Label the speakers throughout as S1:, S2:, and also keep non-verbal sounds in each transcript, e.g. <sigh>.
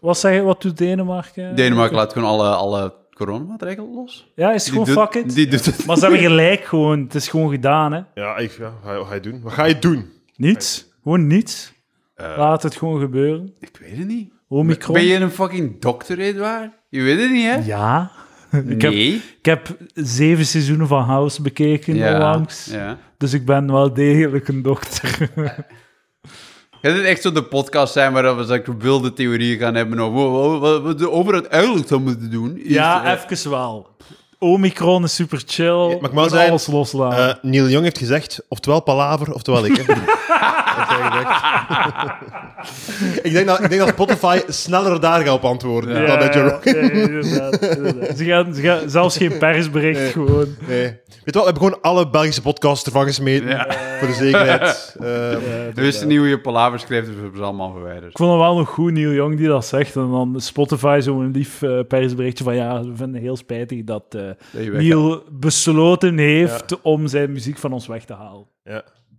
S1: Wat, zeg, wat doet Denemarken?
S2: Denemarken laat gewoon alle, alle coronamaatregelen los.
S1: Ja, is gewoon
S2: doet-
S1: fuck it.
S2: Die doet het.
S1: Maar ze hebben gelijk gewoon. Het is gewoon gedaan, hè.
S3: Ja, ik, ja ga, je- ga je doen. Wat ga je doen?
S1: Niets. Gewoon niets.
S2: Eh.
S1: Laat het gewoon gebeuren.
S2: Ik weet het niet.
S1: Omicron.
S2: Ben je een fucking dokter, Edouard? Je weet het niet, hè?
S1: Ja. ik, heb,
S2: nee.
S1: ik heb zeven seizoenen van House bekeken onlangs.
S2: ja.
S1: Dus ik ben wel degelijk een dokter.
S2: <laughs> Gaat dit echt zo de podcast zijn waar we zo'n wilde theorieën gaan hebben over wa- wa- wa- wat de overheid eigenlijk zou moeten doen? is, eh,
S1: ja, even wel. Omicron is super chill.
S3: mag wel
S1: Moet
S3: zijn,
S1: alles loslaten.
S3: Eh, Neil Jong heeft gezegd, oftewel Palaver,
S1: <laughs>
S3: oftewel ik. hè. Heeft hij gezegd. <laughs> ik, denk dat, ik denk dat Spotify sneller daar gaat op antwoorden dan dat Joe Rogan.
S1: ja, ja, inderdaad, inderdaad. Ze gaan, ze gaan zelfs
S2: <laughs>
S1: geen persbericht gewoon.
S3: Nee. Weet je wat, we hebben gewoon alle Belgische podcasts ervan gesmeten. Voor de zekerheid. Eh,
S2: we wisten niet hoe je palaver schreef, dus we hebben ze allemaal verwijderd.
S1: Ik vond het wel nog goed, Neil Young die dat zegt. En dan Spotify zo'n lief eh, persberichtje van... Ja, we vinden het heel spijtig dat eh,
S2: Dat je weg
S1: Neil besloten heeft om zijn muziek van ons weg te halen.
S3: ja.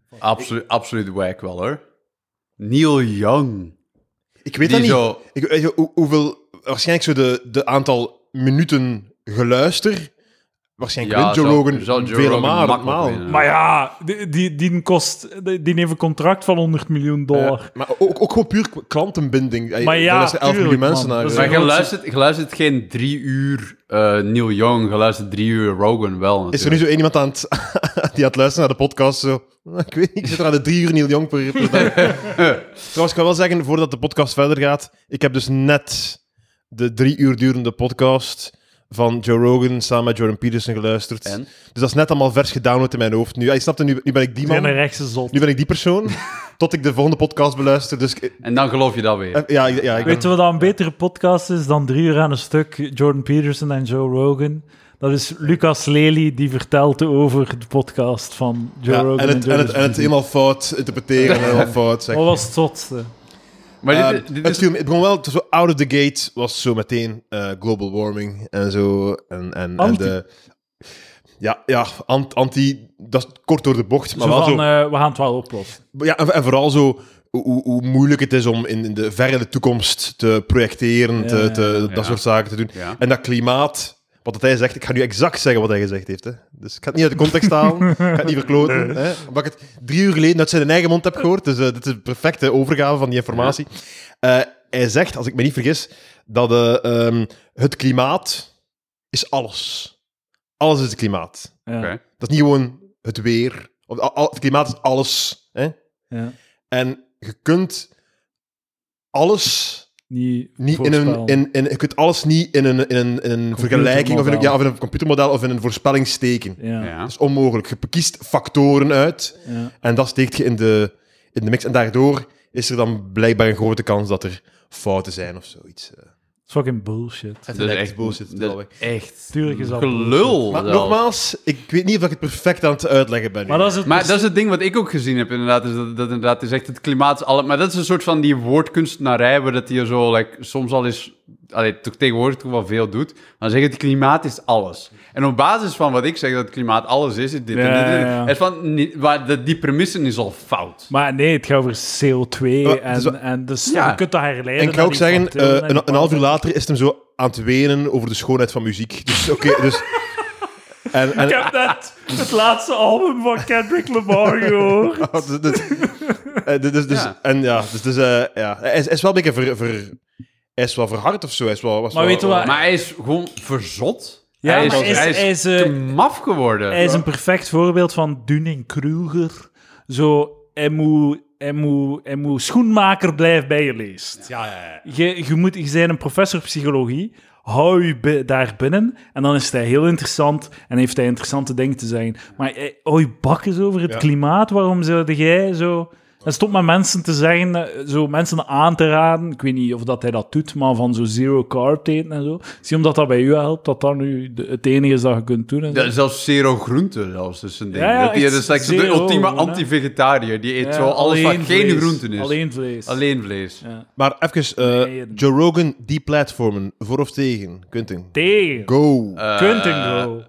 S2: gaat. Absolu absoluut wack wel, hoor. Neil Young.
S3: Ik
S2: Die
S3: weet dat niet.
S2: zo-
S3: Ik, weet hoe- hoeveel, waarschijnlijk zo de, de aantal minuten geluister. Waarschijnlijk
S2: Ja,
S3: wint Joe
S2: zou-
S3: Rogan
S2: zou Joe
S3: vele
S2: Rogan
S3: malen-
S2: makkelijk
S3: malen.
S2: winnen.
S1: Maar ja, die, die, die, kost, die die heeft een contract van 100 miljoen dollar.
S3: Eh, maar ook, ook gewoon puur k- klantenbinding. Eh,
S1: Maar
S3: daar
S1: ja,
S3: luisteren 11 miljoen
S1: tuurlijk,
S3: mensen
S1: man.
S3: naar.
S1: Dat is
S3: eh.
S2: Maar je luistert, je luistert geen drie uur eh, Neil Young, je luistert drie uur Rogan wel.
S3: Is er nu zo één iemand aan het, <laughs> die aan het luisteren naar de podcast? Zo, "Ah, ik weet niet, ik zit er aan de drie uur Neil Jong per, per dag. Trouwens, ik kan wel zeggen, voordat de podcast verder gaat, ik heb dus net de drie uur durende podcast van Joe Rogan samen met Jordan Peterson geluisterd.
S2: En?
S3: Dus dat is net allemaal vers gedownload in mijn hoofd. Nu, ja, je snapt het, nu, nu ben ik die
S1: Die zijn een
S3: man,
S1: rechtse zot.
S3: nu ben ik die
S1: <laughs>
S3: persoon, tot ik de volgende podcast beluister. Dus ik-
S2: En dan geloof je dat weer.
S3: eh, ja, ik- ja, ik ben-
S1: Weet je wat dat een betere podcast is dan drie uur aan een stuk Jordan Peterson en Joe Rogan? Dat is Lucas Lely die vertelt over de podcast van Joe
S3: ja,
S1: Rogan.
S3: en, het, en, het, en het
S1: Jordan
S3: helemaal fout interpreteren
S1: <laughs>
S3: en helemaal fout
S1: Peterson.
S3: zeggen.
S1: Wat was het zotste?
S2: maar dit,
S3: Ehm,
S2: dit
S3: het,
S2: is
S3: viel me- het begon wel zo out of the gate was zo meteen eh, global warming en zo en en, en
S1: Anti.
S3: de ja ja ant- anti dat is kort door de bocht maar
S1: Zo
S3: wel
S1: van,
S3: zo
S1: eh, we gaan het wel oplossen.
S3: ja en, en vooral zo hoe- hoe, hoe moeilijk het is om in, in de verre toekomst te projecteren te, te- dat
S2: Ja.
S3: soort zaken te doen
S2: Ja.
S3: en dat klimaat wat dat hij zegt, ik ga nu exact zeggen wat hij gezegd heeft. Hè. Dus ik ga het niet uit
S2: <laughs>
S3: de context halen, ik ga het niet verkloten. Hè. Omdat ik het drie uur geleden uit zijn eigen mond heb gehoord. Dus eh, dit is een perfecte overgave van die informatie. Eh, hij zegt, als ik me niet vergis, dat eh, ehm, het klimaat is alles. Alles is het klimaat.
S1: Ja,
S2: Oké.
S3: Dat is niet gewoon het weer. Of al- al- Het klimaat is alles. Hè.
S1: ja.
S3: En je kunt alles
S1: Niet,
S3: niet in een,
S1: voorspellen.
S3: in, in, je kunt alles niet in een, in een, in een vergelijking of in een, ja, of in een computermodel of in een voorspelling steken.
S1: Ja, ja.
S2: ja.
S3: Dat is onmogelijk. Je kiest factoren uit en dat steekt je in de, in de mix. En daardoor is er dan blijkbaar een grote kans dat er fouten zijn of zoiets. Eh,
S1: Fucking bullshit.
S3: Het
S2: Dat
S3: is
S2: is
S3: echt bullshit. het is wel
S2: Dat
S3: weg.
S2: is echt
S1: Tuurlijk is dat
S2: gelul.
S3: Maar
S2: zelfs.
S3: nogmaals, ik weet niet of ik het perfect aan het uitleggen ben. nu.
S1: Maar dat is het dus-
S2: Maar dat is het ding wat ik ook gezien heb, inderdaad. Is dat, dat inderdaad is echt het klimaat. Is alle, maar dat is een soort van die woordkunstenarij, waar dat je zo like, soms al eens. Allee, toch tegenwoordig toch wel veel doet. Maar dan zeg je, het klimaat is alles. En op basis van wat ik zeg, dat het klimaat alles is, is dit en
S1: Ja,
S2: dit. en dit.
S1: ja, ja.
S2: Het is van, niet- waar, dat- die premisse is al fout.
S1: Maar nee, het gaat over CO2
S3: het
S1: en,
S3: is wel-
S1: en dus
S2: Ja.
S1: je kunt dat herleiden.
S3: en ik
S1: naar
S3: kan ook
S1: die
S3: zeggen,
S1: factoren
S3: eh,
S1: en die
S3: een, een half uur
S1: factoren.
S3: later is hem zo aan het wenen over de schoonheid van muziek. Dus
S1: <laughs>
S3: oké, dus... En, en,
S1: Ik heb net het laatste album van Kendrick Lamar gehoord.
S3: <laughs> Oh, <laughs> dus, dus- eh, dus- dus- dus-
S2: Ja.
S3: En ja, dus, dus, eh, ja. Hij, is, hij is wel een beetje ver, ver, hij is wel verhard of zo. Hij is wel, was
S1: Maar
S3: wel-
S1: weet je wat?
S2: Maar hij is gewoon verzot.
S1: Ja,
S2: hij, is,
S1: maar is-
S2: hij is,
S1: hij is, eh,
S2: te maf geworden.
S1: Hij is een perfect voorbeeld van Dunning-Kruger. Zo, hij moet, hij, moet, hij moet schoenmaker blijven bij je leest.
S2: ja, ja, ja.
S1: Je, je, moet, je bent een professor psychologie. Hou je bi- daar binnen. En dan is hij heel interessant. En heeft hij interessante dingen te zeggen. Maar eh, hou je bakkes over het
S3: Ja.
S1: klimaat. Waarom zou jij zo... En stop met mensen te zeggen, eh, zo mensen aan te raden. Ik weet niet of dat hij dat doet, maar van zo zero carb eten en zo. Zie omdat dat bij u helpt, dat dat nu de- het enige is dat je kunt doen. en zo.
S2: Ja, zelfs zero groente zelfs is een ding.
S1: Ja, ja,
S2: dat die,
S1: echt
S2: dat is like, de
S1: zero
S2: ultieme
S1: gewoon, hè.
S2: anti-vegetariër. Die eet
S1: Ja,
S2: zo alles wat
S1: alleen
S2: geen
S1: vlees.
S2: groenten is. Alleen,
S1: Alleen vlees.
S2: vlees.
S3: Maar even, eh,
S1: Nee.
S3: Joe Rogan, die platformen, voor of tegen? Kunting.
S1: Tegen.
S3: Go.
S2: Eh,
S1: Kunt en go.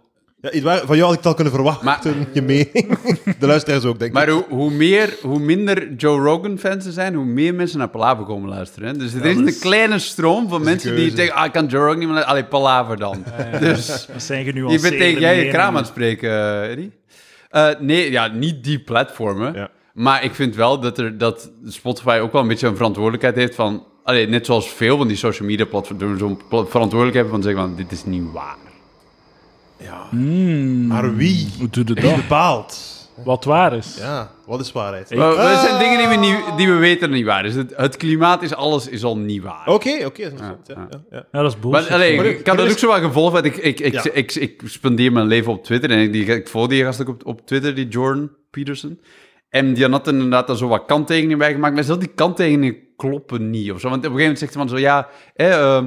S3: Ja, Edouard, van jou had ik het al kunnen verwachten,
S2: Maar-
S3: je mening. <laughs> De luisteraars ook, denk ik.
S2: Maar hoe, hoe, meer, hoe minder Joe Rogan-fans er zijn, hoe meer mensen naar Palaver komen luisteren. Hè? Dus er is
S1: dat
S2: een
S1: is-
S2: kleine stroom van
S3: is een
S2: mensen die
S3: keuze.
S2: zeggen, ah, ik kan Joe Rogan niet meer luisteren. Allee, Palaver dan. Dus
S1: Dat zijn
S2: je
S1: genuanceerde
S2: bent tegen jij je
S1: meningen.
S2: kraam aan het spreken, eh, Eddie. Eh, nee, ja, niet die platformen.
S3: Ja.
S2: Maar ik vind wel dat, er, dat Spotify ook wel een beetje een verantwoordelijkheid heeft van... Allee, net zoals veel van die social media platforms zo'n pla- verantwoordelijkheid hebben van te zeggen van, dit is niet waar.
S3: Maar wie
S1: Hoe doe je
S3: Wie
S1: dat?
S3: bepaalt?
S1: <laughs> Wat waar is.
S3: Ja, wat is waarheid?
S1: Ik-
S2: Maar Er
S3: Ah.
S2: zijn dingen die Eh, we, niet, die we weten niet waar. Dus het, het klimaat is alles is al niet waar.
S3: Oké, oké. dat is interessant,
S2: Ja,
S3: ja, ja, ja.
S1: Ja, dat is
S2: Maar,
S1: bullshit.
S2: allee,
S3: Maar
S2: ik
S3: dus-
S2: kan
S3: maar
S2: dat
S3: dus-
S2: ook zo wel gevolgen. want Ik, ik, ik,
S3: Ja.
S2: ik, ik, spendeer mijn leven op Twitter. En die, ik volg die gast ook op, op Twitter, die Jordan Peterson. En die had inderdaad daar zo wat kanttekeningen bij gemaakt. Maar zelfs die kanttekeningen kloppen niet of zo. Want op een gegeven moment zegt hij van zo, ja... Hè, eh,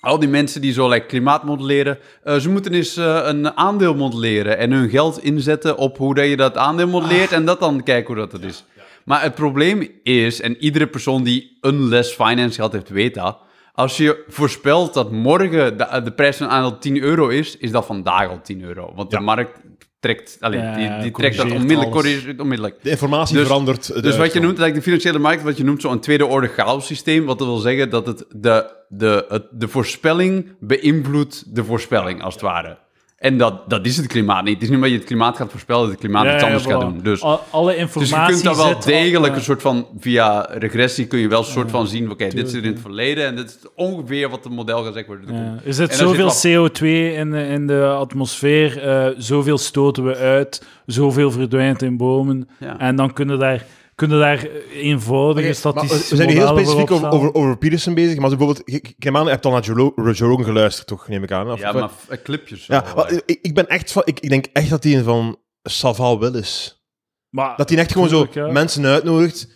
S2: al die mensen die zo like, klimaat modelleren, eh, ze moeten eens eh, een aandeel modelleren en hun geld inzetten op hoe dat je dat aandeel modelleert en dat dan kijken hoe dat het is. Maar het probleem is, en iedere persoon die een les finance gehad heeft, weet dat. Als je voorspelt dat morgen de, de prijs van een aandeel 10 euro is, is dat vandaag al 10 euro. Want
S3: Ja.
S2: de markt trekt, allee,
S1: Ja,
S2: die, die trekt dat
S1: corrigeert
S2: onmiddellijk,
S1: alles.
S2: corrigeert onmiddellijk.
S3: De informatie
S2: Dus-
S3: verandert. eh, de
S2: Dus wat je
S3: uitgang.
S2: noemt, eigenlijk de financiële markt, wat je noemt zo'n tweede orde chaos systeem. Wat dat wil zeggen dat het de, de, het, de voorspelling beïnvloedt de voorspelling, als het ware. En dat, dat is het klimaat niet. Het is niet omdat je het klimaat gaat voorspellen dat het klimaat
S1: Ja,
S2: iets
S1: ja,
S2: anders gaat
S1: voilà.
S2: doen. Dus,
S1: Al- alle
S2: dus
S1: informatie
S2: je kunt daar wel
S1: zit eh, al-
S2: degelijk een
S1: ja.
S2: soort van, via regressie kun je wel een soort van zien, oké, dit zit in het verleden en dit is ongeveer wat het model gaat zeggen. voor de
S1: Ja.
S2: toekomst.
S1: Er
S2: En
S1: zit
S2: daar
S1: zoveel
S2: zit
S1: CO2 in de, in de atmosfeer, eh, zoveel stoten we uit, zoveel verdwijnt in bomen.
S2: Ja.
S1: En dan kunnen daar, kunnen daar eenvoudige
S3: Oké, maar eh,
S1: statistische
S3: we zijn nu heel
S1: modellen
S3: specifiek
S1: voor
S3: over, over,
S1: opstellen.
S3: over Peterson bezig, maar als bijvoorbeeld, ik- ik neem aan, je hebt al naar Joe Lo- Joe Rogan geluisterd, toch, neem ik aan? Of-
S2: Ja,
S3: of-
S2: maar eh, clipjes.
S3: ja,
S2: wel,
S3: maar
S2: eh.
S3: ik, ik ben echt van, ik, ik denk echt dat hij een van Saval Willis.
S1: Maar
S3: Dat hij echt gewoon zo
S1: tuurlijk, ja.
S3: mensen uitnodigt.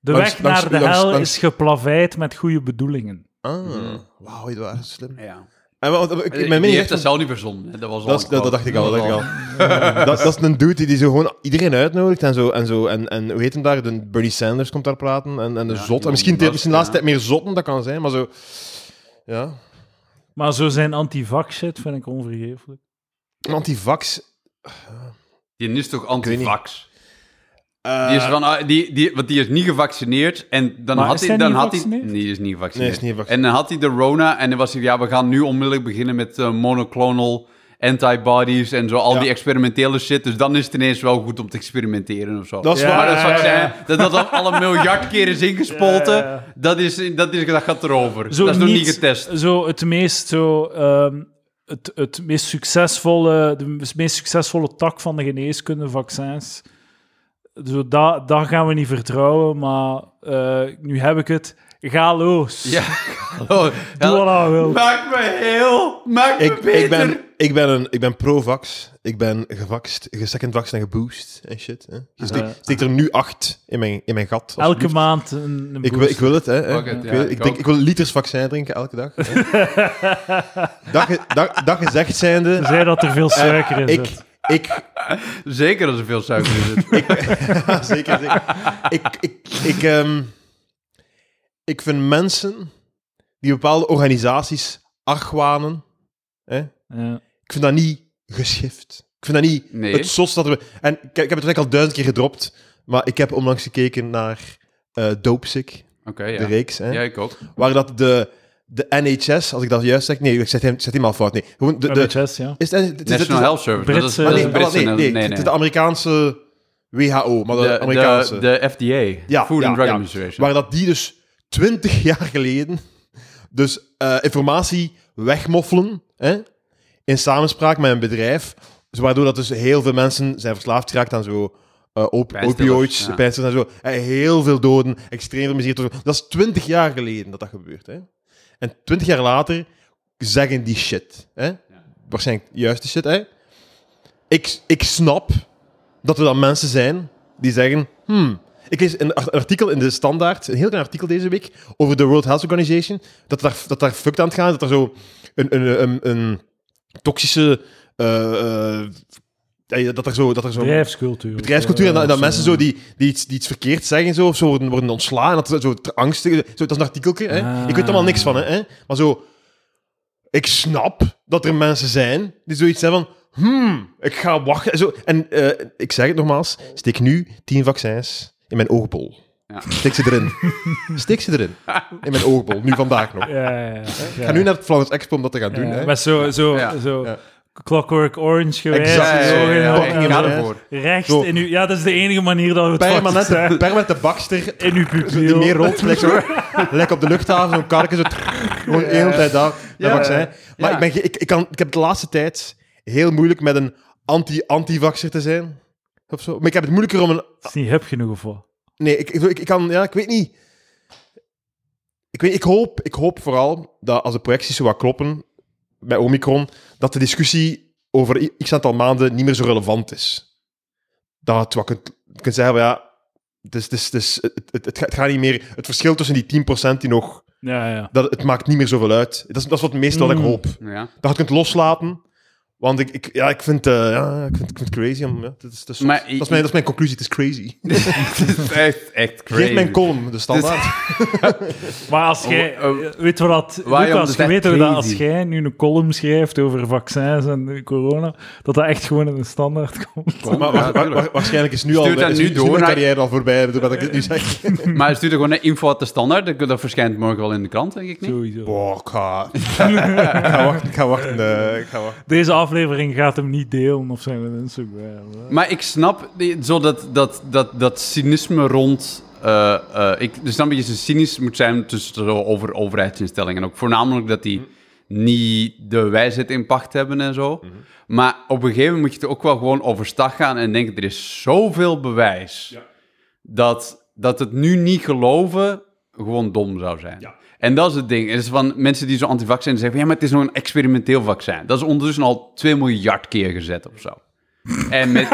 S1: de
S3: langs-
S1: weg
S3: langs-
S1: naar de
S3: langs-
S1: hel
S3: langs-
S1: is geplaveid met goede bedoelingen.
S3: Ah,
S2: Mhm.
S3: wauw, Edouard, slim.
S2: Ja.
S3: En, wat- wat- ik,
S2: Eh, Die
S3: mijn mening
S2: heeft
S3: is echt
S2: dat
S3: van-
S2: zelf niet verzonnen. hè. Dat, was al
S3: dat, is-
S2: een
S3: dat, dat
S2: quote.
S3: dacht ik al, dat
S2: was
S3: dacht ik
S2: <laughs>
S3: al. <laughs> dat, dat is een dude die, die zo gewoon iedereen uitnodigt en zo. En, zo, en, en hoe heet hem daar? De Bernie Sanders komt daar praten. En, en de
S2: Ja,
S3: zot. En
S2: Elon
S3: misschien,
S2: Musk,
S3: misschien de laatste
S2: ja.
S3: tijd meer zotten, dat kan zijn. Maar zo... Ja.
S1: Maar zo zijn anti-vax shit vind ik onvergeeflijk.
S3: Een Antivax...
S2: Die is toch
S3: weet niet.
S2: antivax?
S3: eh,
S2: Die is van, ah, die, die, want die is niet gevaccineerd. En dan
S1: Maar
S2: had
S1: is
S2: hij.
S1: hij
S2: Dan
S1: niet
S2: had hij nee,
S1: gevaccineerd?
S2: die is niet gevaccineerd.
S3: Nee, is niet gevaccineerd.
S2: En dan had hij de Rona. En dan was hij, ja, we gaan nu onmiddellijk beginnen met eh, monoclonal antibodies en zo. Al
S3: Ja.
S2: die experimentele shit. Dus dan is het ineens wel goed om te experimenteren of zo.
S3: Dat is
S1: Ja,
S2: maar
S3: waar.
S2: dat
S1: ja,
S2: vaccin,
S1: ja.
S2: dat dat al, al een
S3: <laughs>
S2: miljard keer is ingespoten,
S1: Ja, ja.
S2: Dat, is, dat, is, dat gaat erover.
S1: Zo
S2: dat is nog niet getest.
S1: Zo het meest, zo, ehm, het, het meest succesvolle, de meest succesvolle tak van de geneeskunde, vaccins. Zo, daar daar gaan we niet vertrouwen, maar eh, nu heb ik het. Ga los.
S2: Ja. Oh,
S1: Doe
S2: ja. <laughs>
S1: wat je wil.
S2: Maak me heel. Maak me
S3: Ik,
S2: beter.
S3: ik ben, ik ben, een- ik ben pro-vax. Ik ben gevaxt, gesecondvaxed en geboost en shit. Hè. Je steekt-
S1: Ja.
S3: steekt er nu acht in mijn, in mijn gat.
S1: Elke
S3: alsjeblieft.
S1: maand een, een
S3: Ik wil,
S1: boost.
S3: ik wil het, hè. hè.
S2: Fuck it,
S3: ik,
S2: ja,
S3: wil, ik,
S2: ik
S3: denk,
S2: ook.
S3: ik wil liters vaccin drinken elke dag.
S1: <laughs>
S3: hè. dat, ge- dat, dat gezegd zijnde...
S1: Zij dat er veel suiker in
S3: Eh, Ik,
S1: zit.
S3: ik <laughs>
S2: Zeker als er veel suiker in zit.
S3: Ja, zeker. zeker. ik, ik, ik, ehm, ik vind mensen die bepaalde organisaties argwanen, hè,
S1: Ja.
S3: ik vind dat niet geschift. Ik vind dat niet
S2: Nee.
S3: het zotst dat we... En ik, ik heb het eigenlijk al duizend keer gedropt, maar ik heb onlangs gekeken naar eh Dopesick,
S2: Oké,
S3: de
S2: ja.
S3: reeks, hè,
S2: Ja, ik ook.
S3: waar dat de, de NHS, als ik dat juist zeg... Nee, ik zeg, hem- ik zeg helemaal fout. Nee, gewoon de... de
S1: NHS, ja.
S3: is het, het, het-
S2: National
S3: het-
S2: Health Service. maar
S1: Britse-
S2: dat
S3: maar
S2: is, dat
S3: Oh, nee,
S2: is
S1: Britse-
S3: wacht, nee, nee,
S2: nee,
S3: het is de Amerikaanse WHO, maar de,
S2: De,
S3: Amerikaanse...
S2: de, de FDA,
S3: Ja,
S2: Food
S3: ja,
S2: and Drug
S3: ja.
S2: Administration.
S3: Waar dat die dus 20 <laughs> jaar geleden dus eh, informatie wegmoffelen hè, in samenspraak met een bedrijf, zo waardoor dat dus heel veel mensen zijn verslaafd geraakt aan zo eh, op-
S2: Pijnstillers,
S3: opioids,
S2: ja.
S3: pijnstillers en zo. En heel veel doden, extreem veel miserie. tot- Dat is 20 jaar geleden dat dat gebeurt. Hè. En 20 jaar later zeggen die shit. Hè. Waarschijnlijk juiste shit. Hè. Ik, ik snap dat er dan mensen zijn die zeggen... Hmm, ik lees een ar- artikel in de Standaard, een heel klein artikel deze week, over de World Health Organization, dat daar, dat daar fucked aan het gaan is, dat er zo een, een, een, een toxische... eh, eh, eh, dat er zo... Dat er zo
S1: Bedrijfscultuur.
S3: bedrijfscultuur. En dat, en dat
S1: Ja,
S3: mensen
S1: ja.
S3: zo die, die, iets, die iets verkeerd zeggen zo, of zo worden, worden ontslaan. en Dat ze zo ter- angstig. Zo, dat is een artikeltje. Hè?
S1: Ah.
S3: Ik weet er allemaal niks van. Hè? Maar zo, ik snap dat er mensen zijn die zoiets hebben van. hmm, ik ga wachten. Zo, en eh, ik zeg het nogmaals, steek nu 10 vaccins in mijn oogbol.
S2: Ja.
S3: Steek ze erin. <laughs> steek ze erin. In mijn oogbol, nu vandaag nog.
S1: Ja, ja, ja.
S3: Ik ga nu naar het Flanders Expo om dat te gaan doen.
S1: Ja,
S3: hè.
S1: Eh, Met zo, zo,
S2: Ja.
S1: zo
S3: Ja.
S1: Clockwork Orange geweest.
S3: Exact.
S2: Ja, ja,
S1: zo
S2: ja, ja, ja,
S1: in-
S3: Fucking
S2: ik ga
S3: man, hè.
S2: ervoor.
S1: Recht
S3: Zo.
S1: in uw... Ja, dat is de enige manier dat we het
S3: Permanent,
S1: vaststellen.
S3: permanent de bakster
S1: In uw
S3: Zo die
S1: pupil.
S3: meer rond, gelijk zo,
S2: <laughs>
S3: gelijk op de luchthaven, zo'n karken, zo trrr, gewoon de hele tijd daar, dat
S2: Ja.
S3: vaccin. Maar
S2: Ja.
S3: ik, ben, ge- ik, ik, kan, ik heb de laatste tijd heel moeilijk met een anti-anti-vaxxer te zijn, of zo. Maar ik heb het moeilijker om een...
S1: Dat is niet hip genoeg voor.
S3: Nee, ik, ik, ik kan... Ja, ik weet niet. Ik, weet, ik, hoop, ik hoop vooral dat als de projecties zo wat kloppen bij Omicron, dat de discussie over i- x aantal maanden niet meer zo relevant is. Dat je wat kunt, kunt zeggen van ja... Het, is, het, is, het, is- het, het, het, gaat- het gaat niet meer... Het verschil tussen die 10% die nog
S1: Ja, ja.
S3: dat het maakt niet meer zoveel uit. Dat is, dat is wat meestal wat ik
S1: Mm.
S3: hoop.
S2: Ja. <laughs>
S3: Dat je het kunt loslaten. Want ik, ik, ja, ik, vind, eh, ja, ik, vind, ik vind het crazy. Om, ja, dat, is, dat, is,
S2: Maar
S3: dat,
S2: i-
S3: is mijn, dat is mijn conclusie. Het is crazy.
S2: Het is echt, echt crazy.
S3: Geef mijn column, de standaard.
S1: Maar als jij...
S2: Oh, oh.
S1: weet je wat dat...
S2: Waarom
S1: Lucas,
S2: is
S1: je
S2: dat
S1: weet hoe dat als
S2: crazy?
S1: jij nu een column schrijft over vaccins en corona, dat dat echt gewoon in de standaard
S2: <laughs>
S1: komt.
S2: Kom, ja,
S3: maar wa- wa-
S2: tuurlijk.
S3: wa- waarschijnlijk is nu
S2: Stuur
S3: al
S2: dat
S3: is,
S2: nu
S3: is
S2: door
S3: mijn
S2: naar-
S3: carrière al voorbij. doordat ik het nu zeg.
S2: Maar stuur er gewoon een info uit de standaard. dat- Dat verschijnt morgen wel in de krant, denk ik niet.
S1: Sowieso.
S3: <laughs> Boah, ik ga, ik ga wachten. Ik ga wachten. eh, ik ga wachten.
S1: Deze aflevering gaat hem niet delen of zijn we op Instagram. hè?
S2: Maar ik snap die- zo dat, dat, dat, dat cynisme rond. eh, eh, ik dus snap dat je zo cynisch moet zijn tussen zo over overheidsinstellingen. Ook voornamelijk dat die
S3: Hm.
S2: niet de wijsheid in pacht hebben en zo. Maar op een gegeven moment moet je er ook wel gewoon overstag gaan en denken: er is zoveel bewijs dat, dat het nu niet geloven gewoon dom zou zijn. En dat is het ding. Het is van mensen die zo antivax zijn en zeggen: van, ja, maar het is nog een experimenteel vaccin. Dat is ondertussen al 2 miljard keer gezet of zo. En met.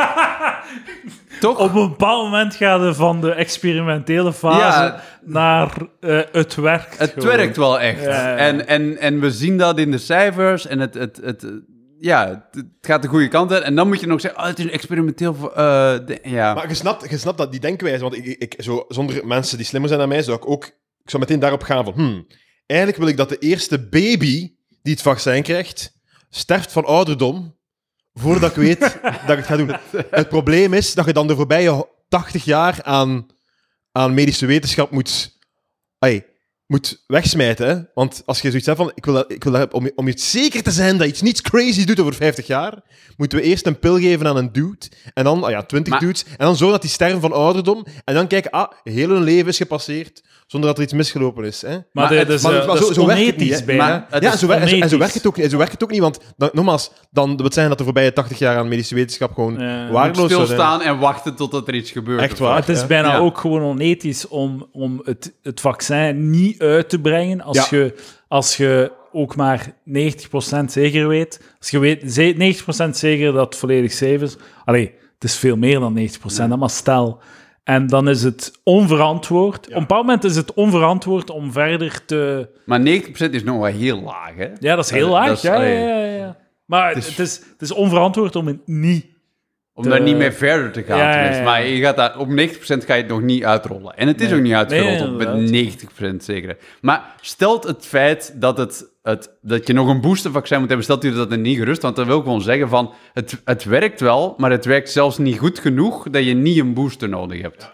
S2: Toch?
S1: Op een bepaald moment gaat het van de experimentele fase
S2: Ja.
S1: naar eh, het werkt.
S2: Het
S1: gewoon.
S2: werkt wel echt.
S1: Ja, ja.
S2: En, en, en we zien dat in de cijfers. En het, het, het, eh, ja, het, het gaat de goede kant uit. En dan moet je nog zeggen: oh, het is een experimenteel. eh, de- ja.
S3: Maar je snapt, je snapt dat, die denkwijze. Want ik, ik, zo, zonder mensen die slimmer zijn dan mij, zou ik ook... Ik zou meteen daarop gaan van... hmm, eigenlijk wil ik dat de eerste baby die het vaccin krijgt, sterft van ouderdom, voordat ik weet dat ik het ga doen. Het probleem is dat je dan de voorbije ho- 80 jaar aan, aan medische wetenschap moet... ai, moet wegsmijten, hè? Want als je zoiets hebt van, ik wil, dat- ik wil dat- om, om het zeker te zijn dat iets niets crazy doet over 50 jaar, moeten we eerst een pil geven aan een dude, en dan, ah ja, 20
S2: Maar-
S3: dudes, en dan zo dat die sterven van ouderdom, en dan kijken, ah, heel hun leven is gepasseerd, zonder dat er iets misgelopen is, hè?
S1: Maar,
S2: Maar
S1: dit
S2: het-
S1: is,
S3: maar dus,
S1: eh,
S3: het- maar
S1: dat
S3: zo-
S1: is
S3: zo werkt het
S1: onethisch
S3: niet, hè.
S1: bijna.
S2: Maar- het
S3: ja,
S2: is
S3: zo, wer- en zo, en zo
S1: onethisch.
S3: werkt het ook niet. Zo werkt het ook niet, want dan, nogmaals, dan wil het zijn dat de voorbije 80 jaar aan medische wetenschap gewoon
S1: Ja.
S3: waardeloos zou zijn.
S2: stilstaan en wachten totdat er iets gebeurt.
S3: Echt
S2: of
S3: waar.
S2: zo.
S1: Maar het is
S3: Ja.
S1: bijna
S2: Ja.
S1: ook gewoon onethisch om, om het, het vaccin niet uit te brengen als,
S3: Ja.
S1: je, als je ook maar 90% zeker weet. Als je weet ze- 90% zeker dat het volledig safe is. Allee, het is veel meer dan 90%, hè, maar stel. En dan is het onverantwoord. Op een bepaald moment is het onverantwoord om verder te...
S2: Maar 90% is nog wel heel laag, hè?
S1: Ja, dat is heel
S2: Ja,
S1: laag.
S2: dat is- eh,
S1: ja,
S2: allee.
S1: ja, ja, ja. Maar het is, het, is, onverantwoord om het niet.
S2: Om
S1: De-
S2: daar niet mee verder te gaan.
S1: Ja, ja, ja.
S2: tenminste. Maar je gaat daar, op 90% ga je het nog niet uitrollen. En het is ook niet
S1: Nee,
S2: uitgerold op met 90% zekerheid. Maar stelt het feit dat, het, het, dat je nog een boostervaccin moet hebben, stelt u dat er niet gerust? Want dat wil gewoon zeggen van, het, het werkt wel, maar het werkt zelfs niet goed genoeg dat je niet een booster nodig hebt.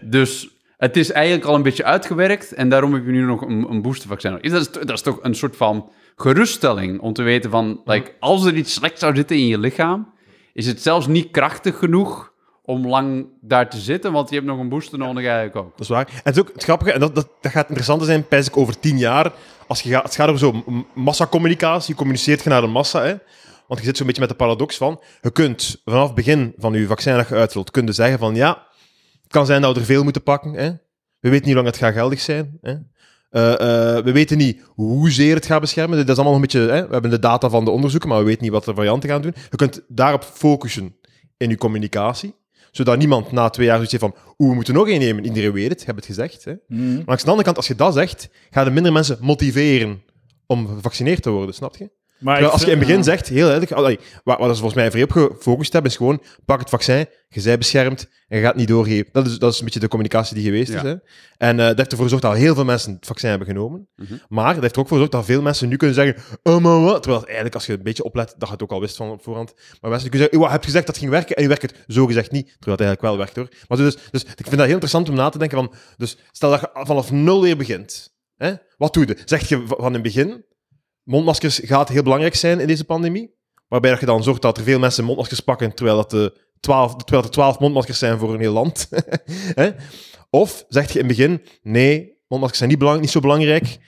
S2: Dus het is eigenlijk al een beetje uitgewerkt en daarom heb je nu nog een, een boostervaccin nodig. Is Dat is, dat is toch een soort van geruststelling om te weten van, like, als er iets slechts zou zitten in je lichaam, is het zelfs niet krachtig genoeg om lang daar te zitten, want je hebt nog een booster nodig eigenlijk ook.
S3: Dat is waar. En het is ook het grappige, en dat, dat, dat gaat interessant zijn, pijs ik, over tien jaar. Als je gaat, het gaat over zo'n m- massacommunicatie, je communiceert je naar de massa, hè. Want je zit zo'n beetje met de paradox van, je kunt vanaf het begin van je vaccin dat je uitrolt, kun je zeggen van, ja, het kan zijn dat we er veel moeten pakken, hè. We weten niet hoe lang het gaat geldig zijn, hè. Eh, eh, we weten niet hoezeer het gaat beschermen. Dat is allemaal nog een beetje... Hè? We hebben de data van de onderzoeken, maar we weten niet wat de varianten gaan doen. Je kunt daarop focussen in je communicatie zodat niemand na twee jaar zoiets heeft van oeh, we moeten nog één nemen. Iedereen weet het, ik heb het gezegd. Hè. Maar langs de andere kant, als je dat zegt, gaan er minder mensen motiveren om gevaccineerd te worden, snap je?
S1: Maar
S3: Terwijl
S1: ik
S3: als je in
S1: vind-
S3: het begin zegt, heel duidelijk, allee, waar, waar ze volgens mij vrij op gefocust hebben, is gewoon, pak het vaccin, je zij beschermd en je gaat niet doorgeven. Dat is, dat is een beetje de communicatie die geweest is.
S2: Ja.
S3: Hè? En eh dat heeft ervoor gezorgd dat heel veel mensen het vaccin hebben genomen.
S2: Mhm.
S3: Maar dat heeft er ook voor gezorgd dat veel mensen nu kunnen zeggen, oh maar wat? Terwijl eigenlijk, als je een beetje oplet, dat je het ook al wist van op voorhand. Maar mensen kunnen zeggen, oh, heb je gezegd dat het ging werken? En nu werkt het zo gezegd niet, terwijl het eigenlijk wel werkt hoor. Maar dus, dus ik vind dat heel interessant om na te denken van, dus stel dat je vanaf nul weer begint. Hè? Wat doe je? Zeg je van in het begin, mondmaskers gaat heel belangrijk zijn in deze pandemie. Waarbij dat je dan zorgt dat er veel mensen mondmaskers pakken, terwijl, dat de 12, terwijl er 12 mondmaskers zijn voor een heel land. <laughs> Hè? of zeg je in het begin, nee, mondmaskers zijn niet, belang, niet zo belangrijk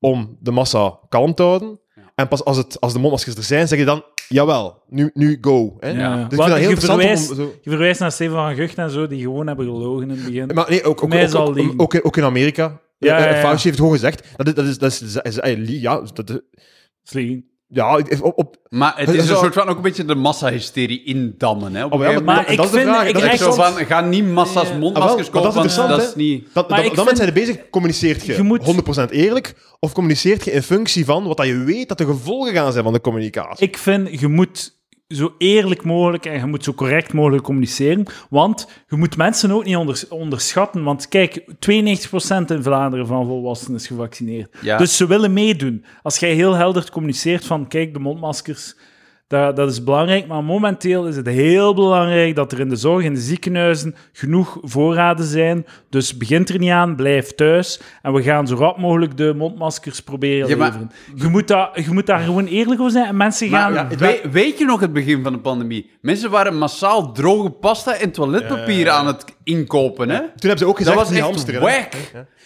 S3: om de massa kalm te houden. En pas als, het, als de mondmaskers er zijn, zeg je dan, jawel, nu, nu go. Hè?
S1: Ja.
S3: Dus
S1: Want
S3: ik vind dat heel
S1: je
S3: interessant
S1: verwijst-
S3: om... Zo...
S1: Je verwijst naar Steven van Gucht en zo, die gewoon hebben gelogen in het begin.
S3: Maar nee, ook, ook,
S1: Mij
S3: ook,
S1: zal
S3: ook,
S1: die-
S3: ook, in- ook in Amerika.
S1: Ja,
S3: Eh, eh,
S1: ja, ja.
S3: Fauci heeft het gewoon gezegd. Dat is... Dat is, dat is, dat is- eh, ja, dat is-
S1: Sliegen.
S3: ja, ik- op, op,
S2: Maar het is
S3: Het is
S2: een
S3: al-
S2: soort van ook een beetje de massahysterie indammen. Hè? Op een
S3: Oh ja,
S2: gegeven
S1: Maar ik
S2: moment.
S3: dat- dat is de
S1: vind...
S3: vraag,
S1: ik
S3: dat is
S1: echt
S2: Zo
S1: vond-
S2: van, ga niet massa's mondmaskers
S3: Ah, wel, maar
S2: kopen,
S3: dat is
S2: want dat
S3: interessant,
S2: is
S3: hè?
S2: niet...
S3: Dat,
S1: Maar
S3: dat,
S1: ik
S3: dan
S1: vind-
S3: zijn ze bezig, communiceert je,
S1: Je moet-
S3: 100% eerlijk, of communiceert je in functie van wat dat je weet dat de gevolgen gaan zijn van de communicatie?
S1: Ik vind, je moet zo eerlijk mogelijk en je moet zo correct mogelijk communiceren. Want je moet mensen ook niet onders- onderschatten. Want kijk, 92% in Vlaanderen van volwassenen is gevaccineerd.
S2: Ja.
S1: Dus ze willen meedoen. Als jij heel helder communiceert van, kijk, de mondmaskers... Dat, dat is belangrijk, maar momenteel is het heel belangrijk dat er in de zorg, in de ziekenhuizen, genoeg voorraden zijn. Dus begint er niet aan, blijf thuis. En we gaan zo rap mogelijk de mondmaskers proberen
S2: Ja, maar-
S1: leveren. Je moet, dat, je moet daar gewoon eerlijk over zijn. En mensen
S2: Maar
S1: gaan...
S2: ja, we- weet je nog het begin van de pandemie? Mensen waren massaal droge pasta en toiletpapier aan het inkopen, hè?
S3: Toen hebben ze ook
S2: Dat
S3: gezegd,
S2: was
S3: niet
S2: echt
S3: hamsteren. hè.
S2: whack.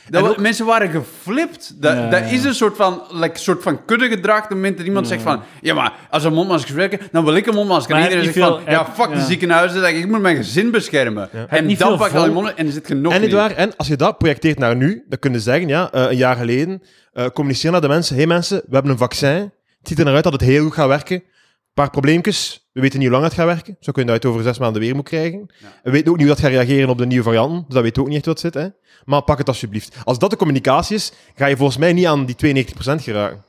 S2: Dat wa- mensen waren geflipt. Dat,
S1: Ja,
S2: dat
S1: ja.
S2: is een soort van, like, soort van kuddegedrag. De moment dat iemand zegt van... Ja, maar als er mondmaskers werken, dan wil ik een mondmasker.
S1: Maar
S2: en iedereen
S1: heb
S2: zegt
S1: je
S2: van...
S1: veel-
S2: Ja,
S1: heb-
S2: fuck de
S1: ja.
S2: ziekenhuizen. Denk ik, ik moet mijn gezin beschermen.
S1: Heb
S2: En
S1: niet
S2: dan
S1: veel
S2: pak je al die
S1: volk.
S2: mond en dan zit je nog
S3: En, niet
S2: niet.
S3: waar, en als je dat projecteert naar nu, dan kunnen ze zeggen, ja, eh, een jaar geleden, eh communiceer naar de mensen, hey mensen, we hebben een vaccin, het ziet er naar uit dat het heel goed gaat werken, een paar probleempjes, we weten niet hoe lang het gaat werken, zo kun je dat over zes maanden weer moet krijgen. We weten ook niet hoe dat gaat reageren op de nieuwe varianten, dus dat weet ook niet echt wat zit, hè. maar pak het alsjeblieft. Als dat de communicatie is, ga je volgens mij niet aan die 92% geraken.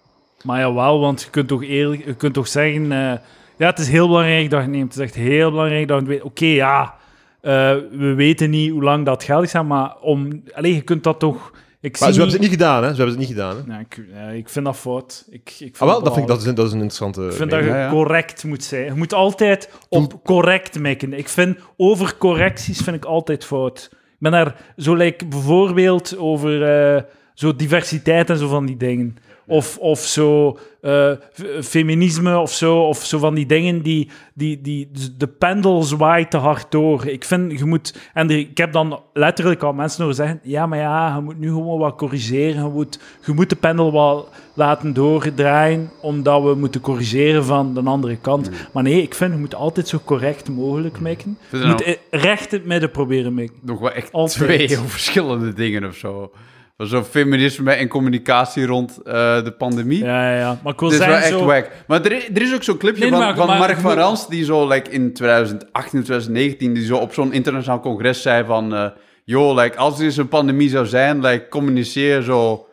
S1: Maar jawel, want je kunt toch, eerlijk, je kunt toch zeggen... eh, ja, het is heel belangrijk dat je neemt. Het is echt heel belangrijk dat je het weet. Oké, ja, eh, we weten niet hoe lang dat geldig is, maar om... Allee, je kunt dat toch... Ik zie
S3: Maar zo hebben ze het niet gedaan, hè? Zo hebben ze het niet gedaan, hè?
S1: Nee, ik, nee, ik vind dat fout. Ik, ik vind
S3: Ah, wel,
S1: dat
S3: dat, vind ik,
S1: belachelijk.
S3: dat, is, een- dat is een interessante...
S1: Ik vind dat
S3: mening.
S1: je
S2: Ja, ja.
S1: correct moet zijn. Je moet altijd op correct mikken. Ik vind over correcties vind ik altijd fout. Ik ben daar zo like, bijvoorbeeld over eh, zo diversiteit en zo van die dingen. Of, of zo eh, f- feminisme of zo. Of zo van die dingen die, die, die dus de pendel zwaait te hard door. Ik vind, je moet... En er- ik heb dan letterlijk al mensen horen zeggen... Ja, maar ja, je moet nu gewoon wat corrigeren. Je moet, je moet de pendel wel laten doordraaien... omdat we moeten corrigeren van de andere kant.
S2: Hmm.
S1: Maar nee, ik vind, je moet altijd zo correct mogelijk maken. Je
S2: Vind je
S1: moet
S2: nou-
S1: eh, recht in het midden proberen maken.
S2: Nog wel echt
S1: Altijd.
S2: twee heel <laughs> verschillende dingen of zo. Van Zo'n feminisme en communicatie rond eh, de pandemie.
S1: Ja, ja, ja. Maar ik wil
S2: Dit is Dus wel
S1: zeggen zo...
S2: echt wack. Maar er, i- er is ook zo'n clipje
S1: Nee,
S2: van,
S1: maar-
S2: van
S1: maar-
S2: Mark van
S1: maar-
S2: Rans, die zo like, in 2018, 2019, die zo op zo'n internationaal congres zei van... eh joh, like, als er eens een pandemie zou zijn, like, communiceer zo,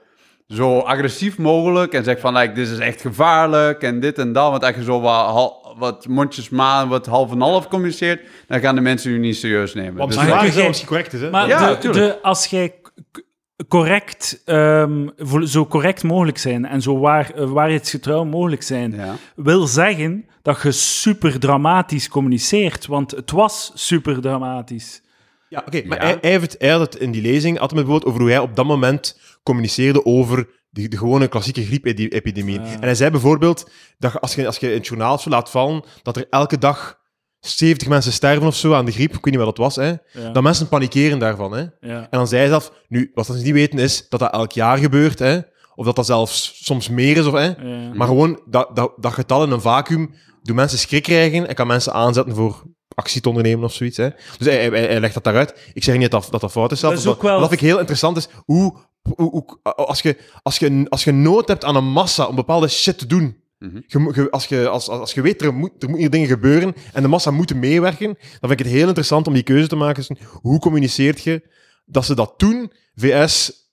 S2: zo agressief mogelijk. En zeg van, like, dit is echt gevaarlijk en dit en dat. Want als je zo wat, hal- wat mondjesmaat, wat half en half communiceert... dan gaan de mensen je niet serieus nemen.
S3: Want
S2: Dus
S1: Maar
S3: de vraag
S1: kun
S3: is wel
S1: jij-
S3: of het correct is, hè?
S1: Maar
S2: Ja,
S1: de,
S2: tuurlijk.
S1: de- als jij c- correct, ehm, vo- zo correct mogelijk zijn en zo waar, eh, waarheidsgetrouw mogelijk zijn,
S2: Ja.
S1: wil zeggen dat je super dramatisch communiceert. Want het was super dramatisch.
S3: Ja, oké. maar
S2: Ja.
S3: hij, hij, heeft, hij had het in die lezing, had hem bijvoorbeeld over hoe hij op dat moment communiceerde over de, de gewone klassieke griepepidemie.
S1: Ah.
S3: En hij zei bijvoorbeeld dat je- als je, als je in het journaal zo laat vallen dat er elke dag 70 mensen sterven of zo aan de griep, ik weet niet wat dat was, hè,
S1: Ja.
S3: dat mensen panikeren daarvan. Hè.
S1: Ja.
S3: En dan zei hij zelf, nu, wat ze niet weten is dat dat elk jaar gebeurt, hè, of dat dat zelfs soms meer is, of, hè,
S1: Ja.
S3: maar gewoon dat, dat, dat getal in een vacuüm doet mensen schrik krijgen en kan mensen aanzetten voor actie te ondernemen of zoiets. Hè. Dus hij, hij, hij legt dat daaruit. Ik zeg niet dat dat, dat fout is. zelf,
S1: Dat is
S3: want
S1: ook wel-
S3: Wat ik heel interessant is, hoe, hoe, hoe- als, je, als, je, als je nood hebt aan een massa om bepaalde shit te doen,
S2: Mhm.
S3: je moet- je- als, je, als, als, als je weet, er, moet, er moeten hier dingen gebeuren en de massa moet meewerken, dan vind ik het heel interessant om die keuze te maken. tussen hoe communiceert je dat ze dat doen, VS...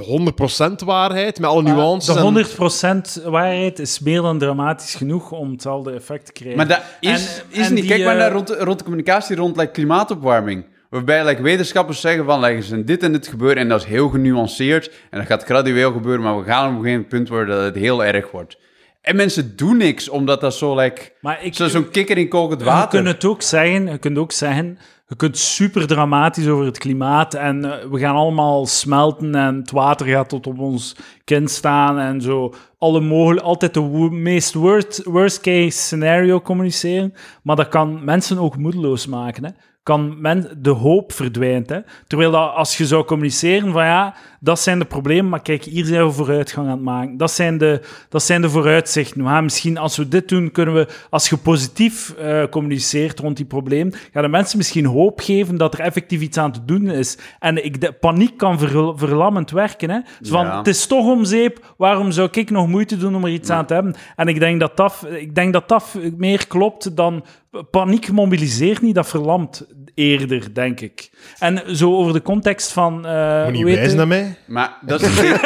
S3: de 100% waarheid met alle nuances. en-
S1: De 100% waarheid is meer dan dramatisch genoeg om hetzelfde effect te krijgen.
S2: Maar dat is,
S1: En-
S2: is
S1: en
S2: niet.
S1: die,
S2: Kijk maar
S1: eh,
S2: naar rond, rond de communicatie rond like, klimaatopwarming. Waarbij like, wetenschappers zeggen van like, er is dit en dit gebeuren en dat is heel genuanceerd. En dat gaat gradueel gebeuren, maar we gaan op een gegeven punt worden dat het heel erg wordt. En mensen doen niks omdat dat zo like,
S1: Maar ik-
S2: zo- zo'n kikker in kokend
S1: Je
S2: water.
S1: kunt het ook zeggen, je kunt ook zeggen, je kunt super dramatisch over het klimaat en eh, we gaan allemaal smelten en het water gaat tot op ons kind staan en zo. Alle mogelijk, altijd de wo- meest worst, worst case scenario communiceren. Maar dat kan mensen ook moedeloos maken. Hè? Kan men, de hoop verdwijnt. Hè? Terwijl dat, als je zou communiceren van ja, dat zijn de problemen, maar kijk, hier zijn we vooruitgang aan het maken. Dat zijn de, dat zijn de vooruitzichten. We gaan misschien, als we dit doen, kunnen we, als je positief eh, communiceert rond die probleem, gaan de mensen misschien hoop geven dat er effectief iets aan te doen is. En ik, de, paniek kan verl- verlammend werken. Hè? Zo van,
S2: Ja.
S1: het is toch om zeep, waarom zou ik nog moeite doen om er iets aan te hebben? En ik denk dat dat, ik denk dat, dat meer klopt dan... Paniek mobiliseert niet, dat verlamt eerder, denk ik. En zo over de context van... eh,
S3: Moet je
S1: hoe
S3: niet
S1: heet
S3: wijzen
S1: het?
S3: naar mij?
S2: Maar dat is
S1: <laughs>
S2: het ding.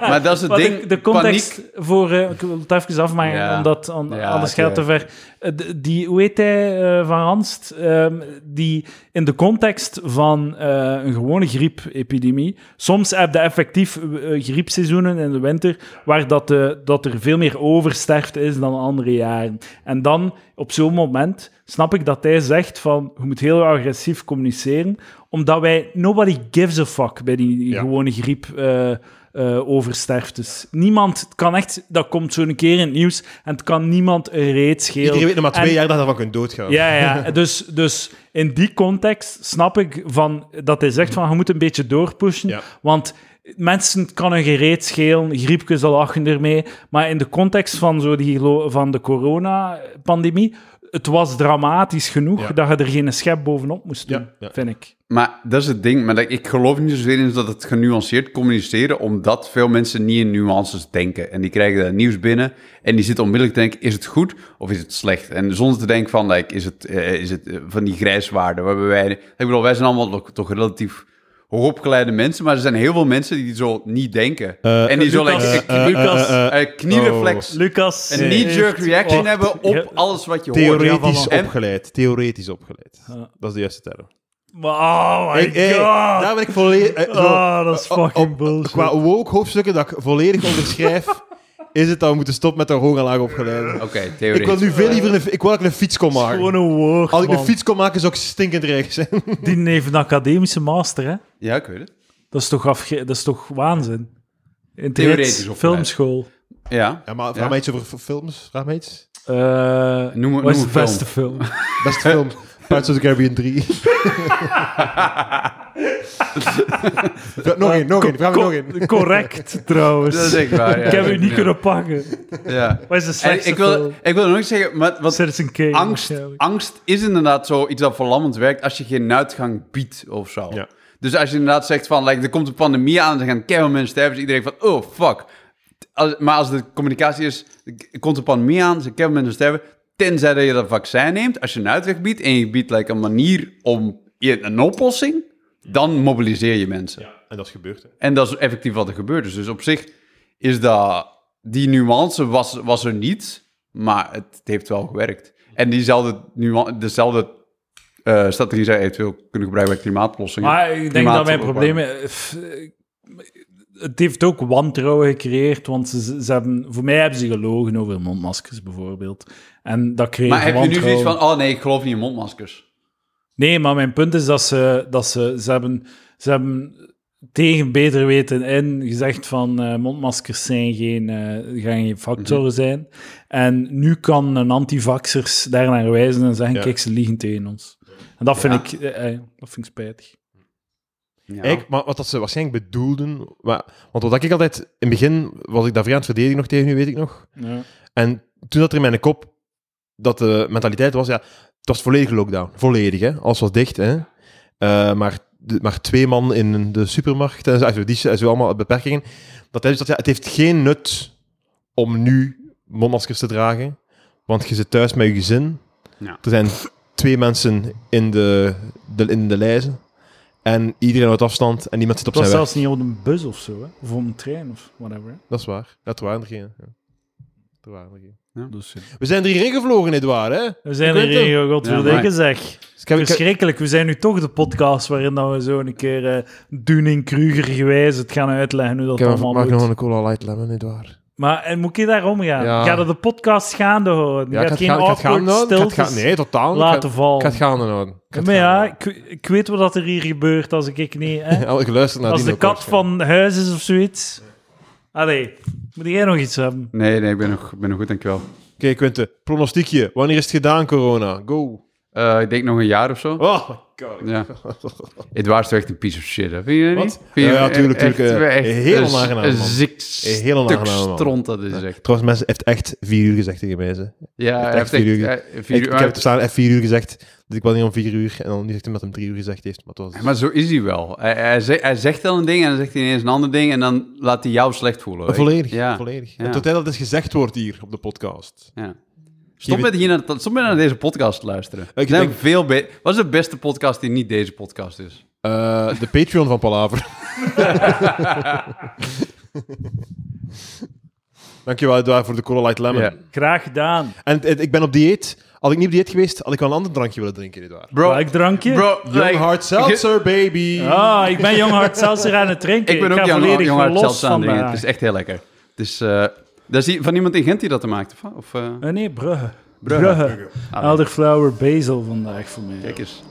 S2: maar dat is het
S1: Maar
S2: ding.
S1: de, de context voor... eh, ik wil het even afmaken,
S2: Ja.
S1: omdat an-
S2: Ja,
S1: anders gaat het te ver. Eh, de- die, hoe heet hij, eh, Van Ranst? ehm, die in de context van eh, een gewone griepepidemie... Soms heb je effectief eh, griepseizoenen in de winter, waar dat, de- dat er veel meer oversterfte is dan andere jaren. En dan, op zo'n moment, snap ik dat hij zegt van... Je moet heel agressief communiceren, omdat wij... Nobody gives a fuck bij die
S3: Ja.
S1: gewone griep... eh, eh, over sterftes. Niemand het kan echt, dat komt zo een keer in het nieuws en het kan niemand een reet schelen.
S3: Iedereen weet nog maar twee
S1: En-
S3: jaar dat je van kunt doodgaan.
S1: Ja,
S3: <laughs>
S1: ja. Dus, dus in die context snap ik van, dat hij zegt van je moet een beetje doorpushen,
S3: Ja.
S1: want mensen kan een gereed schelen, griepjes al lachen ermee, maar in de context van, zo die, gelo- van de coronapandemie, het was dramatisch genoeg
S3: Ja.
S1: dat je er geen schep bovenop moest doen,
S3: Ja, ja.
S1: vind ik.
S2: Maar dat is het ding. Maar dat- ik geloof niet zozeer in dat het genuanceerd communiceren, omdat veel mensen niet in nuances denken. En die krijgen dat nieuws binnen en die zitten onmiddellijk te denken, is het goed of is het slecht? En zonder te denken van, like, is het, eh, is het eh, van die grijswaarden waarbij wij... Ik bedoel, wij zijn allemaal toch, toch relatief hoogopgeleide mensen, maar er zijn heel veel mensen die zo niet denken.
S3: Eh,
S2: en die zo,
S1: Lucas,
S2: like, een
S1: eh,
S2: knie-
S1: Lucas,
S3: eh, eh,
S2: een kniereflex,
S1: Lucas.
S2: een knee-jerk
S1: heeft-
S2: reaction
S1: oh,
S2: hebben op
S1: ja.
S2: alles wat je hoort.
S1: ja,
S3: Theoretisch
S1: voilà.
S2: En-
S3: opgeleid. Theoretisch opgeleid.
S1: Ja.
S3: Dat is de juiste term.
S1: Maar- Oh my
S3: Ik- eh,
S1: god.
S3: daar ben ik volledig... eh, zo,
S1: Ah, dat is
S3: eh, op-
S1: fucking bullshit.
S3: Qua woke hoofdstukken dat ik volledig
S1: <laughs>
S3: onderschrijf, is het dat we moeten stoppen met de hoog en laag opgeleiden.
S2: Oké,
S3: Ik
S2: theoretisch.
S3: wil nu veel liever een, ik wil dat ik een fiets kon maken.
S1: Gewoon een woord,
S3: Als ik
S1: man.
S3: een fiets kon maken, zou ik stinkend rijk zijn.
S1: Die heeft een academische master, hè.
S2: Ja, ik weet het.
S1: Dat is toch, afge... dat is toch waanzin? In
S2: Theoretisch opgeleid.
S1: filmschool.
S2: Ja.
S3: Ja, maar vraag
S2: Ja.
S3: mij iets over f- films. Vraag mij iets.
S1: Eh
S2: Noem- noem
S1: wat is
S2: een
S1: de
S2: film.
S1: beste film?
S3: Beste film. Pirates of the
S1: <laughs>
S3: Caribbean 3. Ja, nog één, nog één. Vraag me nog één.
S1: Co- <laughs> correct, trouwens.
S2: Dat is echt waar, ja.
S1: Ik heb u niet
S2: Ja.
S1: kunnen pakken.
S2: Ja.
S1: Wat is de
S2: En
S1: slechtste
S2: ik wil,
S1: film?
S2: ik wil nog iets zeggen, maar wat
S1: Citizen Kane.
S2: angst,
S1: waarschijnlijk.
S2: angst is inderdaad zo iets dat verlammend werkt als je geen uitgang biedt of zo.
S3: Ja.
S2: Dus als je inderdaad zegt van, like, er komt een pandemie aan, er gaan keihard mensen sterven, dus iedereen van, oh fuck. Als- maar als de communicatie is, er komt een pandemie aan, er gaan keihard mensen sterven, tenzij dat je dat vaccin neemt, als je een uitweg biedt en je biedt like, een manier om een oplossing, dan mobiliseer je mensen.
S3: En dat is gebeurd. Hè.
S2: En dat is effectief wat er gebeurd is. Dus op zich is dat... Die nuance was, was er niet, maar het, het heeft wel gewerkt. En diezelfde nuance, dezelfde eh, strategie zou je eventueel kunnen gebruiken bij klimaatoplossingen.
S1: Maar ik denk dat mijn probleem... eh, f- eh, Het heeft ook wantrouwen gecreëerd, want ze, ze hebben, voor mij hebben ze gelogen over mondmaskers bijvoorbeeld. En dat creëert
S2: Maar heb je nu zoiets
S1: wantrouwen.
S2: van, oh nee, ik geloof niet in mondmaskers.
S1: Nee, maar mijn punt is dat ze, dat ze, ze, hebben, ze hebben tegen beter weten in gezegd van eh, mondmaskers zijn geen, eh, gaan geen factor
S2: Mhm.
S1: zijn. En nu kan een antivaxers daarnaar wijzen en zeggen,
S3: Ja.
S1: kijk, ze liegen tegen ons. En dat vind,
S2: Ja.
S1: ik, eh, eh, dat vind ik spijtig.
S2: Ja.
S3: Eigenlijk, maar wat dat ze waarschijnlijk bedoelden... Maar, want wat ik altijd... In het begin was ik daar vrij aan het verdedigen nog tegen u, weet ik nog.
S1: Ja.
S3: En toen dat er in mijn kop dat de mentaliteit was, ja, het was volledig lockdown. Volledig, hè. Alles was dicht, hè. Eh, maar, de- maar twee man in de supermarkt, en zo, also, die en zo allemaal beperkingen. Dat hij dus dat, ja, het heeft geen nut om nu mondmaskers te dragen, want je zit thuis met je gezin.
S2: Ja.
S3: Er zijn twee mensen in de, de, in de lijzen. En iedereen houdt afstand en niemand zit op
S1: Het was
S3: zijn weg.
S1: zelfs niet op een bus of zo, hè? of op een trein of whatever. hè.
S3: Dat is waar. Dat waren er geen. Ja. Er waren er geen.
S1: Dus, ja.
S3: We zijn er hierin gevlogen, Edouard, hè?
S1: we zijn
S3: Ik
S1: er
S3: weet het.
S1: in,
S2: Ja,
S1: godverdikke
S2: maar-
S1: zeg.
S3: Dus ik heb- ik heb-
S1: Verschrikkelijk. We zijn nu toch de podcast waarin dat we zo een keer eh, Dunning Kruger gewijs het gaan uitleggen hoe dat
S3: ik heb-
S1: allemaal
S3: maak
S1: moet.
S3: nog een Cola Light Lemon, Edouard.
S1: Maar en moet je daarom gaan?
S3: Ja.
S1: Ga dat de podcast gaande houden?
S3: Ja,
S1: je gaat
S3: ik had
S1: geen
S3: gaan, ik had gaan
S1: awkward
S3: houden. Ik had
S1: stiltes
S3: gaan- nee, totaal niet. Ik had-
S1: laten vallen.
S3: Ik had gaande houden. Ik had
S1: maar ja,
S3: gaande
S1: ik, ik weet wat er hier gebeurt als ik, ik niet...
S3: <laughs>
S1: Hè?
S3: houden. Ik luister naar
S1: als
S3: Dino
S1: de kat
S3: Kortschijn.
S1: van huis is of zoiets. Allee, moet jij nog iets hebben?
S2: Nee, nee, ik ben nog, ben nog goed, dankjewel.
S3: Oké, Quinten, pronostiekje. Wanneer is het gedaan, corona? Go.
S2: Eh ik denk nog een jaar of zo.
S3: Oh, my god.
S2: Ja. Edouard is toch echt een piece of shit, hè? Vind je dat
S3: Wat?
S2: niet? Vind je
S3: Ja, ja, tuurlijk,
S2: echt-
S3: tuurlijk, eh,
S2: echt
S3: heel
S2: een-
S3: onaangenaam,
S2: Een
S3: man.
S2: ziek
S3: Heel
S2: stuk
S3: onaangenaam, man.
S2: stront, dat is echt.
S3: Trouwens, mensen heeft echt vier uur gezegd tegen mij. Ze.
S2: Ja, hij
S3: echt
S2: heeft
S3: vier uur.
S2: echt... eh, vier
S3: ik,
S2: uur-
S3: ik heb staan echt vier uur gezegd. Dus ik was niet om vier uur. En dan nu zegt hij dat hij om drie uur gezegd heeft. Maar het was...
S2: Maar zo is hij wel. Hij, hij, zegt, hij zegt al een ding en dan zegt hij ineens een ander ding en dan laat hij jou slecht voelen.
S3: volledig.
S2: Ja.
S3: volledig.
S2: Ja.
S3: En tot hij dat eens gezegd wordt hier op de podcast.
S2: Ja. Stop,
S3: Geef
S2: met hier naar, stop met naar deze podcast te luisteren.
S3: Ik
S2: Ik denk
S3: denk-
S2: veel be- Wat is de beste podcast die niet deze podcast is?
S3: Eh, de Patreon van <laughs> Palaver. Dankjewel, Edouard, voor de Cola Light Lemon.
S2: Ja.
S1: Graag gedaan.
S3: En het- het- ik ben op dieet. Had ik niet op dieet geweest, had ik wel een ander drankje willen drinken, Edouard.
S2: Bro,
S1: Welk drankje?
S2: bro
S3: Young
S2: like,
S3: Hard Seltzer, baby.
S1: Ah, ik ben Jong Hart Seltzer aan het drinken.
S2: Ik ben ook
S1: ga
S2: jong,
S1: volledig
S2: jong hard
S1: los
S2: zelfs aan het drinken.
S1: vandaag.
S2: Het is echt heel lekker. Het is, eh, dat is die, van iemand in Gent die dat maakt, of? of eh,
S1: Eh, nee, Brugge.
S2: Brugge.
S1: Brugge.
S2: Ah,
S1: Elderflower basil vandaag voor mij.
S2: Kijk eens.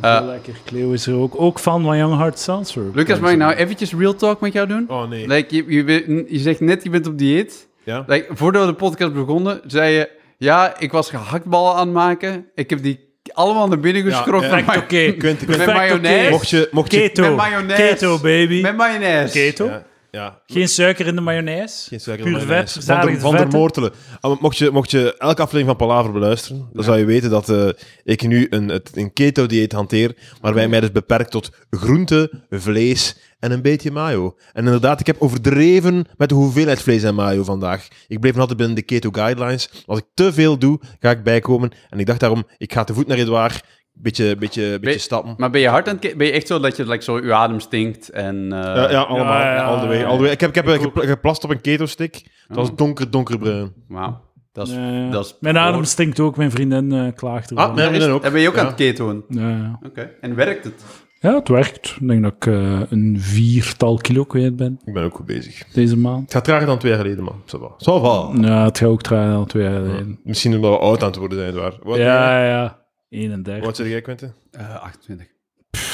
S1: Heel
S2: Eh,
S1: lekker. Cleo is er ook, ook fan van Young Hart Seltzer.
S2: Lucas, mag ik nou eventjes real talk met jou doen?
S3: Oh nee.
S2: Like, je, je, bent- je zegt net, je bent op dieet.
S3: Ja?
S2: Like, voordat we de podcast begonnen, zei je... Ja, ik was gehaktballen aan het maken. Ik heb die allemaal naar binnen geschrokken.
S3: ja.
S2: maar-
S1: Perfect, oké.
S3: Quinten,
S2: Met
S3: Quinten,
S1: Perfect,
S2: mayonaise.
S1: oké.
S3: mocht je... Mocht je
S1: Keto.
S2: Met mayonaise.
S1: Keto, baby.
S2: Met mayonaise.
S1: Keto.
S3: ja, ja.
S1: Geen suiker in de mayonaise.
S3: Geen suiker
S1: Puur
S3: in de
S1: vet,
S3: mayonaise. Van,
S1: verzadigde
S3: der- van der
S1: vetten.
S3: Moortelen. Ah, maar mocht, je, mocht je elke aflevering van Palaver beluisteren, dan zou je weten dat eh, ik nu een, het- een keto-dieet hanteer, waarbij mij dus beperkt tot groente, vlees en een beetje mayo. En inderdaad, ik heb overdreven met de hoeveelheid vlees en mayo vandaag. Ik bleef nog altijd binnen de keto-guidelines. Als ik te veel doe, ga ik bijkomen. En ik dacht daarom, ik ga te voet naar Edouard, beetje, beetje, beetje stappen.
S2: Maar ben je hard aan het... ke- Ben je echt zo dat je like, zo je adem stinkt en... eh,
S3: Ja, ja, allemaal.
S1: ja, ja,
S3: all the way,
S1: ja.
S3: all the way. Ik heb, ik heb eh, gepla- geplast op een keto-stick. Het was donker, donkerbruin.
S2: Wauw. Dat is...
S1: Ja, ja.
S2: dat is
S1: Mijn adem stinkt ook, mijn vriendin eh, klaagt
S3: Ah,
S1: ervan.
S3: mijn vriendin ook.
S2: Dan ben je ook
S3: Ja.
S2: aan het ketoen. Oké.
S1: Ja, ja.
S2: En werkt het?
S1: Ja, het werkt. Ik denk dat ik eh, een viertal kilo kwijt ben
S3: Ik ben ook goed bezig.
S1: deze maand.
S3: Het gaat trager dan twee jaar geleden, man. Ça va. Ça
S2: Oh.
S3: va.
S1: Ja, het gaat ook traag dan twee jaar geleden.
S3: Misschien omdat we oud aan het worden zijn, waar. Wat,
S1: Ja, ja. 31.
S3: Wat zeg jij, Quentin?
S2: Eh, 28.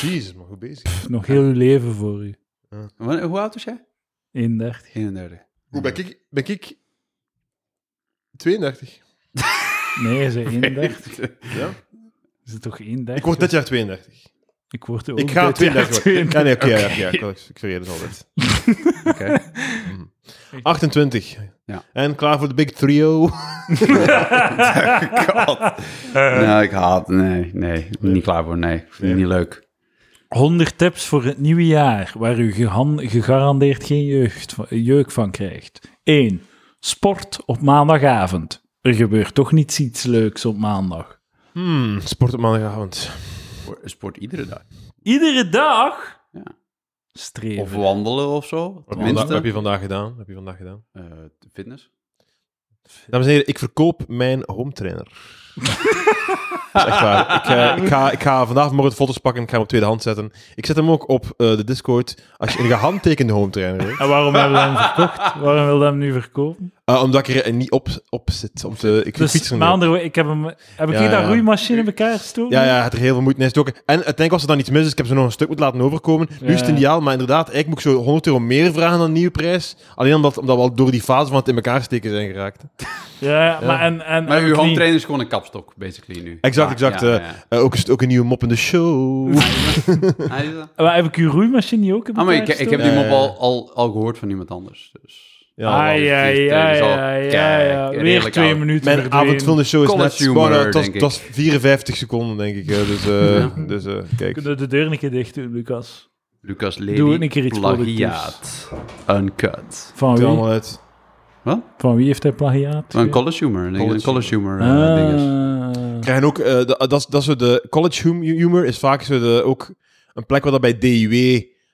S3: Jezus, maar goed bezig.
S1: Nog heel uw leven voor u.
S2: Wa- Hoe oud was jij?
S1: 31.
S2: 31.
S3: Hoe ben ik? Ben ik 32?
S1: Nee, ze 31.
S3: Ja.
S1: Is het toch 31?
S3: Ik word dit jaar 32.
S1: Ik word ook
S3: Ik ga
S1: dit jaar <laughs>
S3: 32
S1: 32.
S3: worden. Ja, nee, oké, ja, ja, ja, ik, dus ik vergeet het <laughs> altijd.
S2: Oké.
S3: 28.
S2: Ja.
S3: Mhm. En klaar voor de big trio.
S2: Nou, ik haat... Nee, nee. Niet klaar voor, nee. Ik vind het Niet leuk.
S1: 100 tips voor het nieuwe jaar waar u gehan- gegarandeerd geen jeugd van- jeuk van krijgt. 1. Sport op maandagavond. Er gebeurt toch niet iets leuks op maandag.
S3: Hmm, sport op maandagavond.
S2: Sport- Sport iedere dag.
S1: Iedere dag?
S2: Ja.
S1: Streven.
S2: Of wandelen of zo.
S3: Wat heb je- wat
S2: Tenminste.
S3: heb je vandaag gedaan? Wat Heb je vandaag gedaan?
S2: Eh, fitness.
S3: Dames en heren, ik verkoop mijn home trainer. dat is echt waar. Ik, eh, ik, ga, ik ga vandaag morgen de foto's pakken en ik ga hem op tweede hand zetten. Ik zet hem ook op eh, de Discord als je een gehandtekende home trainer wilt.
S1: En waarom hebben we hem verkocht? Waarom wil je hem nu verkopen?
S3: Eh, omdat ik er eh, niet op, op zit. Op de, ik
S1: Dus
S3: fietsen
S1: maandag, ik heb hem... Heb ik
S3: Ja,
S1: hier dat
S3: ja.
S1: roeimachine bij elkaar gestoken?
S3: Ja, ja, hij had er heel veel moeite in gestoken. En uiteindelijk was er dan iets mis, dus ik heb ze nog een stuk moeten laten overkomen. Nu is het
S1: Ja.
S3: ideaal, maar inderdaad, ik moet ik zo 100 euro meer vragen dan een nieuwe prijs. Alleen omdat, omdat we al door die fase van het in elkaar steken zijn geraakt.
S1: Ja, ja, maar en... en
S2: Maar
S1: heb
S2: uw
S1: ik
S2: home
S1: niet-
S2: trainer is gewoon een kapstok, basically, nu.
S3: Exact,
S2: Ja,
S3: exact.
S2: ja,
S3: eh,
S2: ja.
S3: eh, ook, is het ook een nieuwe mop in de show.
S2: Hij is dat.
S1: Maar heb ik uw roeimachine niet ook in
S2: Ah, maar ik,
S1: elkaar
S2: ik heb
S1: gestoken?
S2: die mop
S3: Eh.
S2: al, al, al gehoord van iemand anders. Dus.
S3: Ja,
S1: Ah,
S3: wel.
S1: ja,
S2: dus
S1: ja,
S2: het is al
S1: ja, ja,
S2: kei-
S1: ja. Weer
S2: redelijk
S1: twee
S2: oud.
S1: minuten
S3: Mijn
S1: verdwenen.
S3: avondvullende show is
S2: College
S3: net...
S2: humor,
S3: maar, eh, het, was,
S2: denk
S3: het was 54 seconden, denk ik. hè, Dus, eh, dus eh, kijk.
S1: Kunnen we de deur een keer dicht doen, Lucas?
S2: Lucas Lely,
S1: Doe een keer iets
S2: plagiaat. Uncut.
S1: Van
S3: Het
S1: wie?
S3: is allemaal uit.
S2: Wat?
S1: Van wie heeft hij plagiaat?
S2: Een college humor. denk ik. Een
S3: College
S2: college humor eh, ding is.
S1: Ah.
S3: Krijgen ook... eh, de- dat is- dat is zo de college hum- humor is vaak zo de, ook... een plek waar dat bij DUW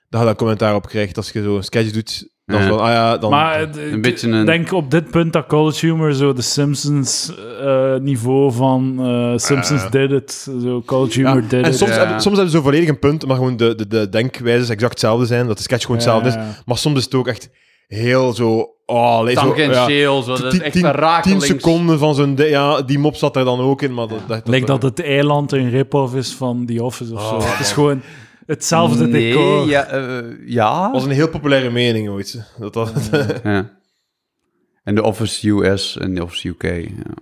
S3: dat je dan commentaar op krijgt. Als je zo een sketch doet, dan is
S2: Ja.
S3: van, ah ja, dan...
S1: Maar het-
S2: Een
S1: het-
S2: beetje een-
S1: ik denk op dit punt dat college humor zo de Simpsons eh, niveau van eh, Simpsons
S3: Eh.
S1: did it, zo college
S3: Ja,
S1: humor did
S3: en
S1: it.
S3: soms,
S2: Ja.
S3: hebben, soms hebben ze volledig een punt, maar gewoon de, de, de denkwijzes exact hetzelfde zijn. Dat de sketch gewoon
S1: Ja.
S3: hetzelfde is. Maar soms is het ook echt heel zo... Oh, allee, zo, ja,
S2: Tangentieel, zo. Dat is
S3: tien-
S2: echt
S3: tien-
S2: een raak
S3: tien
S2: links.
S3: seconden van zo'n... de- Ja, die mop zat er dan ook in, maar dat... dat,
S1: Lijkt dat het eiland een rip-off is van The Office of zo.
S3: Oh,
S1: het is gewoon hetzelfde decor.
S2: Nee, ja. eh, ja.
S3: was een heel populaire mening ooit. Dat dat...
S1: Mm.
S2: ja. En de Office US en de Office UK. Ja.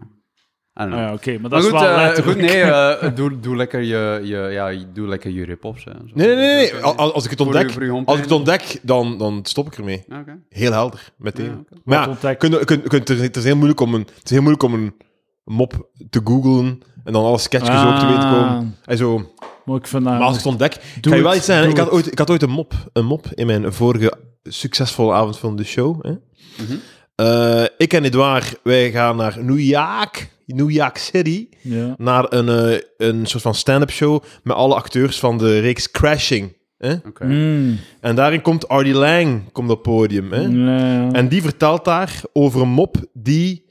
S2: I don't know.
S1: Ah ja, Oké, maar dat
S2: Maar
S1: is
S2: goed,
S1: wel
S2: eh,
S1: letterlijk.
S2: goed, nee, eh, <laughs> doe, doe lekker je, je, ja, doe lekker je rip-offs. hè, zo.
S3: <laughs> Nee, nee, nee. nee. Al- Als, als ik het
S2: eh, Voor uw-
S3: ontdek,
S2: voor uw
S3: als ik het ontdek dan, dan stop ik ermee.
S2: Ja, oké.
S3: Heel helder, meteen.
S2: Ja, oké.
S3: Maar
S1: Wat
S3: ja,
S1: ontdek-
S3: kun, kun, kun, het is- het is heel moeilijk om een, het is heel moeilijk om een mop te googlen en dan alle sketchjes ook te weten komen. En zo.
S1: Maar ik vind dat-
S3: Maar als ik het ontdek, ik
S1: Ah. Doe
S3: kan je
S1: het,
S3: wel iets zeggen.
S1: doe
S3: Ik had,
S1: het.
S3: ooit, ik had ooit een mop, een mop in mijn vorige succesvolle avondfilm, de show. Hè?
S1: Mhm.
S3: Eh, ik en Edouard, wij gaan naar New York, New York City,
S1: Ja.
S3: naar een, eh, een soort van stand-up show met alle acteurs van de reeks Crashing. Hè?
S2: Oké.
S1: Mm,
S3: En daarin komt Artie Lang komt op het podium. Hè?
S1: ja.
S3: En die vertelt daar over een mop die...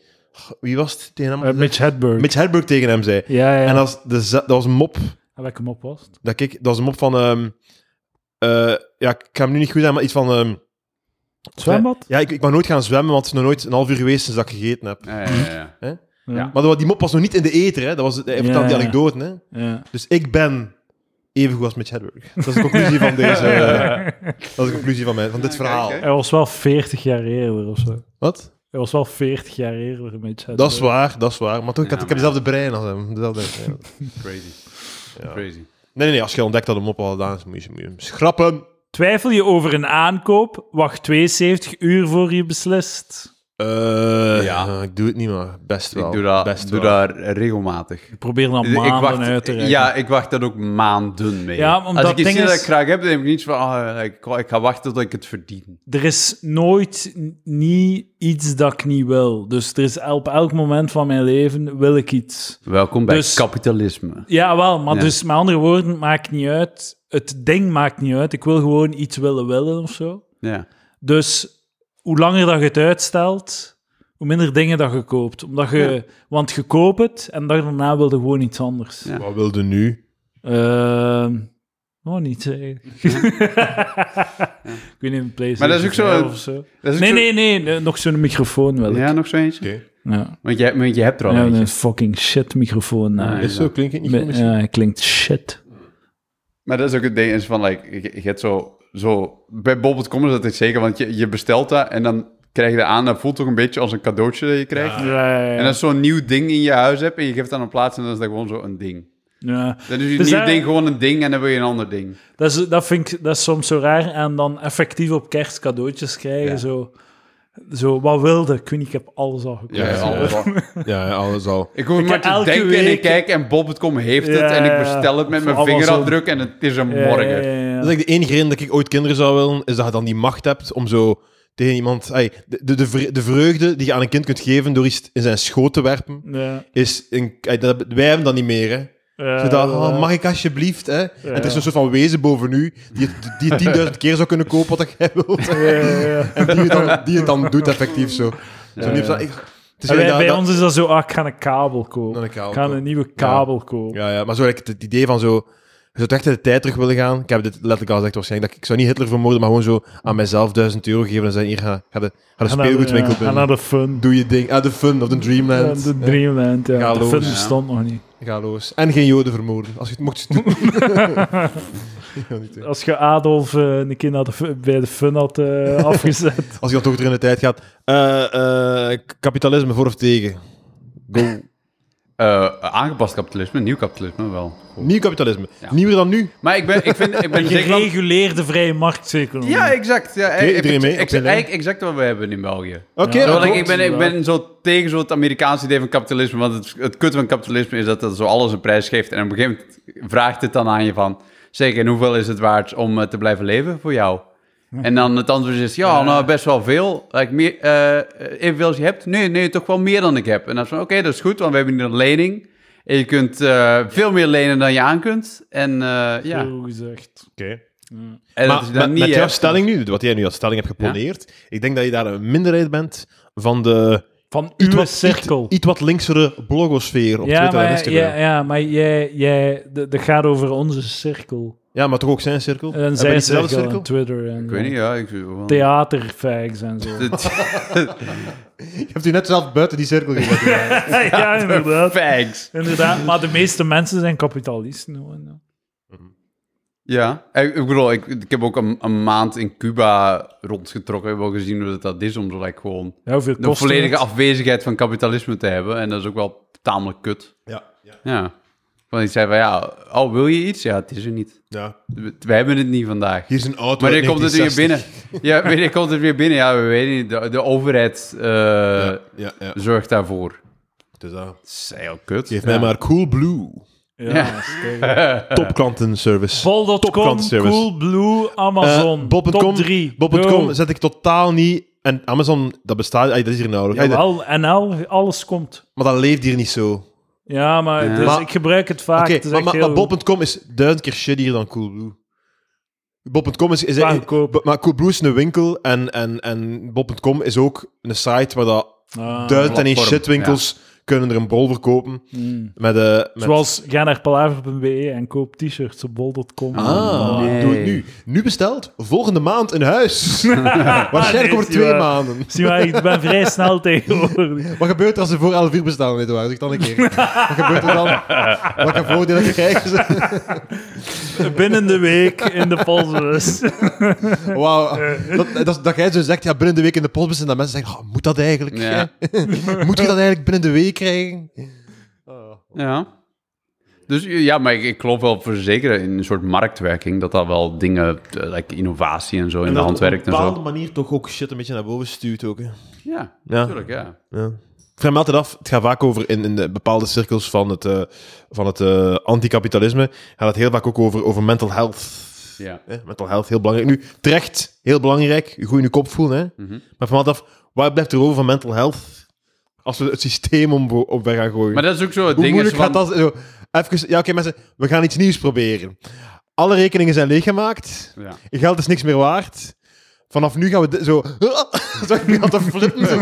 S3: Wie was het tegen hem?
S1: Eh, Mitch Hedberg.
S3: Mitch Hedberg tegen hem zei.
S1: ja, ja.
S3: En dat was, de, ze- dat was een mop...
S1: En welke mop was het?
S3: Dat, ik, dat was een mop van... ehm, eh, ja, ik kan hem nu niet goed zijn, maar iets van... ehm,
S1: Het zwembad?
S3: ja, ik, ik mag nooit gaan zwemmen, want het is nog nooit een half uur geweest sinds dat ik gegeten heb.
S2: Ja, ja, ja, ja. Ja.
S3: Maar dat- die mop was nog niet in de eter, hè. Dat was, hij vertelde die
S1: Ja.
S3: anekdote, hè.
S1: Ja.
S3: Dus ik ben even goed als Mitch Hedberg. Dat is de conclusie
S1: <laughs>
S3: van deze... eh, dat is de conclusie van, mijn, van dit
S2: Ja,
S3: verhaal.
S2: kijk, hè.
S1: Hij was wel 40 jaar eerder of zo.
S3: Wat?
S1: Hij was wel 40 jaar eerder, Mitch Hedberg.
S3: Dat is waar, dat is waar. Maar toch, ik, had,
S2: Ja,
S3: ik heb
S2: maar-
S3: dezelfde brein als hem. Dezelfde, <laughs> ja.
S2: Crazy.
S3: Ja.
S2: Crazy.
S3: Nee, nee, nee. Als je ontdekt dat hem op al gedaan is, moet je, moet je hem schrappen.
S1: Twijfel je over een aankoop? Wacht 72 uur voor je beslist.
S3: Eh,
S2: Ja.
S3: eh, ik doe het niet, maar best wel.
S2: Ik doe dat,
S3: best
S2: doe
S3: wel.
S2: dat regelmatig.
S1: Ik probeer dan maanden
S2: ik wacht,
S1: uit te rekken.
S2: ja, ik wacht dat ook maanden mee.
S1: Ja, omdat
S2: Als ik iets
S1: ding
S2: zie dat
S1: is-
S2: ik graag heb, dan heb ik niets van, ah, ik, ik ga wachten tot ik het verdien.
S1: Er is nooit n- niet iets dat ik niet wil. Dus er is op elk moment van mijn leven wil ik iets.
S2: Welkom bij
S1: Dus-
S2: kapitalisme.
S1: Ja, wel, maar
S2: Ja.
S1: dus met andere woorden, maakt niet uit. Het ding maakt niet uit. Ik wil gewoon iets willen willen of zo.
S2: Ja.
S1: Dus hoe langer dat je het uitstelt, hoe minder dingen dat je koopt. Omdat je, Want je koopt het en dag daarna wilde gewoon iets anders.
S2: Ja.
S3: Wat wilde nu?
S1: Ehm oh, niet <laughs> zeggen. Ik weet niet, een PlayStation
S2: Maar dat is ook zo-
S1: 5 of zo.
S2: Dat is ook
S1: Nee,
S2: zo-
S1: nee, nee, nee, nog zo'n microfoon wel. Ja,
S2: Ja, nog zo eentje?
S3: Oké.
S1: ja.
S2: Want je, want je hebt er al
S1: Ja,
S2: eentje.
S1: een fucking shit microfoon.
S2: Ja,
S1: eh.
S3: Is zo, klinkt het niet goed
S1: Me-
S3: misschien?
S1: Ja, hij klinkt shit.
S2: Maar dat is ook het ding, is van, like, je, je hebt zo, zo... Bij bol.com is dat het zeker, want je, je bestelt dat en dan krijg je dat aan. Dat voelt toch een beetje als een cadeautje dat je krijgt. En als je zo'n nieuw ding in je huis hebt en je geeft het aan een plaats en dan is dat gewoon zo'n ding.
S1: Ja.
S2: Dan is je
S1: Dus
S2: nieuw
S1: daar-
S2: ding gewoon een ding en dan wil je een ander ding.
S1: Dat, is, dat vind ik dat is soms zo raar. En dan effectief op kerst cadeautjes krijgen.
S2: Ja.
S1: Zo, zo, wat wilde? Ik weet niet, ik heb alles al gekocht.
S2: Ja,
S3: ja.
S2: alles al.
S3: Ja, ja, alles al.
S2: Ik hoef maar
S1: heb
S2: te
S1: elke
S2: denken en ik
S1: week-
S2: kijk en Bob.com heeft het
S1: Ja,
S2: en ik
S1: ja,
S2: bestel het met
S1: ja.
S2: mijn
S1: Allemaal
S2: vingerafdruk en het is een
S1: Ja,
S2: morgen.
S1: ja, ja, ja.
S3: Dat is eigenlijk de enige reden dat Dus ik ooit kinderen zou willen, is dat je dan die macht hebt om zo tegen iemand... ey, de, de, de, vre- de vreugde die je aan een kind kunt geven door iets in zijn schoot te werpen,
S1: Ja.
S3: is... Een, ey, dat, wij hebben dat niet meer, hè.
S1: Ja,
S3: Zo dat, oh,
S1: ja.
S3: mag ik alsjeblieft, hè? En er is een soort van wezen boven u die het,
S1: <laughs>
S3: die het 10.000 keer zou kunnen kopen wat jij wilt.
S1: Ja, ja,
S3: <laughs>
S1: ja.
S3: En die het dan, die het dan doet effectief zo. Dus zo
S1: Ja,
S3: niet
S1: ja.
S3: van, ik- het is
S1: En wij-
S3: dat-
S1: bij
S3: dat-
S1: ons is dat zo, ah, ik ga een kabel kopen.
S3: Dan een kabel
S1: ik ga
S3: kopen.
S1: een nieuwe kabel kopen.
S3: Ja, ja, maar zo like, het idee van zo... Je zou toch echt in de tijd terug willen gaan. Ik heb dit letterlijk al gezegd waarschijnlijk. Dat ik, ik zou niet Hitler vermoorden, maar gewoon zo aan mijzelf 1000 euro geven en zeggen, hier, ga, ga de, ga de
S1: Ga naar de-
S3: speelgoedwinkel
S1: Ga naar
S3: binnen.
S1: de fun.
S3: Doe je ding. Ah, de fun of de
S1: Ja,
S3: dreamland.
S1: de Dreamland, ja.
S3: Ga
S1: de
S3: los.
S1: fun
S3: Ja.
S1: bestond nog niet.
S3: Ja, ga los. En geen joden vermoorden, als je het mocht <laughs> doen. Ja, niet, hè.
S1: Als je Adolf eh, een keer naar de fu- bij de fun had eh, <laughs> afgezet.
S3: Als je dan toch terug in de tijd gaat. Eh, eh, k- kapitalisme voor of tegen? Go.
S2: Eh, aangepast kapitalisme, nieuw kapitalisme wel.
S3: Nieuw kapitalisme.
S2: Ja.
S3: Nieuwer dan nu.
S2: Maar ik ben, ik vind, ik ben zeker van-
S1: Gereguleerde vrije markteconomie.
S2: Ja, exact. Ja,
S3: Oké, iedereen
S2: ik-
S3: mee,
S2: ik-
S3: op zijn lijn.
S2: eigenlijk exact wat we hebben in België.
S3: Oké,
S1: Ja,
S2: Zo,
S3: dat
S2: like,
S3: klopt.
S2: ik, ben, ik ben zo tegen zo het Amerikaanse idee van kapitalisme. Want het, het kut van kapitalisme is dat het zo alles een prijs geeft. En op een gegeven moment vraagt het dan aan je van... Zeg, en hoeveel is het waard om eh, te blijven leven voor jou? En dan het antwoord is, ja, nou, best wel veel. Like, meer, eh, evenveel als je hebt? Nee, nee, toch wel meer dan ik heb. En dan is van, oké, dat is goed, want we hebben hier een lening. En je kunt eh, veel meer lenen dan je aan kunt. En eh, ja,
S1: Zo gezegd. Ja.
S2: en dat
S3: Maar
S2: is dan
S3: met,
S2: niet eh,
S3: met jouw
S2: hebt.
S3: stelling nu, wat jij nu als stelling hebt geponeerd, ik denk dat je daar een minderheid bent van de
S1: Van
S3: iets
S1: uw
S3: wat,
S1: cirkel.
S3: iets, iets wat linksere blogosfeer op
S1: ja,
S3: Twitter en
S1: maar,
S3: Instagram.
S1: ja,
S3: Ja,
S1: ja, maar jij, jij, de- dat gaat over onze cirkel.
S3: maar toch ook zijn cirkel?
S1: En
S3: ben je
S1: zijn
S3: dezelfde
S1: cirkel, en Twitter en
S2: Ik weet niet, ja. Ik, <laughs> want-
S1: theaterfags
S3: <laughs>
S1: en zo.
S3: Je hebt u net zelf buiten die cirkel gezet.
S1: ja, inderdaad.
S2: Facts.
S1: inderdaad. Maar de meeste mensen zijn kapitalisten. hoor.
S2: Ja, ik, ik bedoel, ik, ik heb ook een, een maand in Cuba rondgetrokken. Ik heb wel gezien hoe dat, dat is om zo, like, gewoon
S1: Ja, hoeveel
S2: de
S1: kost
S2: volledige
S1: het?
S2: afwezigheid van kapitalisme te hebben. En dat is ook wel tamelijk kut.
S3: <laughs> ja, ja.
S2: Ja. Want ik zei van, ja, oh, wil je iets? Ja, het is er niet.
S3: ja.
S2: We we hebben het niet vandaag.
S3: Hier is een auto
S2: Maar
S3: uit
S2: dan komt het weer
S3: 1960.
S2: binnen. Ja, wanneer komt het weer binnen? Ja, we weten niet. De, de overheid eh,
S3: Ja, ja.
S2: zorgt daarvoor.
S3: Dus dat.
S2: Dat is heel kut.
S3: Geef
S2: Ja.
S3: mij maar Cool Blue. <laughs>
S1: Ja,
S2: Ja.
S1: dat is tegen.
S2: Eh.
S3: Topklantenservice.
S1: Bol.com,
S3: Topklantenservice.
S1: Coolblue, Amazon.
S3: Eh, Bob.com.
S1: Top 3.
S3: Bob.com zet ik totaal niet. En Amazon, dat bestaat, ey, dat is hier nauwelijks. Ey, dat-
S1: Jawel, NL, alles komt.
S3: maar dat leeft hier niet zo. Oké,
S1: Ja, maar,
S2: Ja.
S1: dus
S3: Maar-
S1: ik gebruik het vaak. het is
S3: maar,
S1: echt
S3: maar,
S1: heel
S3: maar Bob.com is duizend keer shittier dan Coolblue. Bob.com is... is
S1: Maar
S3: is-
S1: goedkoop.
S3: b- maar Coolblue is een winkel en, en, en Bob.com is ook een site waar dat
S1: goed. Ah,
S3: duizend en één
S2: platform,
S3: shitwinkels kunnen er een bol verkopen.
S1: mm.
S3: Met, eh met,
S1: Zoals ga naar palaver.be en koop t-shirts op bol.com.
S3: Ah,
S2: Nee.
S3: doe het nu. Nu besteld, volgende maand in
S1: <laughs>
S3: huis. Waarschijnlijk
S1: Nee,
S3: over
S1: zie
S3: twee
S1: maar.
S3: maanden.
S1: Zie maar, ik ben vrij
S2: <laughs>
S1: snel tegenwoordig.
S3: Wat gebeurt er als ze voor 11 uur bestaan, weet waar? Zeg dan een keer. Wat gebeurt er dan?
S1: <laughs>
S3: Welke voordelen krijgen ze?
S1: Binnen de week in de postbus.
S3: Wauw.
S1: Eh.
S3: Dat, dat, dat jij zo zegt, ja, binnen de week in de postbus, en dat mensen zeggen, oh, moet dat eigenlijk?
S2: Ja.
S3: moet je dat eigenlijk binnen de week krijgen?
S2: Ja. Dus ja, maar ik, ik geloof wel voor zeker in een soort marktwerking. Dat dat wel dingen, eh, like innovatie en zo, in de hand werkt en
S3: op een bepaalde
S2: zo.
S3: manier toch ook shit een beetje naar boven stuurt ook. Hè.
S2: Ja,
S3: Ja.
S2: natuurlijk, ja.
S3: Ja. Ik vraag me altijd af, het gaat vaak over in, in de bepaalde cirkels van het, eh, van het eh, anticapitalisme, gaat het heel vaak ook over, over mental health.
S2: Ja.
S3: Hè, mental health, heel belangrijk. Nu, terecht, heel belangrijk. Goed in je kop voelen. Hè?
S2: Mhm.
S3: Maar van af, waar blijft er over van mental health? Als we het systeem om, op weg gaan gooien.
S2: Maar dat is ook zo. Het
S3: Hoe
S2: ding
S3: moeilijk
S2: is
S3: gaat
S2: van,
S3: dat... Zo, even, ja, oké mensen, we gaan iets nieuws proberen. Alle rekeningen zijn leeggemaakt.
S2: Ja.
S3: Je geld is niks meer waard. Vanaf nu gaan we di- zo... <laughs> Zag ik nu altijd flippen. <laughs> Zo,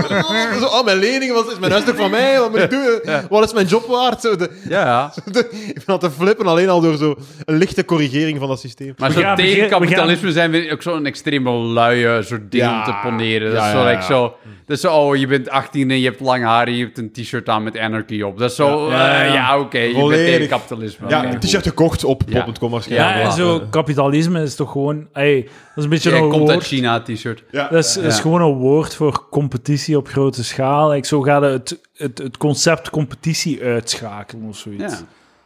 S3: zo, oh, mijn leningen, wat is mijn huis toch van mij? Wat moet ik doen? Wat is mijn job waard? Zo, de- <laughs>
S2: Ja,
S3: de- ik ben altijd flippen, alleen al door zo een lichte corrigering van dat systeem.
S2: maar
S1: We
S2: zo
S1: gaan- we
S2: tegen
S1: gaan- we
S2: kapitalisme zijn we ook zo'n extreem luie soort ding
S3: Ja.
S2: om te poneren. Dat
S3: Ja,
S2: is zo,
S3: ja,
S2: like,
S3: ja.
S2: zo, dat is zo, oh, je bent 18 en je hebt lang haar en je hebt een t-shirt aan met anarchy op. Dat is zo, eh,
S1: Ja, ja,
S2: ja,
S1: ja.
S2: oké, je bent
S3: Volledig.
S2: tegen kapitalisme.
S3: Ja,
S2: Oké,
S3: het
S2: cool.
S3: t-shirt gekocht op
S2: Ja.
S3: bol.com waarschijnlijk.
S1: Ja,
S2: Ja,
S1: en zo, kapitalisme is toch gewoon... Ey, dat is een beetje
S2: Ja,
S1: een
S2: komt uit
S1: woord.
S2: China, t-shirt.
S3: Ja.
S1: Dat is, dat is
S2: Ja.
S1: gewoon een woord voor competitie op grote schaal. Ik zo gaat het, het, het concept competitie uitschakelen of zoiets.
S2: Ja.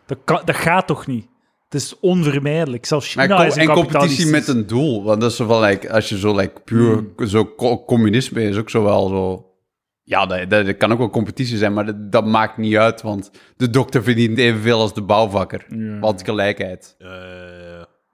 S1: Dat, kan, dat gaat toch niet? Het is onvermijdelijk. Zelfs
S2: Maar
S1: China
S2: co-
S1: Nou, is een
S2: en competitie
S1: kapitalistisch- Hmm.
S2: met een doel. Want dat is zo van, like, als je zo like, puur zo co- communisme is ook zo wel zo... Ja, dat, dat, dat kan ook wel competitie zijn, maar dat, dat maakt niet uit. Want de dokter verdient evenveel als de bouwvakker. Want gelijkheid.
S3: Eh,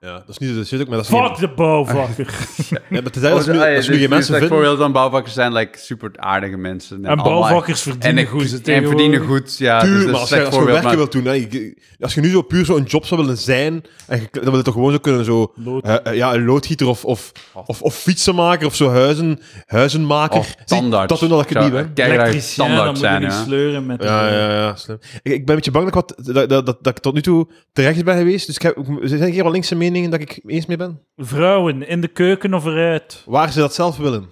S3: ja, dat is niet de shit ook, maar dat is
S1: Fuck de
S2: <laughs>
S1: bouwvakker.
S3: Ja, maar
S2: Oh,
S3: tenzij dat ze nu, dat
S2: dus-
S3: ze nu geen mensen vinden.
S2: Bijvoorbeeld dan bouwvakkers zijn like, super aardige mensen.
S1: En
S2: allemaal-
S1: bouwvakkers verdienen
S2: en,
S1: goed, ze
S2: En
S1: tegenwoordig.
S2: verdienen goed, ja.
S3: Tuur,
S2: dus dat
S3: maar
S2: is
S3: als
S2: slecht
S3: je, als je
S2: voorbeeld,
S3: werken
S2: maar-
S3: wilt <laughs> doen, hè, je- als je nu zo puur zo'n job zou willen zijn, en je, dan wil je toch gewoon zo kunnen zo...
S1: Lood.
S3: eh, eh, ja, een loodgieter of, of, of, of fietsenmaker of zo huizen, huizenmaker.
S2: Och,
S3: Zie,
S2: Oh, standaard.
S3: dat doen dat ik het
S2: Zou-
S3: niet ben.
S2: Kijk, daar
S1: Elektricien, dan
S2: standaard
S1: moet je
S2: zijn,
S1: niet
S2: ja.
S1: sleuren met...
S3: Ja, ja, ja, slim. Ik, ik ben een beetje bang dat ik, wat, dat, dat, dat, dat ik tot nu toe terecht ben geweest. Dus ik heb, er zijn hier wel linkse meningen dat ik eens mee ben.
S1: Vrouwen, in de keuken of eruit?
S3: Waar ze dat zelf willen.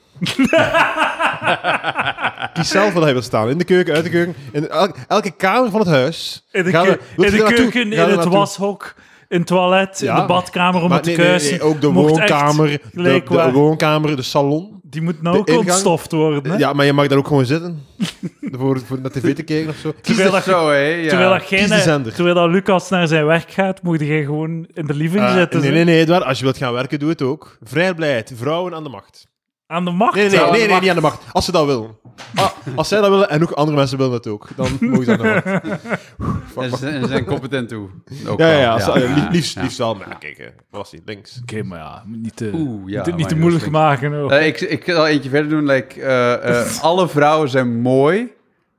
S3: Kies zelf waar hij wil staan. In de keuken, uit de keuken. In elke, elke kamer van het huis.
S1: In de,
S3: Ga
S1: keu-
S3: er- wilt
S1: in
S3: je
S1: de
S3: er naartoe?
S1: keuken,
S3: Ga er
S1: in het
S3: naartoe.
S1: washok, in het toilet, in
S3: Ja.
S1: de badkamer om
S3: Maar
S1: het te
S3: nee, nee,
S1: kuisen.
S3: nee, ook de
S1: Mocht echt
S3: woonkamer, de, de
S1: gelijk waar-
S3: woonkamer, de salon.
S1: Die moet nou
S3: de
S1: ook
S3: ingang.
S1: ontstoft worden, hè?
S3: Ja, maar je mag daar ook gewoon zitten. <laughs> voor, voor naar tv te kijken of zo. Kies
S1: Terwijl
S3: de-
S1: dat je-
S2: Zo, hè, ja.
S1: Terwijl, dat
S3: Kies de
S1: jij-
S3: zender.
S1: terwijl dat Lucas naar zijn werk gaat, moet jij gewoon in de living
S3: Eh,
S1: zitten.
S3: nee,
S1: zo.
S3: nee, nee, Edouard. Als je wilt gaan werken, doe het ook. Vrijheid, vrouwen aan de macht.
S1: Aan de macht.
S3: Nee, nee,
S1: hè?
S3: nee,
S2: aan de
S3: nee,
S2: macht.
S3: niet aan de macht. Als ze dat willen. Ah, als zij dat willen en ook andere mensen willen dat ook, dan mogen ze aan de macht.
S2: En ze en ze zijn competent toe. Ook
S3: Ja, ja,
S2: wel,
S3: ja, als- eh, lief- liefst,
S2: ja.
S3: liefst wel. Maar kijk, eh, was hij links.
S1: Oké, maar ja, niet eh, te,
S2: Oeh, ja,
S1: niet, te- niet te
S2: maar
S1: moeilijk
S2: dat
S1: maken. Hoor.
S2: Eh, ik, ik zal eentje verder doen. Like, eh, eh, alle vrouwen eh, zijn mooi,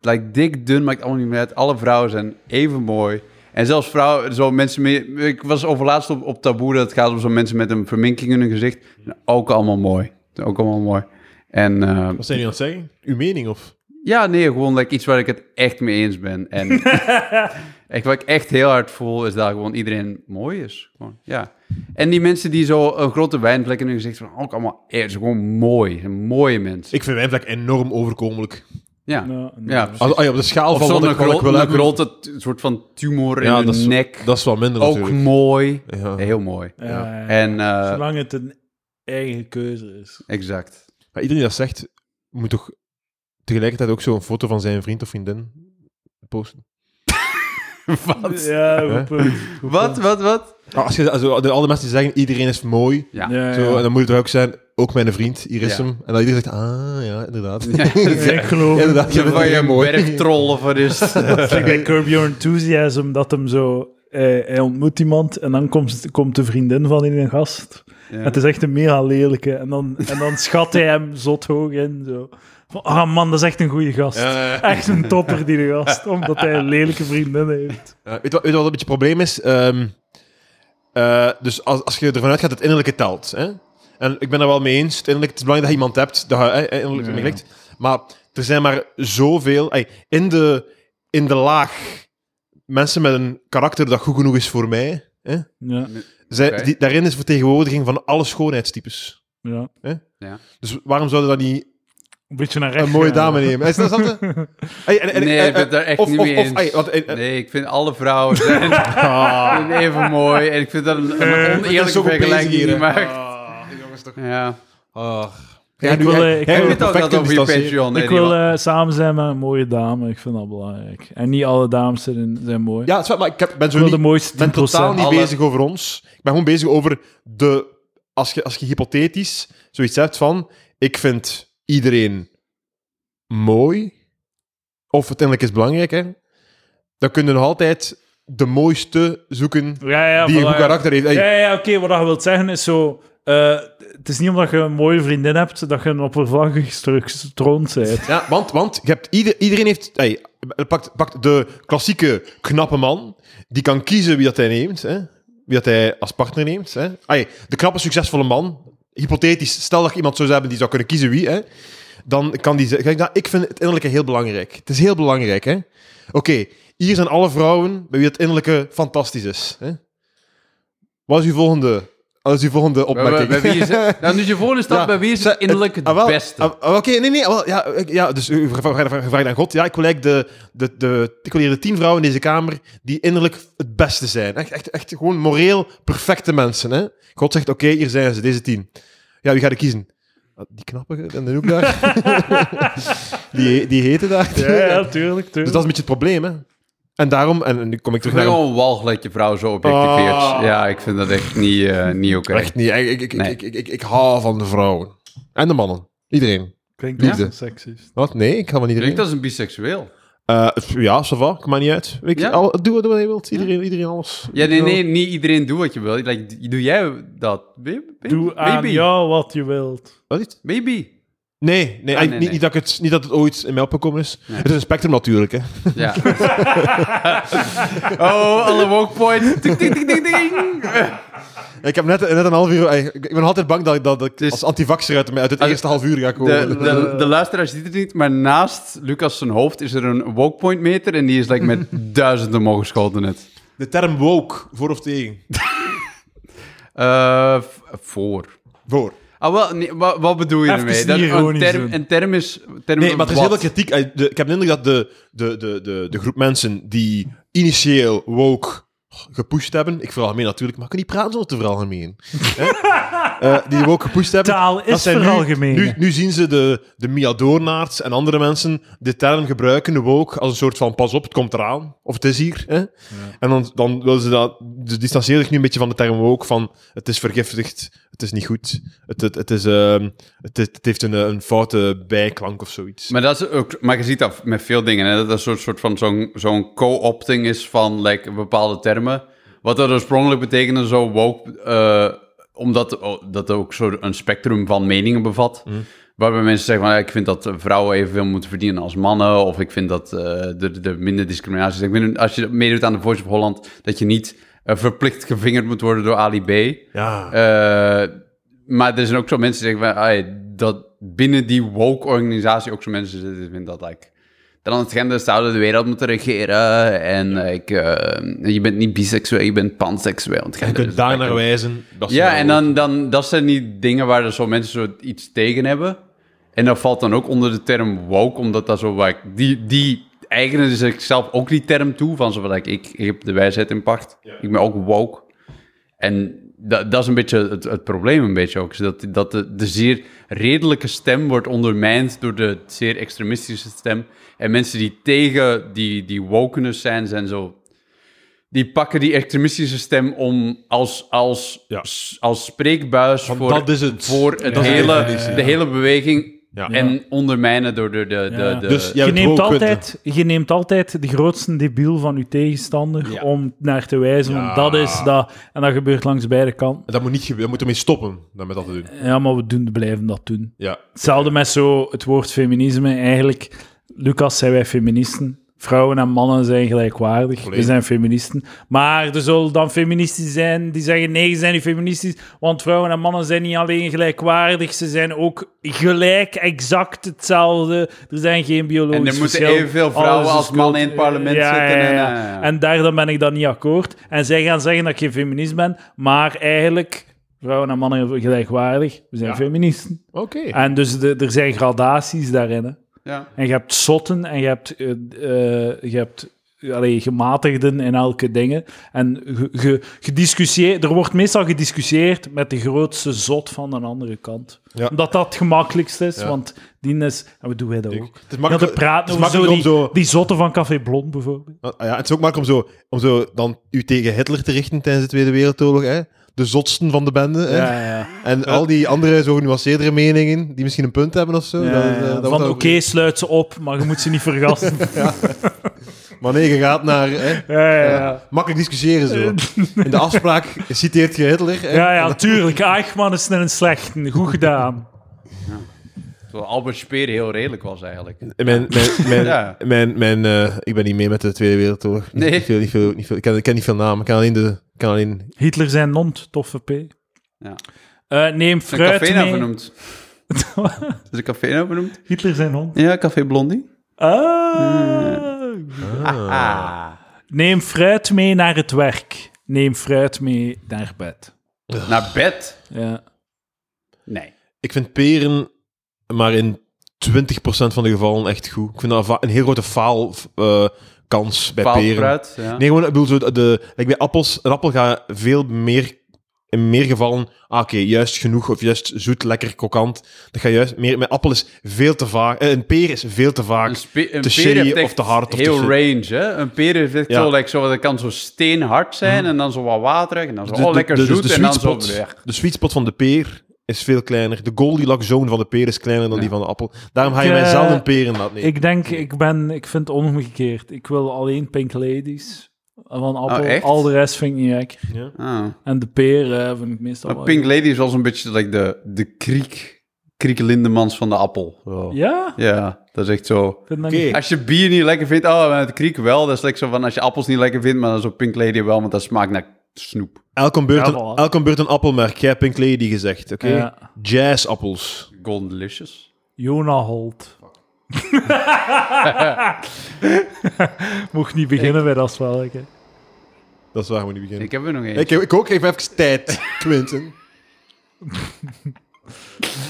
S2: like, dik, dun, maakt allemaal niet meer uit. Alle vrouwen zijn even mooi. En zelfs vrouwen, zo mensen... mee- Ik was overlaatst op, op taboe dat het gaat om zo'n mensen met een verminking in hun gezicht. Ook allemaal mooi. Ook allemaal mooi. En eh,
S4: Wat zijn jullie aan het zeggen? Uw mening of?
S2: ja, nee, gewoon like, iets waar ik het echt mee eens ben. En echt, wat ik echt heel hard voel, is dat gewoon iedereen mooi is. Gewoon, ja. En die mensen die zo een grote wijnvlek in hun gezicht hebben, ook allemaal echt gewoon mooi. Zijn Mooie mensen.
S4: Ik vind wijnvlek enorm overkomelijk.
S2: ja.
S1: Ja, nou, nee. dus,
S2: ja, precies.
S4: Als, ah ja, op de schaal
S2: Of
S4: van wat
S2: zo'n
S4: ik, wat ik
S2: gro-
S4: wil
S2: een
S4: hebben.
S2: grote t- soort van tumor
S4: Ja,
S2: in
S4: dat is-
S2: de nek.
S4: Dat is wel minder
S2: ook
S4: natuurlijk.
S2: mooi.
S4: Ja.
S2: Heel mooi.
S1: Ja, ja, ja.
S2: En, eh,
S1: Zolang het een eigen keuze is.
S2: exact.
S4: Maar iedereen die dat zegt, moet toch tegelijkertijd ook zo'n foto van zijn vriend of vriendin posten.
S2: wat?
S1: Ja, goed punt. Goed
S2: Wat,
S1: punt.
S2: wat, wat?
S4: Ah, Als je, als de- alle mensen die zeggen, iedereen is mooi,
S2: Ja.
S1: Ja,
S4: zo,
S1: ja.
S4: en dan moet het er ook zijn, ook mijn vriend, hier is
S2: Ja.
S4: hem. En dan iedereen zegt, ah, ja, inderdaad.
S1: Ja, ik geloof het.
S4: <laughs> inderdaad,
S2: Je
S4: bent
S2: van je
S4: heel
S2: bergtrol of wat
S1: <laughs>
S2: is het?
S1: Het lijkt bij Curb Your Enthusiasm dat hem zo... eh, hij ontmoet iemand en dan komt, komt de vriendin van in een gast.
S2: Ja.
S1: En Het is echt een mega lelijke. En dan, en dan schat hij hem zot hoog in. Zo. Van, ah man, dat is echt een goede gast.
S4: Ja, ja, ja.
S1: Echt een topper, die gast. Omdat hij een lelijke vriendin heeft.
S4: Ja, weet, je wat, weet je wat een beetje het probleem is? Ehm, eh, dus als, als je ervan uitgaat dat het innerlijke telt. Hè? En ik ben er wel mee eens. Het, innerlijke, het is belangrijk dat je iemand hebt. Dat je eh, eh, innerlijk
S2: Ja.
S4: ermee klikt. Maar er zijn maar zoveel... ey, in, de, in de laag mensen met een karakter dat goed genoeg is voor mij... Hè?
S1: Ja,
S4: Zij,
S2: Oké.
S4: die, daarin is vertegenwoordiging van alle schoonheidstypes.
S1: ja.
S4: Dus waarom zouden we dan niet
S1: Een beetje naar rechts.
S4: een mooie
S1: gaan.
S4: dame nemen? Is dat, is dat
S2: <laughs>
S4: Ey, en- en-
S2: Nee,
S4: eh,
S2: ik ben het daar
S4: eh,
S2: echt
S4: of-
S2: niet
S4: of-
S2: mee
S4: of,
S2: eens.
S4: ey, want, eh, eh,
S2: Nee, ik vind alle vrouwen zijn, zijn even mooi. En ik vind dat een, een
S4: dat is
S2: oneerlijke
S4: ook een
S2: vergelijking die je
S4: bezigheden.
S2: maakt.
S4: Ah, jongens, toch.
S2: Ja.
S4: Ja,
S1: Ik
S4: nu-
S1: wil,
S4: jij-
S1: eh, ik
S4: jij
S1: wil-
S2: Heb
S4: wil
S2: je het ook
S4: perfect
S2: dat over je
S4: distancieren.
S2: Patreon?
S1: ik wil eh, samen zijn met een mooie dame. Ik vind dat belangrijk. En niet alle dames zijn, zijn mooi.
S4: Ja, het is waar, maar ik heb, ben
S1: ik
S4: zo
S1: wil de
S4: niet,
S1: mooiste 10%.
S4: ben totaal niet
S2: Alle-
S4: bezig over ons. Ik ben gewoon bezig over de... Als je, als je hypothetisch zoiets hebt van... Ik vind iedereen mooi. Of uiteindelijk is belangrijk, hè. Dan kun je nog altijd de mooiste zoeken
S1: Ja, ja,
S4: die een
S1: voilà,
S4: goed
S1: ja.
S4: karakter heeft. Hey,
S1: Ja, ja, ja, oké. wat je wilt zeggen is zo... eh, het is niet omdat je een mooie vriendin hebt dat je een oppervlakkig stroont bent.
S4: Ja, want, want je hebt ieder, iedereen heeft. Hey, pakt, pakt de klassieke knappe man. Die kan kiezen wie dat hij neemt. Hè? Wie dat hij als partner neemt. Hè? Hey, de knappe, succesvolle man. Hypothetisch, stel dat je iemand zou hebben die zou kunnen kiezen wie. Hè? Dan kan die zeggen: kijk, nou, Ik vind het innerlijke heel belangrijk. Het is heel belangrijk. hè. Oké, hier zijn alle vrouwen bij wie het innerlijke fantastisch is. Hè? Wat is uw volgende, wat is uw volgende opmerking?
S2: Bij, bij wie is het? Nou, nu is je volgende stap.
S4: Ja,
S2: bij wie is
S4: ze-
S2: het innerlijk het
S4: Ah, wel,
S2: beste?
S4: ah, ah, Oké, nee, nee. ah, wel, ja, eh, ja, dus u vraagt- vraagt vraagt aan God. Ja, ik wil eigenlijk de, de, de, ik wil hier de tien vrouwen in deze kamer die innerlijk het beste zijn. Echt, echt, echt gewoon moreel perfecte mensen. Hè? God zegt, oké, hier zijn ze, deze tien. Ja, wie gaat ik kiezen? Ah, Die knappige in de hoek daar. <laughs> die, die hete daar.
S1: Ja, ja, tuurlijk, tuurlijk.
S4: Dus dat is een beetje het probleem, hè. En daarom, en, en nu kom ik
S2: Ik
S4: terug
S2: vind
S4: naar...
S2: het gewoon walgelijk dat je vrouw zo objectiveert.
S4: Ah.
S2: Ja, ik vind dat echt niet, eh, niet oké.
S4: Echt niet, ik, ik, ik,
S2: Nee.
S4: ik, ik, ik, ik hou van de vrouwen. En de mannen. Iedereen.
S1: Klinkt
S2: Ja.
S1: niet zo seksist.
S4: Wat? Nee, ik hou van iedereen.
S2: Klinkt als een biseksueel.
S4: Eh, pff, ja, ça va. Ik maak niet uit. Ik,
S2: Ja?
S4: al- doe, wat- doe wat je wilt. Iedereen, iedereen alles.
S2: Ja, nee, nee, niet iedereen doet wat je wil. Like, doe jij dat? Maybe.
S1: Doe aan
S2: Maybe.
S1: jou wat je wilt.
S4: Wat is het?
S2: Maybe.
S4: Nee, nee, eigenlijk
S2: Ah, nee,
S4: niet,
S2: nee.
S4: Niet, dat ik het, niet dat het ooit in mij opgekomen is.
S2: Nee.
S4: Het is een spectrum natuurlijk. Hè.
S2: Ja. <laughs> oh, alle woke point. Tik, tik, tik, tik, tik.
S4: Ik heb net, net een half uur... eh, Ik ik ben nog altijd bang dat, dat, dat ik
S2: Dus-
S4: als antivaxer uit, uit het
S2: Ah,
S4: eerste half uur ga komen.
S2: De, de, de luisteraar ziet het niet, maar naast Lucas zijn hoofd is er een woke point meter en die is like, met <laughs> duizenden omhoog geschoten net.
S4: De term woke, voor of tegen?
S2: Eh, v- voor.
S4: Voor.
S2: Ah, wel, nee, wa- wat bedoel je
S1: Even
S2: ermee?
S1: niet
S2: een,
S1: ironisch
S2: term,
S1: doen.
S2: een term is... Term
S4: Nee, maar er is heel veel
S2: wat?
S4: kritiek. Eh, de- ik heb de indruk dat de, de, de, de, de groep mensen die initieel woke gepusht hebben... Ik veralgemeen natuurlijk, maar ik kan niet praten zonder te
S2: <laughs>
S4: veralgemeen. Hè? Eh, die woke gepusht hebben...
S1: Taal is
S4: Dat zijn nu-
S1: veralgemeen.
S4: Nu, nu zien ze de, de Mia Doornaerts en andere mensen de term gebruiken, de woke, als een soort van pas op, het komt eraan. Of het is hier. Hè? En dan, dan willen ze dat... Ze distancieren zich nu een beetje van de term woke, van het is vergiftigd, het is niet goed, het, het, het is, ehm, het, het heeft een, eh, een foute bijklank of zoiets.
S2: Maar, dat is ook, maar je ziet dat met veel dingen, hè, dat dat een soort, soort van zo'n zo'n co-opting is van like, bepaalde termen. Wat dat oorspronkelijk betekende, zo woke, eh, omdat oh, dat ook zo een spectrum van meningen bevat. Waarbij mensen zeggen van, ja, ik vind dat vrouwen evenveel moeten verdienen als mannen. Of ik vind dat eh, er, er minder discriminatie is. Ik vind, als je meedoet aan de Voice of Holland, dat je niet eh, verplicht gevingerd moet worden door Ali B.
S3: Ja.
S2: Eh, maar er zijn ook zo mensen die zeggen van, "Ai, dat binnen die woke-organisatie ook zo mensen zitten die vinden dat like... De transgenders zouden de wereld moeten regeren en eh, ik, eh, je bent niet biseksueel, je bent panseksueel.
S3: je
S1: Dus
S3: kunt daar naar wijzen. Dat is
S2: Ja,
S3: wel-
S2: en dan, dan, dat zijn die dingen waar er zo mensen zo iets tegen hebben. En dat valt dan ook onder de term woke, omdat dat zo... Like, die, die eigenen zichzelf ook die term toe, van zo van, like, ik, ik heb de wijsheid in pacht. Ik ben ook woke. En dat, dat is een beetje het, het probleem een beetje ook. is Dat, dat de, de zeer redelijke stem wordt ondermijnd door de zeer extremistische stem. En mensen die tegen die, die wokeness zijn, zijn zo... Die pakken die extremistische stem om als, als,
S3: Ja.
S2: s- als spreekbuis
S3: Want
S2: voor,
S3: dat is het.
S2: voor het
S3: Dat is de
S2: hele,
S3: definitie,
S2: de
S3: ja.
S2: hele beweging.
S3: Ja.
S2: En ondermijnen door de... de, de,
S1: Ja.
S2: de
S3: Dus jij
S1: Je
S3: bent
S1: neemt,
S3: woke, Quinten.
S1: altijd, je neemt altijd de grootste debiel van je tegenstander
S2: Ja.
S1: om naar te wijzen.
S3: Ja.
S1: Want dat is dat. En dat gebeurt langs beide kanten.
S3: En Dat moet niet gebeuren. We moeten ermee stoppen dan met dat te doen.
S1: Ja, maar we doen, blijven dat doen.
S3: Ja.
S1: Hetzelfde met zo het woord feminisme. Eigenlijk, Lucas, zijn wij feministen. Vrouwen en mannen zijn gelijkwaardig.
S3: Volledig.
S1: We zijn feministen. Maar er zullen dan feministen zijn die zeggen: nee, ze zijn niet feministisch. Want vrouwen en mannen zijn niet alleen gelijkwaardig, ze zijn ook gelijk exact hetzelfde. Er zijn geen biologische
S2: En er moeten evenveel vrouwen als mannen in het parlement zitten en, eh, ja.
S1: En daar dan ben ik dan niet akkoord. En zij gaan zeggen dat ik geen feminist ben, maar eigenlijk, vrouwen en mannen gelijkwaardig, we zijn
S3: Ja.
S1: feministen.
S3: Oké.
S1: En dus de- er zijn gradaties daarin. Hè.
S2: ja.
S1: En je hebt zotten en je hebt, eh, eh, je hebt eh, allee, gematigden in elke dingen. En ge, ge- gediscussieerd, er wordt meestal gediscussieerd met de grootste zot van de andere kant.
S3: Ja.
S1: Omdat dat het gemakkelijkst is,
S3: Ja.
S1: want die is... En wat doen wij dat ook?
S3: Het is
S1: Ja, te
S3: makkelijk, het
S1: praten
S3: is
S1: over zo
S3: makkelijk om
S1: die,
S3: zo...
S1: die zotten van Café Blond, bijvoorbeeld.
S3: Ah, Ja, het is ook makkelijk om zo, om zo dan u tegen Hitler te richten tijdens de Tweede Wereldoorlog. Hè? De zotsten van de bende. Hè?
S1: Ja, ja.
S3: En al die andere zo genuanceerdere meningen, die misschien een punt hebben of zo.
S1: Ja,
S3: dat- eh,
S1: ja,
S3: dat- dat wordt
S1: Van
S3: dan
S1: oké,
S3: ook-
S1: sluit ze op, maar je moet ze niet vergassen.
S3: Maar nee, je gaat naar... Hè?
S1: ja, ja,
S3: Ja,
S1: ja.
S3: Makkelijk discussiëren zo.
S1: <laughs>
S3: In de afspraak citeert je Hitler. Hè?
S1: Ja, ja, tuurlijk. Eichmann is net een slechte. Goed gedaan.
S2: Terwijl Albert Speer heel redelijk was eigenlijk.
S3: Mijn,
S2: <laughs>
S3: mijn, mijn,
S2: Ja.
S3: mijn, mijn, eh, ik ben niet mee met de Tweede Wereldoorlog.
S2: Nee.
S3: Niet veel, niet veel, niet veel. Ik, ken, ik ken niet veel namen. Ik ken alleen de... ik Kan alleen...
S1: Hitler zijn hond, toffe P.
S2: Ja.
S1: Eh, neem
S2: Is er een
S1: fruit
S2: café naar
S1: mee.
S2: vernoemd? Is er een café nou naar vernoemd?
S1: Hitler zijn hond.
S2: Ja, Café Blondie.
S1: Ah.
S2: Ah.
S1: Neem fruit mee naar het werk. Neem fruit mee naar bed.
S2: Naar bed?
S1: Ja.
S2: Nee.
S3: Ik vind peren maar in 20% van de gevallen echt goed. Ik vind dat een va- een heel grote faalkans bij
S2: Paal
S3: peren.
S2: fruit, ja.
S3: Nee, gewoon, ik bedoel, zo de, de- like bij appels, een appel gaat veel meer, in meer gevallen, ah, oké, juist genoeg, of juist zoet, lekker, krokant. Dat gaat juist meer, mijn appel is veel te vaak, eh, een peer is veel te vaak.
S2: Een, spe- een
S3: te
S2: peer
S3: shitty
S2: heeft echt
S3: of te hard of
S2: heel
S3: te shit.
S2: range, hè. Een peer heeft echt
S3: Ja. Mhm.
S2: zo, like, zo, dat kan zo steenhard zijn en dan zo wat waterig en dan zo
S3: De-
S2: oh,
S3: de-
S2: lekker
S3: de- dus
S2: zoet
S3: de
S2: en
S3: sweet
S2: dan zo
S3: spot-
S2: weg.
S3: De sweet spot van de peer is veel kleiner. De Goldilocks zone van de peer is kleiner dan die van de appel. Daarom ga je
S1: Ik,
S3: mij
S1: eh,
S3: zelden een peer in laten nemen.
S1: Ik denk, ik ben, ik vind het omgekeerd. Ik wil alleen Pink Ladies van Appel.
S2: Oh, echt?
S1: Al de rest vind ik niet lekker.
S3: Oh,
S2: Ah.
S1: En de peer eh, vind ik meestal
S2: Maar
S1: wel
S2: Pink Lady is wel zo'n beetje like, de, de kriek, kriek Lindemans van de appel. Zo.
S1: Ja?
S2: Ja, dat is echt zo.
S1: Vind dat
S3: Oké.
S1: niet-
S2: Als je bier niet lekker vindt, oh, maar het kriek wel. Dat is lekker zo van als je appels niet lekker vindt, maar dan zo Pink Lady wel, want dat smaakt naar snoep.
S3: Elk om beurt,
S1: Ja,
S3: een,
S1: voilà.
S3: elk om beurt een appelmerk. Jij hebt Pink Lady gezegd, oké?
S1: Ja.
S3: Jazzappels.
S2: Golden Delicious.
S1: Jonah Holt. Mocht niet beginnen bij dat spelletje.
S3: Dat is waar we nu beginnen.
S2: Ik heb er nog één.
S3: Ik, ik ook, geef even tijd, <laughs> Quinten.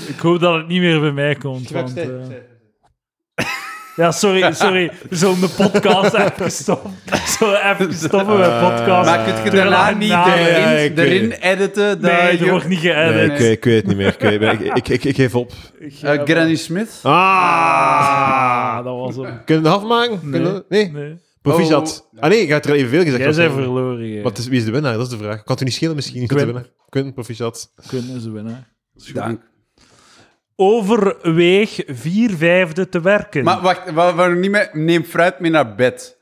S1: Ik hoop dat het niet meer bij mij komt. Want, eh, ja, sorry, sorry. Zo'n de podcast even gestopt. Zo even stoppen met podcast.
S2: maar kun je
S1: Eh, Terwijl
S2: daarna
S1: hij
S2: niet eh,
S1: na-
S2: erin,
S3: Ja, ja, ik weet
S2: erin editen?
S1: Nee,
S2: daar
S1: er
S2: je-
S1: wordt niet geëdit.
S3: Nee, ik,
S2: nee.
S3: ik weet het niet meer. Ik, weet- ik, ik, ik, ik geef op.
S1: Ik,
S2: Eh,
S1: eh,
S2: Granny Smith?
S3: Ah!
S1: Ah, dat was hem.
S3: Kunnen we het afmaken? Nee.
S1: Nee.
S3: We, nee.
S1: Nee.
S3: Proficiat. Ah nee, je hebt er evenveel gezegd.
S1: Jij bent
S3: waarschijnlijk.
S1: verloren. jij.
S3: Wat is, wie is de winnaar? Dat is de vraag. Kan het u niet schelen misschien? Quinten.
S1: Quinten.
S3: winnaar. Quinten, proficiat.
S1: Kunnen ze winnen?
S2: Dank.
S1: Overweeg vier vijfde te werken.
S2: Maar wacht, waar, waar niet mee, neem fruit mee naar bed.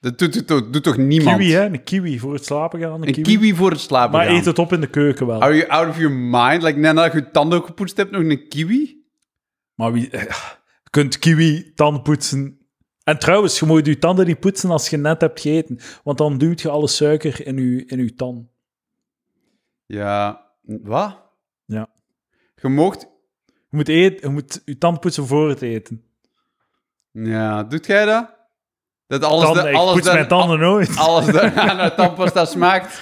S2: Dat doet, doet, doet, doet toch niemand?
S1: kiwi, hè? Een kiwi voor het slapen gaan. Een,
S2: Een kiwi, voor het slapen
S1: Maar
S2: gaan.
S1: eet het op in de keuken wel.
S2: Are you out of your mind? Like, nadat je je tanden gepoetst hebt, nog een kiwi?
S1: Maar wie... eh, Je kunt kiwi tanden poetsen. En trouwens, je moet je tanden niet poetsen als je net hebt gegeten. Want dan duwt je alle suiker in je, in je tand.
S2: Ja. Wat?
S1: Ja.
S2: Je mocht...
S1: Je moet, eet, je moet je tand poetsen voor het eten.
S2: Ja, doet jij dat? Dat alles...
S1: Tanden,
S2: da-
S1: ik
S2: alles
S1: poets
S2: da-
S1: mijn tanden nooit.
S2: Alles <laughs> daarna naar tandpasta smaakt.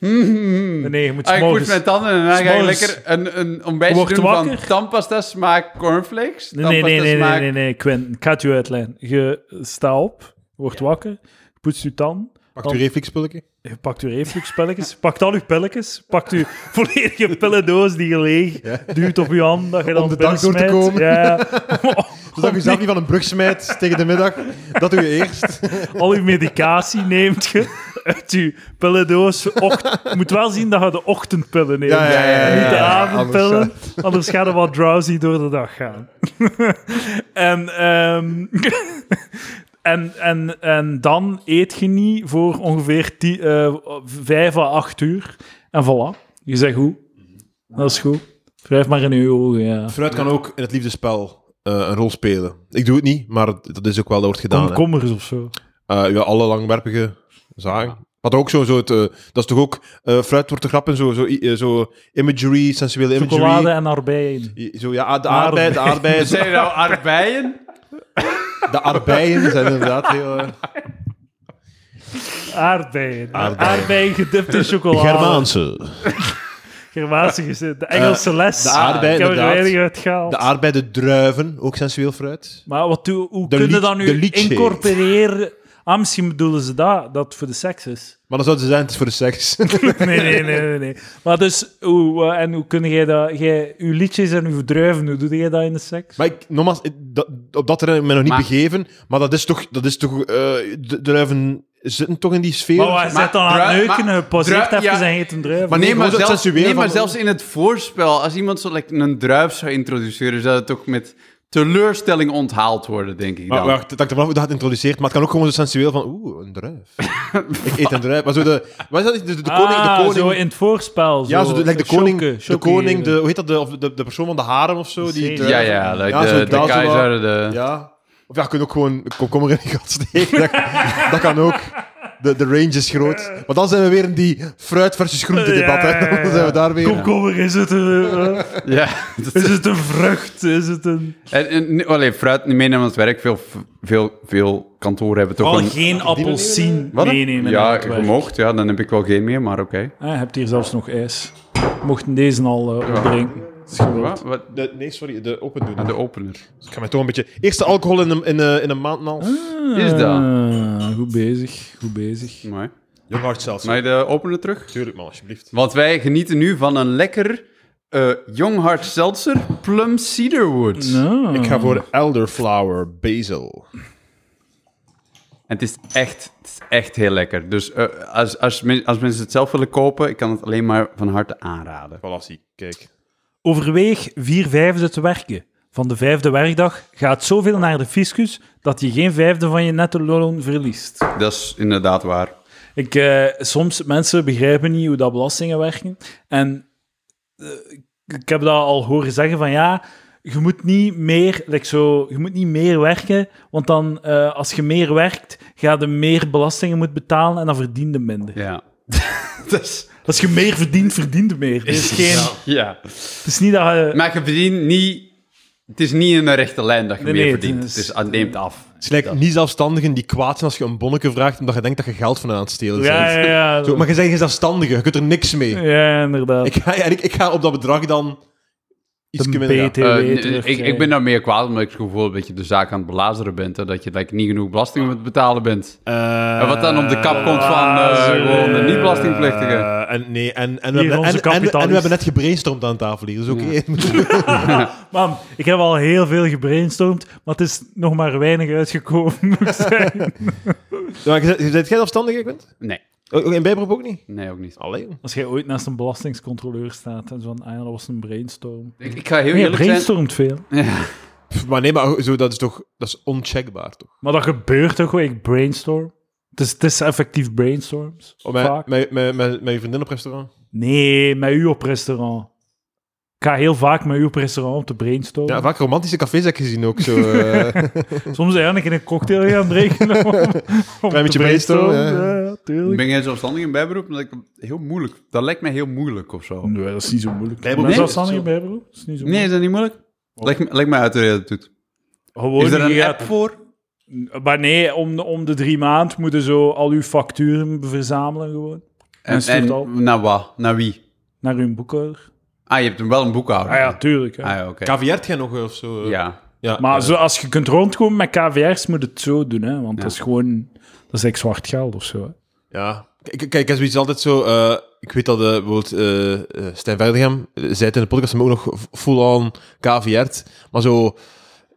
S2: Mm.
S1: <laughs> Nee, je moet
S2: Ah, ik poets
S1: s'morgens-
S2: mijn tanden en dan ga ik
S1: s'morgens-
S2: lekker een, een
S1: Je
S2: ontbijtje
S1: wordt
S2: doen van
S1: wakker.
S2: tandpasta smaak cornflakes.
S1: Nee, nee,
S2: tandpasta
S1: nee, nee, nee,
S2: smaak-
S1: nee, nee, Quint. Ik ga het je uitleggen. Je staat op, wordt wakker, je poetst je tand,
S3: Pakt u reflexpulletje?
S1: je pakt je refluxpelletjes, pakt al je pelletjes, pakt je volledige pillendoos die je leeg duwt op je hand, dat je dan
S3: de dag door te
S1: binnensmijt.
S3: komen.
S1: Ja, Oh,
S3: Dus dat je zelf niet van een brug smijt tegen de middag. Dat doe je eerst.
S1: al je medicatie neemt je uit je pillendoos. Och- Je moet wel zien dat je de ochtendpillen neemt.
S3: Ja, ja, ja, ja,
S1: Niet
S3: ja,
S1: de
S3: ja,
S1: avondpillen, anders, gaat het wat drowsy door de dag gaan. <laughs> en, ehm, en, en, en dan eet je niet voor ongeveer die, eh, vijf à acht uur. En voilà, je zegt goed. Dat is goed. Wrijf maar in je ogen, ja.
S3: Fruit kan ook in het liefdespel eh, een rol spelen. Ik doe het niet, maar het- dat is ook wel, dat wordt gedaan. hè.
S1: Komkommers of zo.
S3: Eh, ja, alle langwerpige zagen. Wat ook zo, zo het, eh, dat is toch ook, eh fruit wordt de grap en zo, zo, i- eh, zo imagery, sensuele imagery.
S1: Chocolade en arbeien.
S3: I- Zo, ja, de aardbeien, de <laughs> aardbeien,
S2: Zijn er nou arbeien?
S3: de aardbeien zijn inderdaad heel... eh,
S1: Aardbeien.
S3: Aardbeien.
S1: Aardbeien, gedipt in chocolade.
S3: Germaanse. <laughs>
S1: Germaanse gezin. De Engelse les.
S3: Eh, de aardbei,
S1: Ik heb er
S3: inderdaad.
S1: weinig uit gehaald.
S3: De aardbeien, de druiven, ook sensueel fruit.
S1: maar wat, hoe, hoe
S3: De
S1: kun je
S3: lied-
S1: dat
S3: de
S1: nu
S3: liedje.
S1: incorporeren? Ah, misschien bedoelen ze dat, dat het voor de seks is.
S3: Maar dan zouden ze zijn, het is voor de seks.
S1: <laughs>
S3: <laughs>
S1: Nee, nee, nee, nee. nee. Maar dus, hoe, eh, en hoe kun jij dat... Jij, uw liedjes en uw druiven, hoe doe jij dat in de seks?
S3: Maar ik, nogmaals, ik- dat- op dat terrein heb ik me nog niet
S2: Maar-
S3: begeven. Maar dat is toch... Dat is toch eh, de druiven zitten toch in die sfeer?
S1: Maar waar
S2: Maar
S1: zit dan aan het
S2: drui-
S1: neuken?
S2: maar-
S1: Je pauzeert
S2: drui-
S1: even
S2: ja.
S1: en eet een druif.
S3: Maar
S2: Nee, <laughs>
S3: Nee,
S2: maar,
S3: gewoon zo
S2: zelfs,
S3: sensueel
S2: nee, maar
S3: van-
S2: zelfs in het voorspel, als iemand zo like, een druif zou introduceren, zou dat toch met teleurstelling onthaald worden, denk ik.
S3: Maar
S2: Dan.
S3: wacht, dat ik er vanaf hoe dat het introduceert. Maar het kan ook gewoon zo sensueel van... Oeh, een
S1: <laughs>
S3: druif. ik eet een druif. Maar zo de... Wat is dat? De, de koning...
S1: Ah,
S3: de koning
S1: zo in het voorspel.
S3: ja, zo de, like de koning,
S1: Chokken,
S3: de,
S1: chokken.
S3: koning de, hoe heet dat, de, of de, de persoon van de harem of zo. Die
S1: Zeden.
S3: druif-
S2: ja, ja, like
S3: Ja,
S2: de,
S3: zo
S2: de
S3: dat, zo wat.
S2: keizer, de...
S3: Ja. Of ja, je kunt ook gewoon een komkommer in je gat steken. <laughs> Dat, dat kan ook. De, de range is groot. Maar dan zijn we weer in die fruit versus groente debat.
S1: Ja, ja,
S3: Hè.
S1: ja.
S3: Dan zijn we daar weer.
S1: Komkommer, is het een, eh,
S2: <laughs> Ja, dat-
S1: is het een vrucht? Is het een...
S2: En, en oh, nee, allee, fruit niet meenemen aan het werk. Veel, veel, veel kantoren hebben toch
S1: Al
S2: een...
S1: Oh, geen appelsien
S2: Wat?
S1: meenemen. aan
S2: Ja,
S1: het werk.
S2: je mocht. Ja, dan heb ik wel geen meer, maar oké.
S1: Ah, je hebt hier zelfs nog ijs. We Mochten deze al eh opdrinken. Dat is geweldig.
S2: Wat? Wat?
S3: De, nee, sorry, de open doen.
S2: De opener.
S3: Ik ga mij toch een beetje. Eerste alcohol in een, in een, in een maand en een half.
S2: Is dat?
S1: Ah, goed bezig, goed bezig.
S2: Mooi.
S3: Jong hart zelfs.
S2: Mag je de opener terug?
S3: Tuurlijk, man, alsjeblieft.
S2: Want wij genieten nu van een lekker eh Young Hard Seltzer Plum Cedarwood.
S1: Ah.
S3: Ik ga voor elderflower basil.
S2: En het is echt, het is echt heel lekker. Dus eh, als, als, men- als mensen het zelf willen kopen, ik kan het alleen maar van harte aanraden.
S3: Palassie, kijk.
S1: Overweeg vier vijfde te werken. Van de vijfde werkdag gaat zoveel naar de fiscus dat je geen vijfde van je netto loon verliest.
S2: Dat is inderdaad waar.
S1: Ik, eh, soms mensen begrijpen niet hoe dat belastingen werken. En eh, ik heb dat al horen zeggen van ja, je moet niet meer, like zo, je moet niet meer werken, want dan eh, als je meer werkt, ga je meer belastingen moet betalen en dan verdien je minder.
S2: Ja. <laughs> dat is...
S1: Als je meer verdient, verdient je meer. Er is geen,
S2: Ja.
S1: Het is niet dat je...
S2: Maar je verdient niet... Het is niet in een rechte lijn dat je
S1: Nee,
S2: meer
S1: nee, het
S2: verdient.
S1: is-
S2: Het, is, het neemt af.
S3: Het is gelijk niet zelfstandigen die kwaad zijn als je een bonnetje vraagt omdat je denkt dat je geld van hen aan het stelen
S1: Ja,
S3: bent.
S1: ja, ja.
S3: Zo, maar je bent geen <laughs> zelfstandige, je kunt er niks mee.
S1: Ja, inderdaad.
S3: Ik ga, en ik, ik ga op dat bedrag dan iets
S1: De
S3: minder. aan.
S1: BTW
S2: Eh, ik,
S1: terugkrijgen.
S2: ik ben daar meer kwaad omdat ik het gevoel dat je de zaak aan het belazeren bent. Hè? Dat je like, niet genoeg belasting moet betalen bent.
S3: Eh,
S2: En wat dan op de kap komt van, eh,
S3: eh,
S2: gewoon de niet-belastingplichtige.
S3: eh, en, nee, en, en, we
S1: Hier,
S3: hebben,
S1: onze
S3: en, en, we- en
S1: kapitalist.
S3: we hebben net gebrainstormd aan tafel hier, dus <laughs> oké.
S1: Man, ik heb al heel veel gebrainstormd, maar het is nog maar weinig uitgekomen, <laughs> moet ik zeggen.
S3: maar je bent jij zelfstandige, Quint?
S2: Nee.
S3: Ook- ook In Bijbroek ook niet?
S2: Nee, ook niet.
S3: Alleen.
S1: Als jij ooit naast een belastingscontroleur staat en zo van, ah ja, dat was een brainstorm.
S2: Ik, ik ga heel
S1: Nee, je
S2: eerlijk zijn.
S1: brainstormt veel.
S3: Pff, Maar nee, maar zo, dat is toch dat is oncheckbaar, toch?
S1: Maar dat gebeurt toch wel, ik brainstorm. Het is, het is effectief brainstorms,
S3: Oh,
S1: vaak.
S3: met, met, met, met, met je vriendin op restaurant?
S1: Nee, met u op restaurant. Ik ga heel vaak met u op restaurant om te brainstormen.
S3: Ja, vaak romantische cafés heb ik gezien ook. Zo, eh, <laughs>
S1: Soms eigenlijk in een cocktail gaan drinken. om, om
S3: Klein
S1: te
S3: beetje brainstormen, ja.
S1: Ja, tuurlijk.
S2: Ben jij zelfstandig in bijberoep? Dat, lijkt me heel moeilijk. dat lijkt mij heel moeilijk of zo.
S1: Nee, dat is niet zo moeilijk.
S3: Bijberoep?
S1: Mensen
S2: Nee,
S1: als Sanne
S2: dat
S1: in
S2: is
S1: bijberoep, dat is niet zo
S2: Nee,
S1: moeilijk.
S2: is dat niet moeilijk? Lijkt, me- lijkt mij uit de reden dat het doet.
S1: Gewoon,
S2: Is er
S1: je
S2: een
S1: gaat-
S2: app voor?
S1: Maar nee, om, de- om de drie maand moeten zo al uw facturen verzamelen gewoon. En
S2: En,
S1: stuurt al
S2: en naar wat? Naar wie?
S1: naar hun boekhouder.
S2: Ah, je hebt hem wel een boekhouder.
S1: Ah ja, tuurlijk. hè.
S2: Ah ja, oké.
S3: Caviart jij nog of zo? eh?
S2: Ja.
S3: ja.
S1: Maar zo, als je kunt rondkomen met KVR's, moet het zo doen. Hè? Want
S2: Ja.
S1: dat is gewoon... Dat is echt zwart geld of zo. hè.
S3: Ja. Kijk, kijk, er is iets altijd zo... eh, ik weet dat eh, bijvoorbeeld eh, eh, Stijn Verdegem eh, zei het in de podcast, maar ook nog full-on caviart. Maar zo...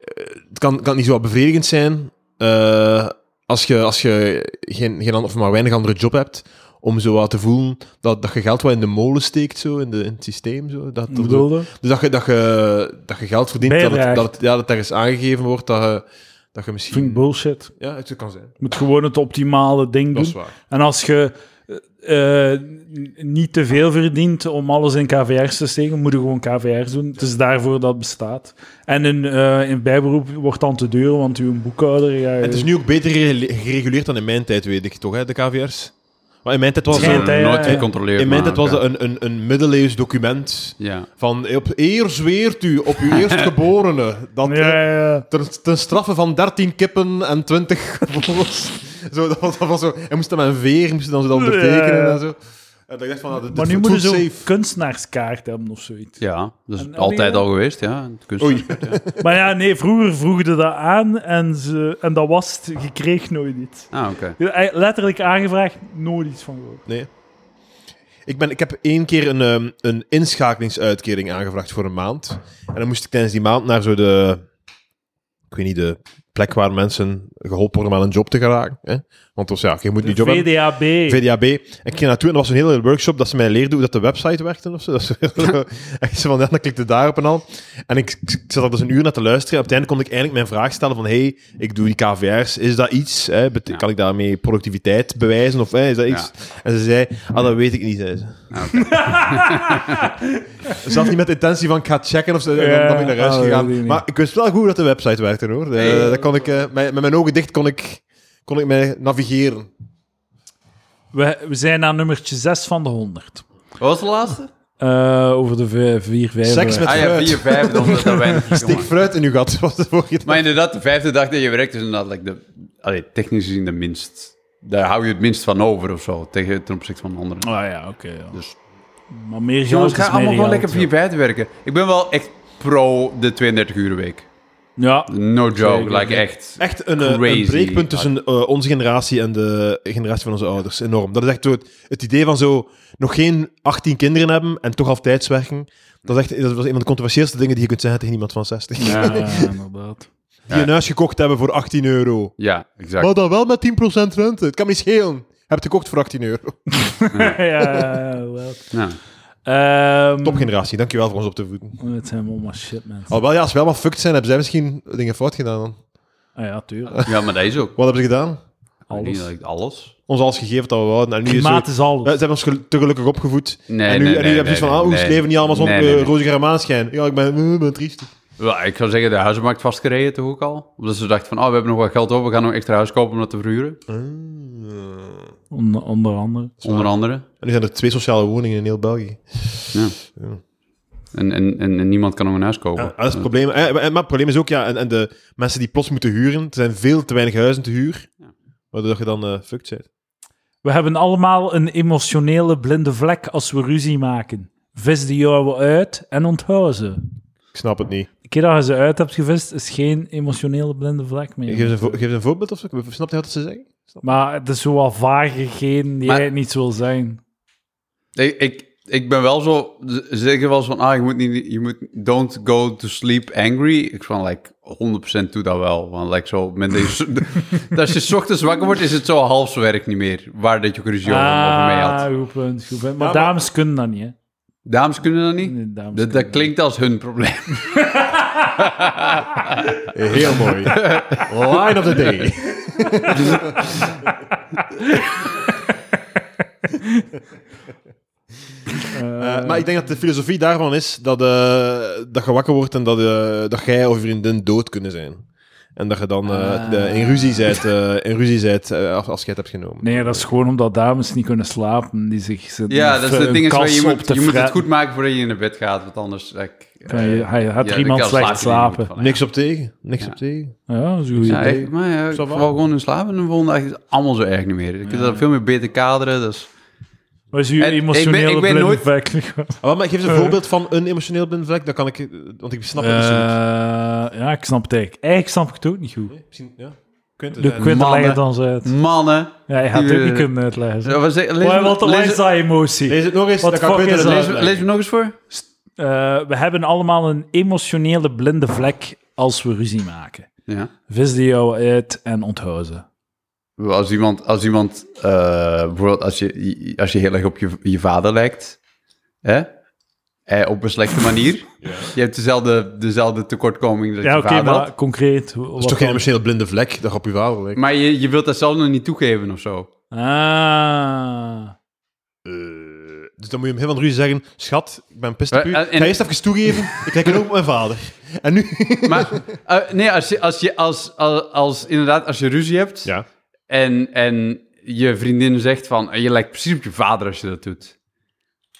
S3: eh, het kan, kan niet zo wat bevredigend zijn eh, als je, als je geen, geen ander- of maar weinig andere job hebt, om zo wat te voelen dat, dat je geld wat in de molen steekt, zo, in, de, in het systeem. Zo, dat, dat-
S1: Bedoelde?
S3: dus dat je, dat je, dat je geld verdient, dat het,
S1: Bijdraagt.
S3: dat, het, ja, dat ergens aangegeven wordt, dat je, dat je
S1: Vind ik
S3: misschien...
S1: bullshit.
S3: Ja, het kan zijn.
S1: Je moet gewoon het optimale ding
S3: Dat is
S1: doen.
S3: waar.
S1: En als je eh, eh, niet te veel verdient om alles in KVR's te steken, moet je gewoon KVR's doen. Het is daarvoor dat het bestaat. En in, eh, in bijberoep wordt dan te duur, want uw boekhouder... Ja,
S3: En het is nu ook beter gere- gereguleerd dan in mijn tijd, weet ik toch, hè, de KVR's? Maar in mijn tijd was,
S2: Ik heb
S1: Schijnt,
S2: hem
S1: hè, ja,
S2: nooit
S1: ja.
S2: gecontroleerd.
S3: in mijn tijd was
S2: maar,
S3: dat een, een, een middeleeuws document.
S2: oké. Ja.
S3: Van eh, op eer zweert u op
S1: <laughs>
S3: uw eerstgeborene dat
S1: Ja,
S3: eh,
S1: ja, ja.
S3: ter- ten straffe van 13 kippen en 20 vos. zo, dat, was, dat was zo. Hij moest dat met een veer, moest hij dan zo dat ondertekenen
S1: Ja.
S3: en zo. En dat ik dacht van, ah, dit,
S1: Maar
S3: dit
S1: nu
S3: voelt
S1: moeten ze
S3: safe.
S1: een kunstenaarskaart hebben of zoiets.
S2: ja, dat is
S1: En- en
S2: altijd
S1: die-
S2: al geweest, ja. Het kunst-
S3: Oei.
S1: Maar ja, nee, vroeger vroegen ze dat aan en, ze, en dat was het. Je kreeg nooit iets.
S2: Ah, oké.
S1: Je hebt eigenlijk Letterlijk aangevraagd, nooit iets van gehoord.
S3: Nee. Ik, ben, ik heb één keer een, ehm, een inschakelingsuitkering aangevraagd voor een maand. En dan moest ik tijdens die maand naar zo de... Ik weet niet, de plek waar mensen geholpen worden om aan een job te geraken. Hè? Want dus, ja, je moet die job hebben.
S1: VDAB.
S3: <laughs> VDAB. En ik ging naartoe en er was een hele workshop dat ze mij leerden hoe dat de website werkte of zo. Dat is <laughs> echt zo van, ja, dan klikte daarop en al. En ik, ik zat er dus een uur naar te luisteren. En op het einde kon ik eindelijk mijn vraag stellen van, hey, ik doe die KVR's, is dat iets? Hè? Bet-
S2: Ja.
S3: Kan ik daarmee productiviteit bewijzen of hè, is dat iets? En ze zei, ah, dat weet ik niet, zei ze. <laughs> Zelfs niet met de intentie van, ik ga checken of ze, en dan, dan ben ik naar huis
S1: Ja, ah, dat weet ik
S3: gegaan.
S1: niet.
S3: Maar ik wist wel goed hoe dat de website werkte, hoor. Eh,
S2: Hey.
S3: dat kon ik, eh, met, met mijn ogen dicht kon ik, kon ik mij navigeren.
S1: We, we zijn aan nummertje 6 van de 100.
S2: Wat was de laatste?
S1: Eh, over de vi- vier, vijf.
S3: Seks met-
S2: Ah ja,
S3: fruit.
S2: 4, 5, dan was
S1: <laughs>
S2: dat weinig.
S3: Steek
S2: gemaakt.
S3: fruit in uw gat, <laughs> was de vorige
S2: Maar inderdaad, de vijfde dag dat je werkt is inderdaad like de, allee, technisch gezien de minst. Daar hou je het minst van over of zo, tegen, ten opzichte van
S3: Oh,
S2: anderen.
S1: Ah ja, oké. ja.
S2: Dus-
S1: Maar meer geld
S2: Jongens,
S1: is
S2: ga
S1: meer
S2: allemaal gewoon
S1: geld,
S2: lekker
S1: ja.
S2: 4, 5 werken. Ik ben wel echt pro de 32 uur week.
S1: Ja,
S2: No joke,
S1: Zeker.
S2: like echt.
S3: Echt een, eh,
S2: Crazy.
S3: een breekpunt tussen eh, onze generatie en de generatie van onze ouders. Enorm. Dat is echt zo het, het idee van zo nog geen 18 kinderen hebben en toch altijd werken. Dat, is echt, dat was een van de controversieelste dingen die je kunt zeggen tegen iemand van 60.
S1: ja, <laughs> ja, inderdaad.
S3: Die een huis gekocht hebben voor 18 euro.
S2: Ja, exact.
S3: Maar dan wel met 10% rente. Het kan me niet schelen. Heb het gekocht voor 18 euro.
S1: ja, ja, wel.
S2: Ja.
S1: Ehm,
S3: Topgeneratie, dankjewel voor ons op de voeten.
S1: Het zijn allemaal shit, mensen.
S3: Alhoewel, ja, als we allemaal fucked zijn, hebben zij misschien dingen fout gedaan. dan.
S1: Ah ja, tuurlijk.
S2: ja, maar dat
S3: <laughs>
S2: is ook.
S3: Wat hebben ze gedaan?
S2: Ik denk
S1: Alles.
S2: dat ik alles.
S3: Ons alles gegeven dat we wouden. En nu is zo-
S1: Klimaat is
S3: Ja,
S1: alles.
S3: Eh, ze hebben ons gel- te gelukkig opgevoed.
S2: Nee,
S3: en nu,
S2: nee,
S3: en nu
S2: nee,
S3: hebben ze iets
S2: nee,
S3: van, ah, hoe is
S2: nee,
S3: het leven niet allemaal zo'n
S2: nee, nee,
S3: eh,
S2: nee.
S3: roze germaanschijn? Ja, ik ben, eh, ik ben triest.
S2: Wel, ik zou zeggen, de huizenmarkt vastgereden toch ook al? Omdat ze dachten van, oh, we hebben nog wat geld over, we gaan nog extra huis kopen om dat te verhuren.
S1: Onder, onder andere.
S2: Onder andere.
S3: En nu zijn er twee sociale woningen in heel België.
S2: En, en, en, en niemand kan nog een huis kopen.
S3: Ja, dat is het probleem. Eh, maar maar het probleem is ook, ja, en, en de mensen die plots moeten huren, er zijn veel te weinig huizen te huur, waardoor je dan eh fucked bent.
S1: We hebben allemaal een emotionele blinde vlek als we ruzie maken. Vis de jouwe uit en onthoud ze.
S3: Ik snap het niet.
S1: De keer dat je ze uit hebt gevist, is geen emotionele blinde vlek meer.
S3: Geef ze een, vo- geef ze een voorbeeld of zo. Snap je wat ze zeggen?
S1: Maar het is zo wat vaag gegeven die
S2: Maar-
S1: jij het niet wil zijn.
S2: Ik, ik, ik ben wel zo, z- zeker wel zo van, ah, je moet niet, je moet, don't go to sleep angry. Ik van, like, 100% doe dat wel. Want, like, zo, met deze,
S1: <laughs>
S2: als je 's <laughs> ochtends wakker wordt, is het zo halfs werk niet meer. Waar dat je ook ruzie over over mee had.
S1: Ah, goed punt, goed punt. Maar
S3: Ja, maar-
S1: dames kunnen dat niet, hè?
S2: Dames kunnen dat niet?
S1: Nee, dames
S2: dat, dat
S1: kunnen
S2: klinkt als hun probleem.
S1: <laughs>
S3: Eh, Heel mooi. Line of the day.
S1: dat niet.
S3: Eh,
S1: Eh,
S3: maar Maar ik denk dat de filosofie daarvan is dat, eh, dat je wakker wordt en dat, eh, dat jij of je vriendin dood kunnen zijn. En dat je dan eh,
S1: Ah.
S3: de, in ruzie zijt, eh, in ruzie zijt eh, als afscheid hebt genomen.
S1: Nee, dat is gewoon omdat dames niet kunnen slapen. Die zich zitten
S2: Ja,
S1: in
S2: dat
S1: een
S2: is het ding. Is, wel,
S1: kas
S2: je
S1: op
S2: moet,
S1: te
S2: je moet het
S1: fretten.
S2: goed maken voordat je naar bed gaat, want anders... Like, eh,
S1: Kan je- hij- had
S2: ja,
S1: iemand
S2: dan
S1: slecht
S2: slaap je er niet
S1: slapen.
S2: goed van,
S3: Niks op tegen. Niks
S2: Ja.
S3: op tegen.
S1: Ja, dat is een goed
S2: Ja,
S1: idee.
S2: echt, maar ja, ik
S3: Zal wel.
S2: val gewoon in slaap en de volgende dag is het allemaal zo erg niet meer. Je kunt dat veel meer beter kaderen, dus...
S1: Wat is uw
S2: En ik ben-
S1: emotionele
S2: ik ben nooit-
S1: blindvlek?
S3: Ah, wel, maar geef eens
S1: Eh.
S3: een voorbeeld van een emotioneel blind vlek. Dan kan ik, eh, want ik snap het dus niet.
S1: Eh, ja, ik snap het eigenlijk. Eigenlijk snap ik het ook niet goed.
S3: Misschien, ja. Kunt het
S1: De Quinten
S2: mannen.
S1: legt het ons uit.
S2: Mannen...
S1: Ja, je gaat het ook
S2: Die,
S1: niet
S2: eh,
S1: kunnen uitleggen.
S2: Wat zeg- lees,
S1: Wat
S2: me-
S1: wat
S2: lees-
S1: is dat emotie?
S3: Lees het nog eens,
S1: Wat
S3: dan kan ik
S1: fuck
S3: Quinten
S1: is
S3: het
S1: dat?
S2: lees-
S3: uitleggen.
S2: lees me nog eens voor.
S1: Eh, we hebben allemaal een emotionele blinde vlek als we ruzie maken.
S2: Ja.
S1: Vis die jou uit en onthoud ze.
S2: Als iemand, als iemand eh, bijvoorbeeld als je, als je heel erg op je, je vader lijkt, hè? Eh, op een slechte
S1: <laughs>
S2: manier. Je hebt dezelfde, dezelfde tekortkoming dat
S1: Ja,
S2: je
S1: oké,
S2: vader
S1: maar
S2: had.
S1: concreet. Dat
S3: Dat is toch geen emotioneel blinde vlek, dat je op je vader lijkt.
S2: Maar je, je wilt dat zelf nog niet toegeven of zo.
S1: Ah.
S3: Eh, dus dan moet je hem heel van ruzie zeggen, schat, ik ben pist op
S2: Eh,
S3: u.
S2: en-
S3: Ga eerst even toegeven, ik kijk er ook op mijn vader. En nu...
S2: Maar eh, nee, als je, als je als, als, als- inderdaad, als je ruzie hebt
S3: Ja.
S2: en, en je vriendin zegt van, eh, je lijkt precies op je vader als je dat doet.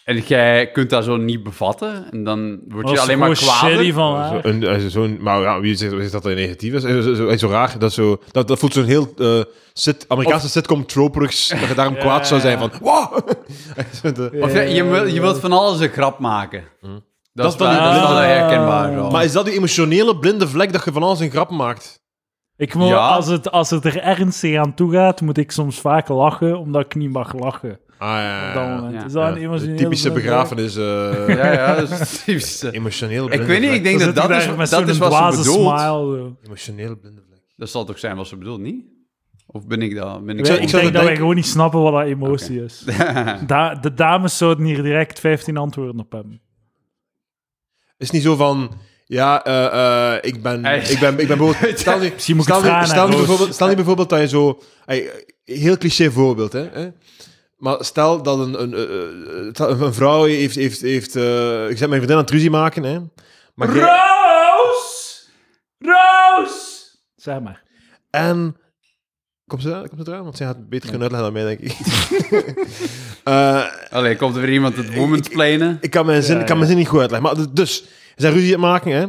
S2: En jij kunt dat zo niet bevatten. En dan word
S1: Was
S2: je
S1: er
S2: alleen maar
S1: gewoon shitty
S2: kwaad.
S1: van haar?
S3: Zo, een, eh, zo'n, maar ja, wie zegt, is dat dat negatief is? Eh, Zo, zo, zo raar. Dat, zo, dat, dat voelt zo'n heel eh, sit, Amerikaanse sitcom troperigs. Dat je daarom kwaad zou zijn van... Wow! De-
S2: Of je, je, wil- je wilt van alles een grap maken. Dat, is
S3: dan
S2: wel,
S3: niet-
S2: dat
S1: ah.
S2: is wel herkenbaar. wel.
S3: <laughs> Maar is dat die emotionele blinde vlek dat je van alles een grap maakt?
S1: Ik moet,
S2: Ja.
S1: als, het, als het er ernstig aan toe gaat, moet ik soms vaak lachen, omdat ik niet mag lachen.
S3: Ah, ja,
S1: Op
S3: ja,
S1: dat
S3: ja.
S1: moment.
S2: ja.
S1: Is dat
S3: Ja,
S1: een
S3: de
S1: emotionele
S3: typische
S1: blinde
S3: begrafenis. eh
S2: ja, ja, dat is typisch.
S3: <laughs> Emotioneel
S2: Ik
S3: blinde
S2: weet niet,
S3: vlek.
S2: ik denk
S1: Dan
S2: dat
S1: zit hij
S2: dat is,
S1: daar met
S2: dat is
S1: zo'n
S2: wat ze
S1: dwaze
S2: bedoelt.
S1: smile. zo.
S3: Emotioneel blinde vlek.
S2: Dat zal toch zijn wat ze bedoelt, niet? Of ben ik dat? Ben ik
S1: Ik,
S3: zou-
S2: zo-
S3: ik
S1: denk dat
S3: denken-
S1: wij gewoon niet snappen wat dat emotie is. Da- de dames zouden hier direct 15 antwoorden op hebben.
S3: Het is niet zo van. Ja, eh, eh, ik, ben,
S2: Hey.
S3: ik ben. Ik ben
S1: <laughs>
S3: <laughs> bijvoorbeeld. Stel nu,
S1: Misschien moet ik
S3: stel
S1: het
S3: nu-
S1: vragen
S3: stel
S1: aan
S3: nu
S1: Roos.
S3: bijvoorbeeld, stel nu bijvoorbeeld dat je zo. hey, heel cliché voorbeeld, hè? hè? Maar stel dat een, een, eh, eh, stel een, vrouw heeft. heeft, heeft eh, ik zet mijn vriendin aan het ruzie maken, hè? Maar jij-
S1: Roos! Roos! Zeg maar.
S3: en. Komt ze, komt ze eraan? Want zij had het beter kunnen uitleggen dan
S1: <laughs>
S3: mij, denk ik. Eh,
S2: Allee, komt er weer iemand het moment planen?
S3: Ik kan mijn zin,
S1: Ja,
S3: ik kan mijn zin niet goed uitleggen. Maar d- dus, ze zijn ruzie aan het maken. Hè?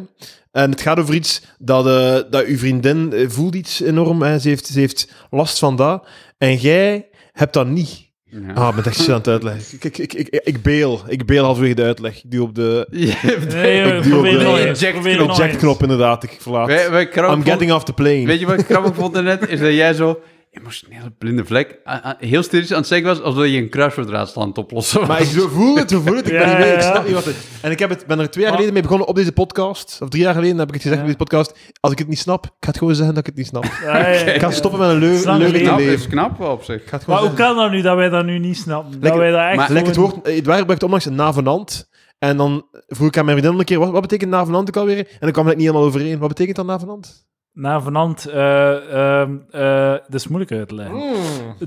S3: En het gaat over iets dat, eh, dat uw vriendin eh, voelt iets enorm. Hè? Ze, heeft, ze heeft last van dat. En jij hebt dat niet.
S2: Ja.
S3: Ah, ik ben echt shit aan het uitleggen. Ik, ik, ik, ik, ik beel. Ik beel halverwege de uitleg. Ik duw op de
S1: Nee,
S3: Ik
S1: eh,
S3: duw
S1: probeer
S3: op de
S1: nog eens,
S2: eject
S1: probeer
S2: knop.
S1: nog eens.
S3: eject-knop, inderdaad. Ik verlaat.
S2: Wij- wij krabben
S3: I'm
S2: vol-
S3: getting off the plane.
S2: Weet je wat ik grappig vond daarnet? Is dat jij zo emotionele blinde vlek ah, ah, heel stil aan het zeggen was alsof je een kruiswoordraadsel aan het oplossen was. <laughs>
S3: Maar ik zo voel het, zo voel het. Ik, ben
S1: Ja,
S3: niet mee,
S1: ja,
S3: ik
S1: ja.
S3: snap niet wat het En ik heb het, ben er twee jaar
S1: Maar-
S3: geleden mee begonnen op deze podcast. Of drie jaar geleden heb ik het gezegd
S1: Ja.
S3: op deze podcast. Als ik het niet snap, ik ga het gewoon zeggen dat ik het niet snap.
S1: Ja, ja, ja.
S3: Ik ga stoppen met een leu-
S1: Snap
S3: leugen
S1: ik.
S3: te
S2: knap,
S3: leven.
S2: is knap wel op zich.
S3: Ik ga het
S1: Maar
S3: gewoon
S1: hoe kan dat nu dat wij dat nu niet snappen? Dat
S3: Lekker-
S1: wij dat echt
S2: maar-
S3: zeggen. Lekker het
S1: gewoon-
S3: woord, het werk brengt onlangs een navenant. En dan vroeg ik aan mijn vriendin een keer, wat, wat betekent navenant ook alweer? En dan kwam het niet helemaal overeen. Wat betekent dan navenant?
S1: Navenant, eh ehm eh dat is moeilijk uit te leggen.
S3: Hmm.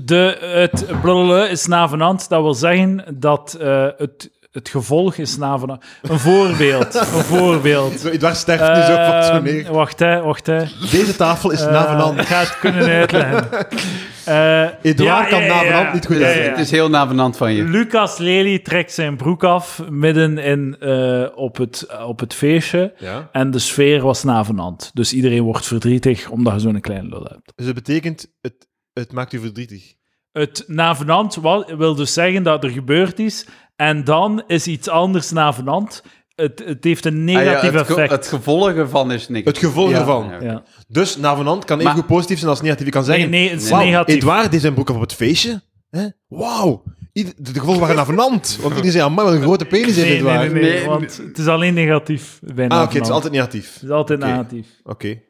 S1: De, het blablabla is navenant, dat wil zeggen dat eh, het, het gevolg is navenant. Een
S3: <laughs>
S1: voorbeeld, een voorbeeld.
S3: Zo, Edouard sterft nu zo wat zo
S1: Ehm,
S3: neer.
S1: wacht hè, wacht hè.
S3: Deze tafel is
S1: Eh,
S3: navenant.
S1: Ik ga het kunnen
S3: <laughs>
S1: uitleggen. Eh,
S3: Edouard
S1: ja,
S3: kan
S1: ja, ja,
S3: navenant
S1: ja.
S3: niet goed
S1: Ja,
S3: uitleggen.
S1: ja.
S2: Het is heel navenant van je.
S1: Lucas Lely trekt zijn broek af midden in, eh, op, het, op het feestje.
S3: Ja.
S1: En de sfeer was navenant. Dus iedereen wordt verdrietig omdat je zo'n kleine lul hebt.
S3: Dus het betekent, het, het maakt u verdrietig.
S1: Het navenant wa- wil dus zeggen dat er gebeurd is. En dan is iets anders navenant. Het, het heeft een
S2: Ah ja,
S1: negatief
S2: het, ge-
S1: effect.
S2: het gevolg ervan is niks.
S3: Het gevolg
S1: Ja.
S3: ervan.
S2: Ja.
S1: ja.
S3: Dus navenant kan even
S2: Maar-
S3: positief zijn als negatief. Je kan
S1: Nee,
S3: zeggen,
S1: nee, het is
S2: Wauw,
S1: negatief.
S3: Edouard deed zijn broek af op het feestje. Hè? Wauw. Ieder- De gevolgen waren navenant. Want iedereen zei, amai, wat een grote penis heeft
S1: Nee, nee,
S3: Edouard.
S1: nee, nee,
S2: Nee,
S1: want het is alleen negatief bij
S3: Ah,
S1: navenant.
S3: oké, het is altijd negatief.
S1: Het is altijd
S3: Oké.
S1: negatief.
S3: Oké.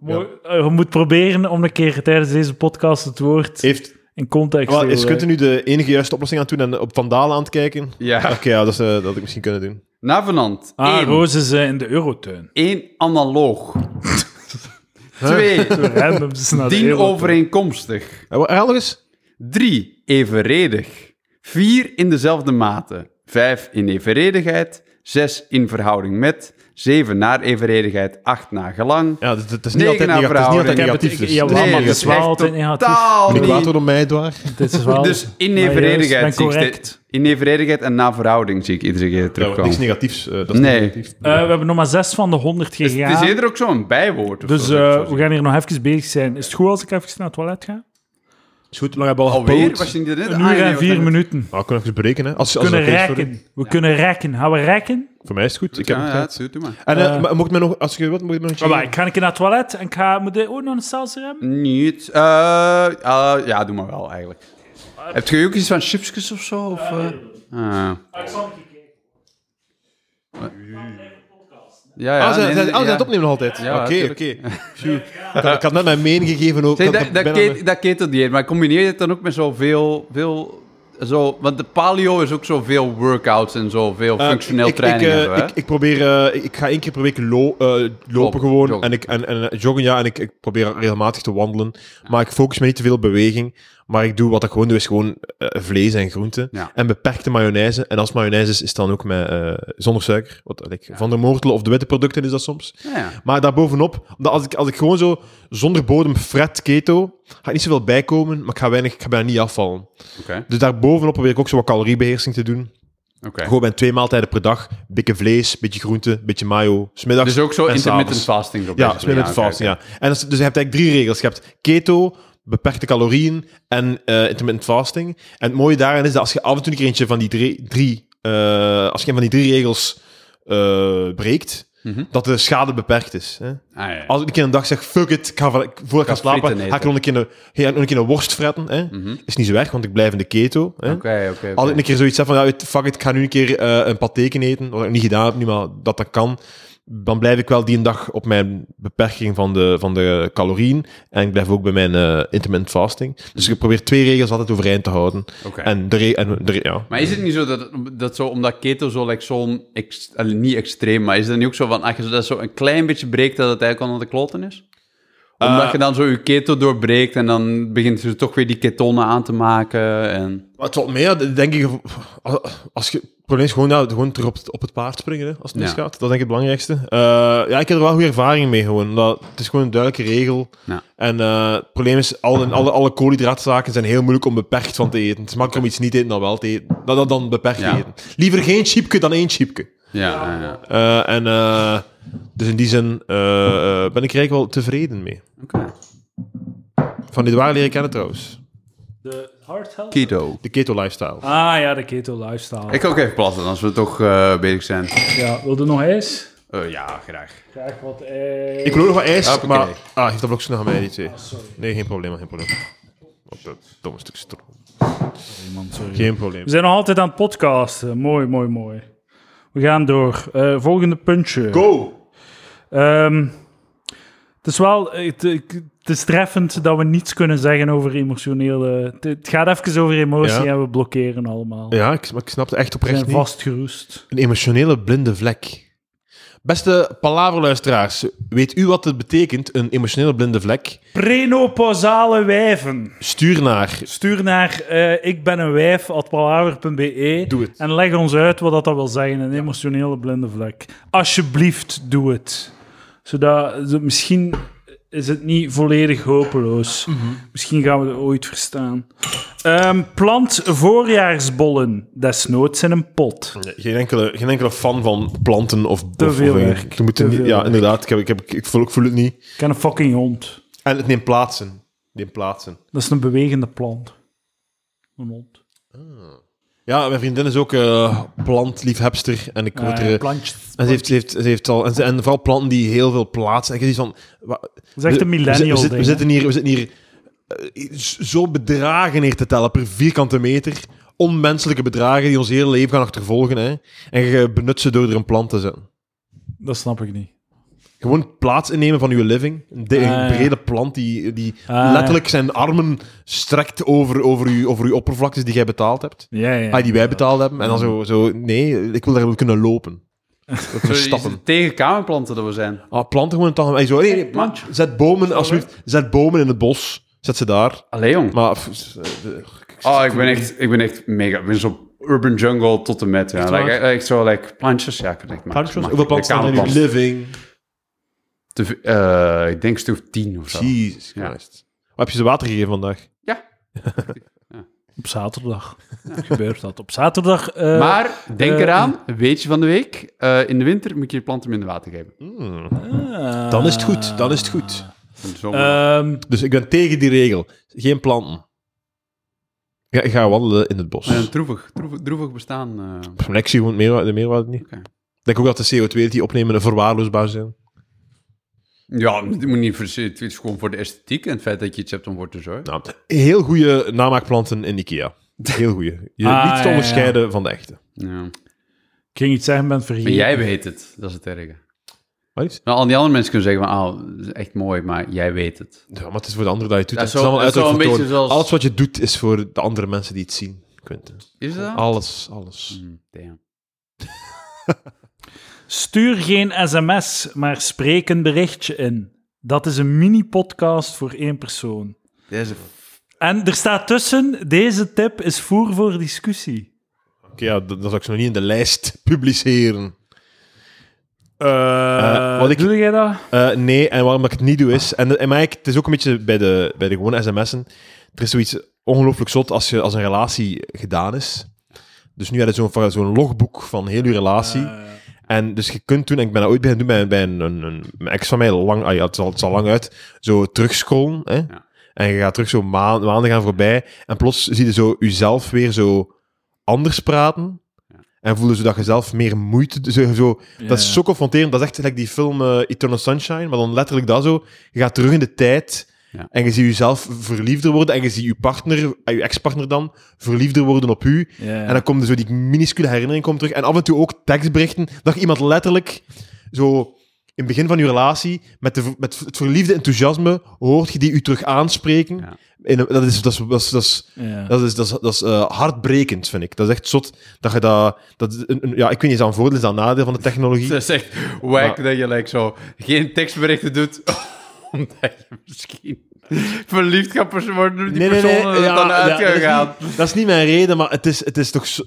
S1: Mooi. Eh, Je moet proberen om een keer tijdens deze podcast het woord
S3: Heeft, eh,
S1: in context
S3: wel,
S1: te
S3: is
S1: leggen.
S3: Kunt nu de enige juiste oplossing aan het doen en op Vandalen aan het kijken? Oké,
S2: Ja.
S3: ja, dat, is, eh, dat had ik misschien kunnen doen.
S2: Navenant.
S1: Ah,
S2: Eén.
S1: Roos is eh, in de
S2: <laughs>
S1: Eurotuin.
S2: Eén analoog.
S1: <laughs>
S2: Twee.
S1: Random ze naar de
S2: Tien
S1: Eurotuin.
S2: overeenkomstig.
S3: Eh, wa- Herhaal nog eens.
S2: Drie. Evenredig. Vier in dezelfde mate. 5 in evenredigheid, 6 in verhouding met, 7 naar evenredigheid, 8 naar gelang.
S3: Ja, dus het is niet
S2: Negen
S3: altijd, nega- het is niet
S2: aanverhouding.
S3: altijd
S1: Ik heb
S3: negatief.
S1: het-
S3: Dus.
S1: ik- ja,
S3: Het is
S1: maar
S3: niet
S1: het
S2: Nee, dat
S1: is
S2: is
S1: wel
S2: echt
S1: altijd negatief.
S2: totaal
S3: Ik laat
S2: niet.
S3: het om mij, Edouard.
S1: Dit is wel...
S2: <laughs> Dus in
S1: Maar juist,
S2: evenredigheid
S1: ik ben
S2: zie ik
S1: correct.
S2: steeds- in evenredigheid en na verhouding zie ik iedere keer
S3: Ja,
S2: terugkomen.
S3: niks negatiefs. eh, dat is
S2: Nee.
S3: niet negatief.
S1: Eh, we hebben nog maar zes van de 100
S2: Dus
S1: gegaan.
S2: Het is eerder ook zo'n bijwoord. of
S1: dus
S2: zo,
S1: eh,
S2: dat ik zo
S1: we
S2: zeg.
S1: gaan hier nog even bezig zijn. Is het goed als ik even naar het toilet ga?
S3: Is goed, maar hebben we al
S2: Alweer?
S3: gepoot.
S2: Was je niet erin?
S1: Een
S2: Ah, nee,
S1: uur en
S2: was
S1: vier
S2: net-
S1: minuten.
S3: Nou, we kunnen even berekenen. hè. Als,
S1: We
S3: als
S1: kunnen
S3: dat oké is voor u.
S1: rekken. We kunnen rekken. Gaan we rekken?
S3: Voor mij is het goed. Ik heb
S2: Ja,
S3: het
S2: ja,
S3: tijd.
S2: het doet, doe maar.
S3: En eh,
S1: Eh,
S3: maar mocht men nog, als je wilt, moet je me nog
S1: Maar
S3: een
S1: waar, ik ga een keer naar het toilet en ik ga... Moet je ook nog een salsa hebben?
S2: Niet. eh, eh, ja, doe maar wel eigenlijk. Heb je ook iets van chipsjes of zo? Of, eh? Ah. Ja, ja.
S3: Ah, ze
S2: nee,
S3: zijn
S2: nee,
S3: ah, ze zijn
S2: ja.
S3: het opnemen nog altijd.
S2: Ja,
S3: Oké,
S2: tuurlijk.
S3: oké.
S2: <laughs>
S3: Phew. Ik had- Ik had net mijn mening gegeven ook.
S2: Zeg,
S3: Ik had-
S2: dat,
S3: ik
S2: dat,
S3: ben aan
S2: keet,
S3: mijn-
S2: dat ketelt niet, maar combineer je het dan ook met zoveel... Veel, zo, want de paleo is ook zoveel workouts en zo, veel
S3: Eh,
S2: functioneel
S3: ik- ik,
S2: training.
S3: eh,
S2: en zo, hè?
S3: ik, ik probeer, eh, ik, ik ga één keer per week lo- eh, lopen
S2: Lopen,
S3: gewoon.
S2: joggen.
S3: En, ik, en, en eh, joggen, ja. En ik, ik probeer regelmatig te wandelen. Maar ik focus me niet te veel op beweging. Maar ik doe wat ik gewoon doe, is gewoon eh, vlees en groenten.
S2: Ja.
S3: En beperkte mayonaise. En als mayonaise is, is het dan ook met, eh, zonder suiker. Wat, like, Van de moortel of de witte producten is dat soms.
S2: Ja, ja.
S3: Maar daarbovenop, omdat als ik, als ik gewoon zo zonder bodem fret keto, ga ik niet zoveel bijkomen, maar ik ga, weinig, ik ga bijna niet afvallen.
S2: Oké,
S3: Dus daarbovenop probeer ik ook zo wat caloriebeheersing te doen.
S2: oké.
S3: Gewoon bij twee maaltijden per dag, beetje vlees, beetje groente, beetje mayo, smiddags
S2: Dus ook zo
S3: en
S2: intermittent
S3: s'avonds.
S2: fasting. zo
S3: Ja,
S2: basically.
S3: intermittent
S2: oké,
S3: fasting,
S2: oké.
S3: ja. En dat is- dus je hebt eigenlijk drie regels. Je hebt keto, beperkte calorieën en eh, intermittent fasting. En het mooie daarin is dat als je af en toe een keer eentje van die drie, drie, eh, als je een van die drie regels eh, breekt,
S2: Mhm.
S3: dat de schade beperkt is. Hè?
S2: Ah, ja, ja.
S3: Als ik een keer een dag zeg, fuck it, ik ga, van- ik- voordat
S2: Ga
S3: ik ga
S2: frieten
S3: slapen, ga ik
S2: eten.
S3: nog een keer een, ga ik nog een, keer een worst fretten. Hè?
S2: Mhm.
S3: Is niet zo erg, want ik blijf in de keto. Hè?
S2: Oké, oké. oké.
S3: Als ik een keer zoiets heb van, ja, weet- fuck it, ik ga nu een keer eh, een pateken eten, wat ik niet gedaan heb nu, maar dat dat kan, dan blijf ik wel die een dag op mijn beperking van de, van de calorieën. En ik blijf ook bij mijn eh, intermittent fasting. Dus ik probeer twee regels altijd overeind te houden.
S2: Oké.
S3: En de re- en de re- ja.
S2: Maar is het niet zo dat, dat zo, omdat keto zo like, zo'n, ex- allee, niet extreem, maar is het niet ook zo van, als je dat zo een klein beetje breekt, dat het eigenlijk al aan de kloten is? Omdat
S3: Eh,
S2: je dan zo je keto doorbreekt en dan begint ze toch weer die ketonen aan te maken en...
S3: Maar het valt mee, ja, denk ik. als- Als je, het probleem is gewoon, ja, gewoon terug op het, op het paard springen, hè, als het
S2: Ja.
S3: misgaat. Dat is denk ik het belangrijkste. Eh, ja, ik heb er wel goede ervaring mee. Gewoon. omdat het is gewoon een duidelijke regel.
S2: Ja.
S3: En eh, het probleem is, alle, alle, alle koolhydraatzaken zijn heel moeilijk om beperkt van te eten. Het is makkelijker om iets niet te eten dan wel te eten. Dan, dan, dan beperkt
S2: Ja.
S3: eten. Liever geen chipke dan één chipke.
S2: Ja, ja, ja.
S3: Eh, en, eh, dus in die zin eh, eh, ben ik er eigenlijk wel tevreden mee.
S2: Oké.
S3: Van dit waar leren kennen trouwens.
S1: De hard health?
S2: Keto.
S3: De keto lifestyle.
S1: Ah ja, de keto lifestyle.
S2: Ik ga ook even plassen als we toch eh, bezig zijn.
S1: Ja, wil je nog ijs?
S2: Eh, ja, graag.
S1: Graag wat ijs.
S3: Ik wil ook nog wat ijs,
S2: Hoppakee.
S3: maar... Ah, heeft dat blokje nog aan mij, die twee? Nee, geen probleem, geen probleem. Op dat domme stuk stroom. Geen probleem.
S1: We zijn nog altijd aan het podcasten. Mooi, mooi, mooi. We gaan door. Eh, volgende puntje.
S3: Go!
S1: Ehm, het is wel eh, het, ik- het is treffend dat we niets kunnen zeggen over emotionele... Het, het gaat even over emotie
S3: Ja.
S1: en we blokkeren allemaal.
S3: Ja, ik, maar ik snap het echt
S1: we zijn
S3: oprecht niet.
S1: vastgeroest.
S3: Een emotionele blinde vlek. Beste palaverluisteraars, weet u wat het betekent, een emotionele blinde vlek?
S1: Prenopausale wijven.
S3: Stuur naar...
S1: Stuur naar eh ik ben een wijf
S3: Doe het.
S1: en leg ons uit wat dat, dat wil zeggen, een emotionele blinde vlek. Alsjeblieft, doe het. Zodat ze- misschien is het niet volledig hopeloos.
S3: Mhm.
S1: Misschien gaan we het ooit verstaan. Ehm, plant voorjaarsbollen, desnoods in een pot.
S3: Geen enkele, geen enkele fan van planten of...
S1: Te
S3: of-
S1: veel
S3: of-
S1: werk.
S3: Ik moet
S1: Te
S3: er niet-
S1: veel
S3: ja,
S1: werk.
S3: inderdaad. Ik, heb, ik, heb, ik, voel, ik voel het niet.
S1: Ik ken een fucking hond.
S3: En het neemt plaatsen. Neemt plaatsen.
S1: Dat is een bewegende plant. Een hond.
S3: Ja, mijn vriendin is ook eh, plantliefhebster. En ik word
S1: Eh,
S3: er...
S1: plantjes.
S3: En ze heeft, ze heeft, ze heeft al, en, ze- en vooral planten die heel veel plaats. En ik heb iets van. wa-
S1: Dat is echt een
S3: we- we
S1: millennial
S3: zit- We,
S1: ding,
S3: zitten hier, we zitten hier eh, z- zo bedragen neer te tellen per vierkante meter. Onmenselijke bedragen die ons hele leven gaan achtervolgen. Hè? En je benut ze door er een plant te zetten.
S1: Dat snap ik niet.
S3: Gewoon plaats innemen van je living. Een, di-
S1: Ah,
S3: een
S1: ja.
S3: brede plant die, die
S1: Ah, ja.
S3: letterlijk zijn armen strekt over, over, je, over je oppervlaktes die jij betaald hebt.
S1: Ja, ja.
S3: Ah, die wij betaald hebben. En dan zo, zo nee, ik wil daar kunnen lopen. Dat
S2: Zo,
S3: we
S2: is
S3: stappen.
S2: het tegen kamerplanten dat we zijn.
S3: Ah, planten gewoon toch. Hey, zo, nee, nee,
S2: Plant.
S3: zet bomen, alsjeblieft. Zet bomen in het bos. Zet ze daar.
S2: Allee, jong. Ah,
S3: Maar pff, eh, eh,
S2: Oh, ik ben echt, ik ben echt mega... Ik ben zo urban jungle tot en met. Ja.
S4: Echt waar?
S2: Like, eh, echt zo, like, plantjes. Ja, kan ik maar.
S4: Plantjes?
S2: maar-
S3: Hoeveel planten staan er nu?
S2: kamerplant.
S3: Living.
S2: Te veel- eh, ik denk een stuk of tien of zo.
S3: Jesus
S2: Ja.
S3: Christ. Wat heb je ze water gegeven vandaag?
S1: Op zaterdag <laughs> gebeurt dat. Op zaterdag... eh,
S2: maar denk
S1: eh,
S2: eraan, weet je van de week, eh, in de winter moet je je planten minder water geven.
S1: ah.
S3: Dan is het goed, dan is het goed.
S2: In de zomer.
S1: Ehm,
S3: Dus ik ben tegen die regel. Geen planten. Ja, ik ga wandelen in het bos.
S2: Eh, een troevig, troevig, droevig bestaan. eh.
S3: Pff, Ik zie gewoon meerwaarde, de meerwaarde niet.
S2: Oké.
S3: Ik denk ook dat de CO2 die opnemen een verwaarloosbaar zijn.
S2: Ja, het moet niet voor, het is gewoon voor de esthetiek en het feit dat je iets hebt om voor te zorgen.
S3: Nou, heel goede namaakplanten in Ikea. Heel goede. Je
S1: Ah,
S3: niet
S1: ja, ja.
S3: te onderscheiden van de echte.
S2: Ja.
S1: ik ging iets zeggen, ben het vergeten.
S2: Maar jij weet het, dat is het erge.
S3: Wat is?
S2: Nou, al die andere mensen kunnen zeggen van, ah, dat is echt mooi, maar jij weet het.
S3: Ja, maar het is voor de anderen dat je het doet.
S2: Ja,
S3: Het
S2: zo-
S3: is allemaal
S2: dat is wel
S3: uiterlijk
S2: een
S3: vertoon.
S2: beetje zoals-
S3: Alles wat je doet is voor de andere mensen die het zien, Quinten.
S2: Is dat?
S3: Alles, alles.
S2: Hm, damn.
S1: Stuur geen sms, maar spreek een berichtje in. Dat is een mini-podcast voor één persoon.
S2: Deze
S1: En er staat tussen, deze tip is voer voor discussie.
S3: Oké, ja, dat, dat zou ik ze nog niet in de lijst publiceren.
S1: Eh,
S3: wat ik-
S1: Doe jij dat?
S3: Eh, nee, en waarom ik het niet doe is... En, en maar ik, het is ook een beetje bij de, bij de gewone sms'en. Er is zoiets ongelooflijk zot als, je, als een relatie gedaan is. Dus nu had je zo'n zo'n logboek van heel je relatie.
S2: Ah,
S1: Eh,
S3: En dus je kunt toen, en ik ben dat ooit beginnen doen bij, bij een, een, een- een ex van mij, lang, ah ja, het, zal, het zal lang uit, zo terugscrollen. Hè?
S2: Ja.
S3: En je gaat terug zo maan- maanden gaan voorbij. En plots zie je zo jezelf weer zo anders praten.
S2: Ja.
S3: En voelde zo dat je zelf meer moeite... Zo, zo, Dat is
S1: ja.
S3: zo confronterend. Dat is echt gelijk die film eh, Eternal Sunshine. Maar dan letterlijk dat zo. Je gaat terug in de tijd.
S2: Ja.
S3: En je ziet jezelf verliefder worden. En je ziet je partner, eh, je ex-partner dan, verliefder worden op u.
S1: Ja.
S3: En dan komt er zo die minuscule herinnering komt terug. En af en toe ook tekstberichten. Dat je iemand letterlijk zo in het begin van je relatie, met, de, met het verliefde enthousiasme, hoort je die u terug aanspreken.
S2: Ja.
S3: In een- dat is, dat is, dat is, dat is,
S1: Ja.
S3: dat is, dat is, dat is, eh, hartbrekend, vind ik. Dat is echt zot dat je dat... dat is een, een- ja, ik weet niet, is dat een voordeel, is dat een nadeel van de
S2: <laughs>
S3: technologie?
S2: Dat is echt wack dat je like, zo geen tekstberichten doet. <laughs> Omdat je misschien verliefd gaat pers- worden door die persoon en dat
S3: ja,
S2: het dan
S3: ja,
S2: uit kan gaan.
S3: <laughs> dat, is niet, dat is niet mijn reden, maar het is, het is toch... zo-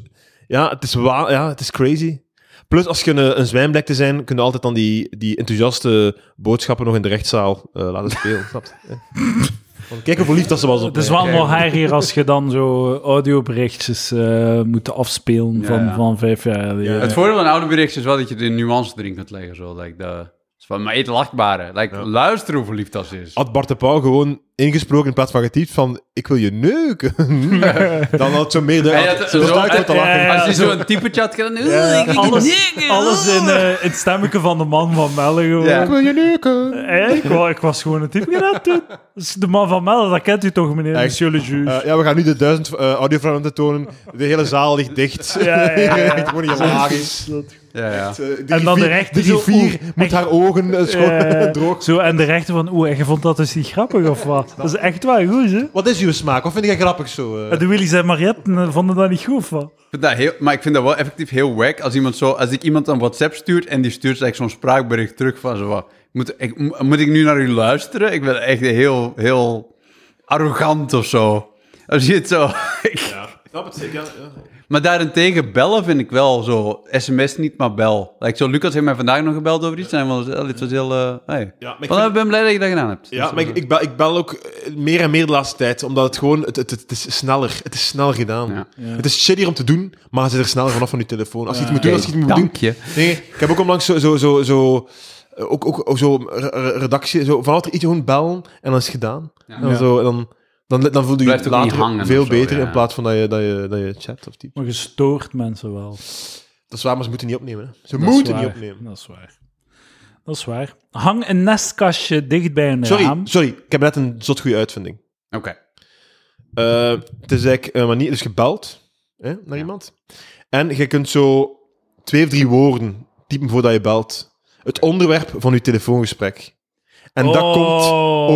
S3: Ja, het is, wa- ja, het is crazy. Plus, als je een, een zwijnblik te zijn, kun je altijd dan die, die enthousiaste boodschappen nog in de rechtszaal eh, laten spelen. snap je? <laughs> Ja. Want Kijk hoe verliefd dat ze was op
S1: Het is
S3: mij.
S1: wel
S2: Oké.
S1: nog erger als je dan zo audioberichtjes eh moet afspelen
S2: Ja,
S1: van,
S2: ja.
S1: van vijf jaar. geleden.
S3: Ja.
S2: Het voordeel van oude berichtjes is wel dat je de nuance erin kunt leggen. Zo, like, de, is van, maar eet lachbare. Like, Luister hoe verliefd dat ze is.
S3: Had Bart de Pauw gewoon ingesproken in plaats van getypt van ik wil je neuken. dan had zo meer de...
S2: Hij had-
S3: zo
S2: zo-
S3: sta ik wat te
S1: ja,
S3: lachen.
S1: ja,
S2: Als je zo'n typetje had gedaan...
S1: Ja.
S2: "Oeh, ik- ik-
S1: Alles, alles in eh, in het stemmetje van de man van Melle gewoon.
S2: Ja.
S3: Ik wil je <laughs> neuken.
S1: Eh, ik, wa- ik was gewoon een type. Ja, dat doet- dat is De man van Melle, dat kent u toch, meneer?
S3: Echt?
S1: Monsieur le juge.
S3: Eh, ja, we gaan nu de duizend eh audiofragmenten tonen. De hele zaal ligt dicht.
S1: Ja, ja, ja.
S3: Echt gewoon hilarisch.
S2: Ja, ja.
S1: En dan de rechter
S3: Die
S1: zo,
S3: Eh, rivier
S1: oeh,
S3: met
S1: echt.
S3: haar ogen eh, <laughs> scho-
S1: Eh,
S3: droog.
S1: Zo, en de rechter van, oeh, en je vond dat dus niet grappig of wat? Dat is echt wel goed, hè?
S3: Wat is uw smaak? Wat vind jij grappig zo? eh?
S1: En de Willys en Mariette eh, vonden dat niet goed, of wat?
S2: Ik vind dat heel, maar ik vind dat wel effectief heel wack als iemand zo, als ik iemand een WhatsApp stuurt en die stuurt eigenlijk zo'n spraakbericht terug van zo, wat, moet ik, mo- moet ik nu naar u luisteren? Ik ben echt heel, heel arrogant of zo. Als je het zo. <laughs> Maar daarentegen bellen vind ik wel zo, sms niet, maar bel. Like, zo, Lucas heeft mij vandaag nog gebeld over iets en hij was, eh, dit was heel, eh, hey.
S3: Ja, maar ik
S2: ik
S3: vind-
S2: ben blij dat je dat gedaan hebt. Dus,
S3: Ja, maar ik, ik, bel, ik bel ook eh, meer en meer de laatste tijd, omdat het gewoon, het, het, het is sneller, het is sneller gedaan.
S2: eh, Ja.
S3: Het is shittier om te doen, maar je zit er sneller vanaf van je telefoon. Als je iets moet doen, als je iets moet doen.
S2: Dank je.
S3: Nee, ik heb ook onlangs zo, zo, zo, zo eh, ook, ook, ook zo re- re- redactie, zo vanaf er iets gewoon bellen en dan is het gedaan. En dan,
S1: Ja.
S3: zo, en dan, dan, dan voelde je
S2: Blijft
S3: het
S2: ook niet
S3: later
S2: hangen
S3: veel
S2: of zo,
S3: beter
S2: ja.
S3: in plaats van dat je, dat je, dat je chat of type.
S1: Maar gestoord mensen wel.
S3: Dat is waar, maar ze moeten niet opnemen. hè. Ze
S1: Dat is
S3: moeten
S1: waar.
S3: niet opnemen.
S1: Dat is waar. Dat is waar. Hang een nestkastje dicht bij een
S3: Sorry,
S1: raam.
S3: sorry, ik heb net een zot goede uitvinding.
S2: Oké.
S3: Eh, het is eigenlijk een manier, dus je belt hè, naar iemand. En je kunt zo twee of drie woorden typen voordat je belt. Het onderwerp van je telefoongesprek. En
S1: Oh.
S3: dat komt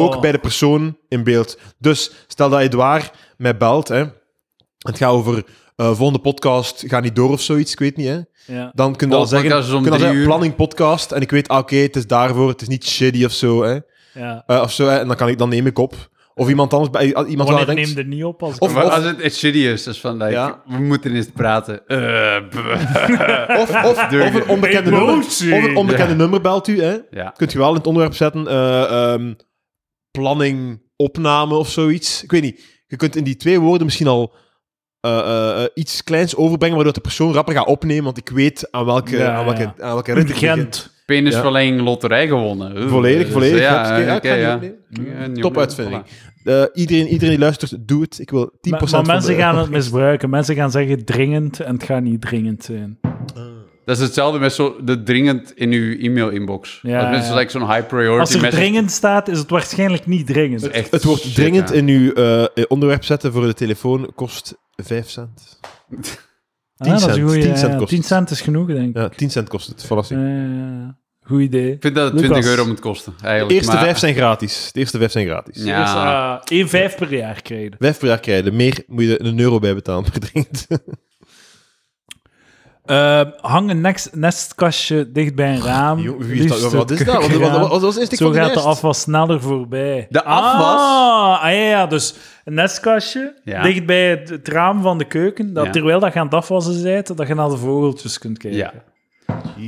S3: ook bij de persoon in beeld. Dus stel dat Edouard mij belt. Hè, het gaat over eh, volgende podcast, ga niet door of zoiets, ik weet niet. Hè.
S1: Ja.
S3: Dan kun je
S2: Volgende
S3: al zeggen,
S2: podcast is om
S3: kun je al
S2: drie
S3: zeggen
S2: uur.
S3: planning podcast. En ik weet, ah, oké, het is daarvoor, het is niet shitty of zo. Hè.
S1: Ja.
S3: Eh, of zo, hè, en dan, kan ik, dan neem ik op. Of iemand anders, bij- iemand waar
S1: Wanneer
S3: denkt...
S1: neem er niet op als ik-
S3: Of-
S2: Maar als het it's serious is dus van, like,
S3: Ja.
S2: we moeten eens praten. Eh, buh.
S3: <laughs> Of, of, of een onbekende, nummer, of
S1: Emotie.
S3: een onbekende
S2: Ja.
S3: nummer belt u, hè?
S2: ja.
S3: Kunt je wel in het onderwerp zetten. eh, ehm, planning, opname of zoiets. Ik weet niet. Je kunt in die twee woorden misschien al eh, eh, eh, iets kleins overbrengen, waardoor de persoon rapper gaat opnemen, want ik weet aan welke,
S1: Ja,
S3: aan welke,
S1: ja.
S3: aan welke rit ik begin.
S1: Begint.
S2: Penisverlenging loterij gewonnen. Eh,
S3: Volledig,
S2: dus,
S3: volledig.
S2: eh,
S3: Hups,
S2: oké,
S3: kijk, ik ga die opnemen.
S2: Ja, die
S3: Top
S2: opnemen.
S3: uitvinding. Eh, iedereen, iedereen die luistert, doe het. Ik wil 10%
S1: Maar, maar
S3: van
S1: mensen
S3: de-
S1: gaan het misbruiken. Mensen gaan zeggen dringend en het gaat niet dringend zijn.
S2: Dat is hetzelfde met zo de dringend in uw e-mail-inbox.
S1: Ja,
S2: Als mensen
S1: ja.
S2: like, zo'n high priority
S1: Als er
S2: message-
S1: dringend staat, is het waarschijnlijk niet dringend.
S2: Echt
S3: <laughs> Het wordt
S2: shit,
S3: dringend
S2: ja.
S3: in uw eh, onderwerp zetten voor de telefoon, kost 5 cent.
S1: Ah, dat is een
S3: cent.
S1: goeie,
S3: 10
S1: ja,
S3: cent
S1: ja.
S3: kost
S1: 10 cent is genoeg, denk ik.
S3: Ja, 10 cent kost het, verrassing.
S1: Eh, goed idee.
S2: Ik vind dat het
S1: Lucas.
S2: 20 euro moet kosten, eigenlijk.
S3: De eerste
S2: maar-
S3: vijf zijn gratis. De eerste vijf zijn gratis.
S2: Ja.
S1: Dus, eh, één vijf per jaar krijgen.
S3: Vijf per jaar krijgen. Meer moet je er een euro bij betalen per drinkt.
S1: Eh, hang een next, nestkastje dicht bij een raam. Liefst
S3: Wat is
S1: het
S3: dat? Wat, wat,
S1: keukenraam.
S3: wat, wat was het instinct
S1: Zo
S3: van die
S1: gaat de
S3: nest?
S1: afwas sneller voorbij.
S2: De afwas?
S1: Ah, ah, ja, ja, dus een nestkastje
S2: Ja.
S1: dicht bij het, het raam van de keuken. Dat
S2: Ja.
S1: terwijl dat je aan het afwassen bent, dat je naar de vogeltjes kunt kijken.
S2: Ja.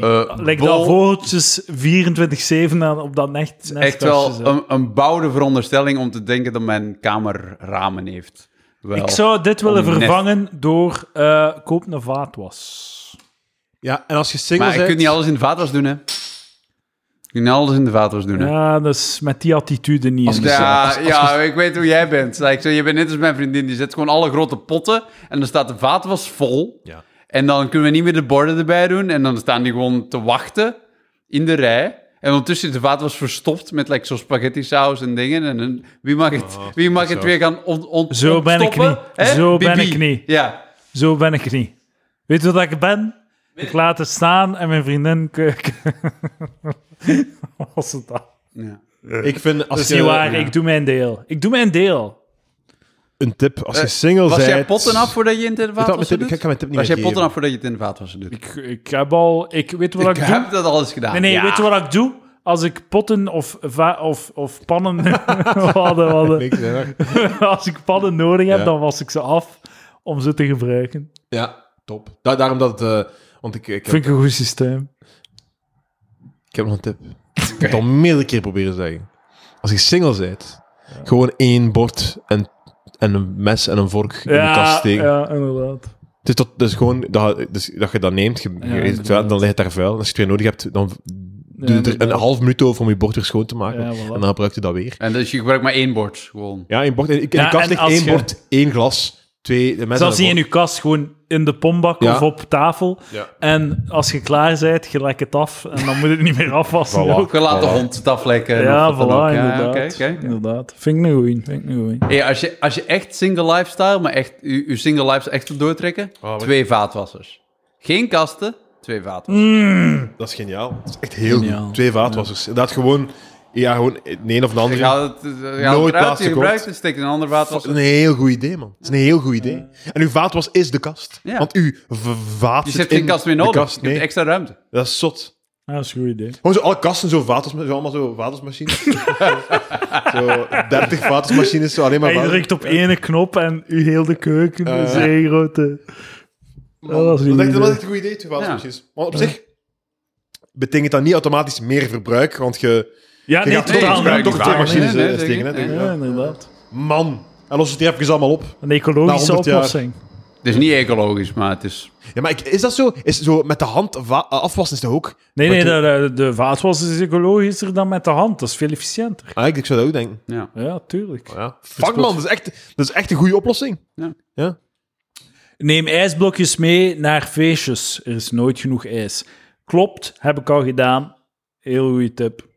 S2: Eh,
S1: Lijkt
S2: bol-
S1: dat vogeltjes 24-7 aan- op dat nest, nestkastje
S2: Echt wel
S1: zitten.
S2: een, een bouwde veronderstelling om te denken dat mijn kamer ramen heeft. Wel.
S1: Ik zou dit willen
S2: om een nest-
S1: vervangen door eh, koop een vaatwas.
S3: Ja, en als je single
S2: Maar je
S3: bent...
S2: kunt niet alles in de vaatwas doen, hè? Je kunt niet alles in de vaatwas doen, hè?
S1: Ja, dat is met die attitude niet. in de
S2: Ja,
S3: als- als-
S2: ja, ik weet hoe jij bent. Like, zo, je bent net als mijn vriendin, die zet gewoon alle grote potten en dan staat de vaatwas vol.
S3: Ja.
S2: En dan kunnen we niet meer de borden erbij doen en dan staan die gewoon te wachten in de rij. En ondertussen is de vaatwas verstopt met like, zo'n spaghetti saus en dingen. En dan, wie mag het,
S1: Oh,
S2: wie mag het
S3: zo.
S2: weer gaan on, on,
S1: Zo ben ik
S2: ontstoppen,
S1: niet.
S2: hè?
S1: Zo ben
S2: Bibi.
S1: ik niet.
S2: Ja.
S1: Zo ben ik niet. Weet je wat ik ben? Ik laat het staan en mijn vriendin keuken. <laughs> Was het dat?
S2: ja.
S3: Ik vind, als
S1: Dat is
S3: je...
S1: niet waar.
S2: ja.
S1: Ik doe mijn deel. Ik doe mijn deel.
S3: Een tip, als je
S2: Eh,
S3: single
S2: Was
S3: bent...
S2: jij potten af voordat je in de
S3: Ik had mijn
S2: vaatwasser
S3: tip-
S2: doet?
S3: ik kan mijn tip niet
S2: Was
S3: meer
S2: jij potten
S3: geven.
S2: af voordat je het in de vaatwasser doet? Ik,
S1: Ik, ik heb al... Ik weet wat ik, doe.
S2: heb dat alles gedaan.
S1: Nee, nee,
S2: Ja.
S1: weet je wat ik doe? Als ik potten of, va- of, of pannen... <laughs> hadden, hadden.
S3: <laughs> Niks, hè.
S1: <laughs> Als ik pannen nodig heb,
S3: Ja.
S1: dan was ik ze af om ze te gebruiken.
S3: Ja, top. Da- daarom dat het... eh, want ik, ik, heb,
S1: Vind ik een goed systeem.
S3: <laughs> ik heb nog een tip. Ik heb het al meerdere keer proberen zeggen. Als je single bent, gewoon één bord en, en een mes en een vork in de kast
S1: Ja,
S3: steken.
S1: ja, inderdaad.
S3: Dus dat, dus gewoon dat, dus dat je dat neemt, je, je
S1: Ja,
S3: eet het wel,
S1: inderdaad.
S3: dan ligt het daar vuil. En Als je het weer nodig hebt, dan doe je er een
S1: inderdaad.
S3: half minuut over om je bord weer schoon te maken.
S1: Ja, voilà.
S3: En dan gebruik je dat weer.
S2: En dus je gebruikt maar één bord, gewoon.
S3: Ja, in, bord, in, in
S1: Ja,
S3: de kast
S1: en
S3: ligt
S1: als
S3: één
S1: je-
S3: bord, één glas, twee... De mensen
S1: Zelfs niet in uw kast, gewoon in de pombak
S3: Ja.
S1: of op tafel.
S3: Ja.
S1: En als je klaar bent, je lekt het af en dan moet je het niet meer afwassen.
S3: Voilà.
S1: ook.
S2: Je laat de
S3: Voilà.
S2: hond het aflekken.
S1: Ja,
S2: of
S1: voilà,
S2: wat dan ook. Ja,
S1: inderdaad.
S2: oké, oké.
S1: inderdaad. Vind ik een goeie, vind ik een goeie.
S2: Hey, als, je, als je echt single lifestyle, maar echt je, je single lifestyle echt wil doortrekken,
S3: Oh, wat-
S2: twee vaatwassers. Geen kasten, twee vaatwassers.
S1: Mm.
S3: Dat is geniaal. Dat is echt heel
S1: Geniaal.
S3: goed. Twee vaatwassers. Dat gewoon... Ja, gewoon de een of de
S2: Je
S3: andere.
S2: gaat het, eh, je gaat het eruit,
S3: Nooit
S2: je
S3: plastic,
S2: gebruikt
S3: hoor.
S2: het, steekt in een ander
S3: Dat
S2: vaatwasser.
S3: is een heel goed idee, man. Dat is een heel goed idee. En uw vaatwas is de kast.
S2: Ja.
S3: Want uw v- vaat
S2: Je
S3: zit
S2: hebt geen
S3: in
S2: kast meer
S3: de
S2: nodig,
S3: kast.
S2: je hebt
S3: Nee,
S2: extra ruimte.
S3: dat is zot.
S1: Ja, dat is een goed idee.
S3: Gewoon zo alle kasten, zo vaatwas, zo allemaal zo
S2: <laughs>
S3: vaatwasmachines. zo 30 vaatwasmachines, zo alleen maar
S1: En je
S3: vaat-
S1: drukt op één knop en u heel de keuken
S3: Eh.
S1: is één grote... Ja, dat is een
S3: Dat
S1: goed
S3: is echt- dat is
S1: idee.
S3: echt een goed idee, twee vaatwasmachines. Want op zich betekent dat niet automatisch meer verbruik, want je,
S1: Ja,
S3: je
S1: nee,
S3: gaat toch-
S1: totaal
S3: toch,
S2: gebruik
S1: niet.
S2: die
S3: toch
S2: waar,
S3: twee
S2: nee,
S3: machines
S2: nee,
S3: eh,
S2: nee,
S3: steken.
S2: zeker.
S3: hè,
S1: Ja,
S3: denk ik.
S1: inderdaad.
S3: Man, en los het hier even allemaal op.
S1: Een ecologische
S3: Na 100 jaar.
S1: oplossing.
S2: Het is niet ecologisch, maar het is...
S3: Ja, maar ik, is dat zo? Is zo met de hand va- eh, afwassen is dat ook?
S1: Nee,
S3: Maar
S1: nee,
S3: toen-
S1: de, de, de vaatwas is ecologischer dan met de hand. Dat is veel efficiënter.
S3: Ah, ik, ik zou dat ook denken.
S2: Ja.
S1: Ja, tuurlijk.
S3: Ja. Fuck man, dat is, echt, dat is echt een goede oplossing.
S2: Ja.
S3: Ja.
S1: Neem ijsblokjes mee naar feestjes. Er is nooit genoeg ijs. Klopt, heb ik al gedaan. Heel goede tip.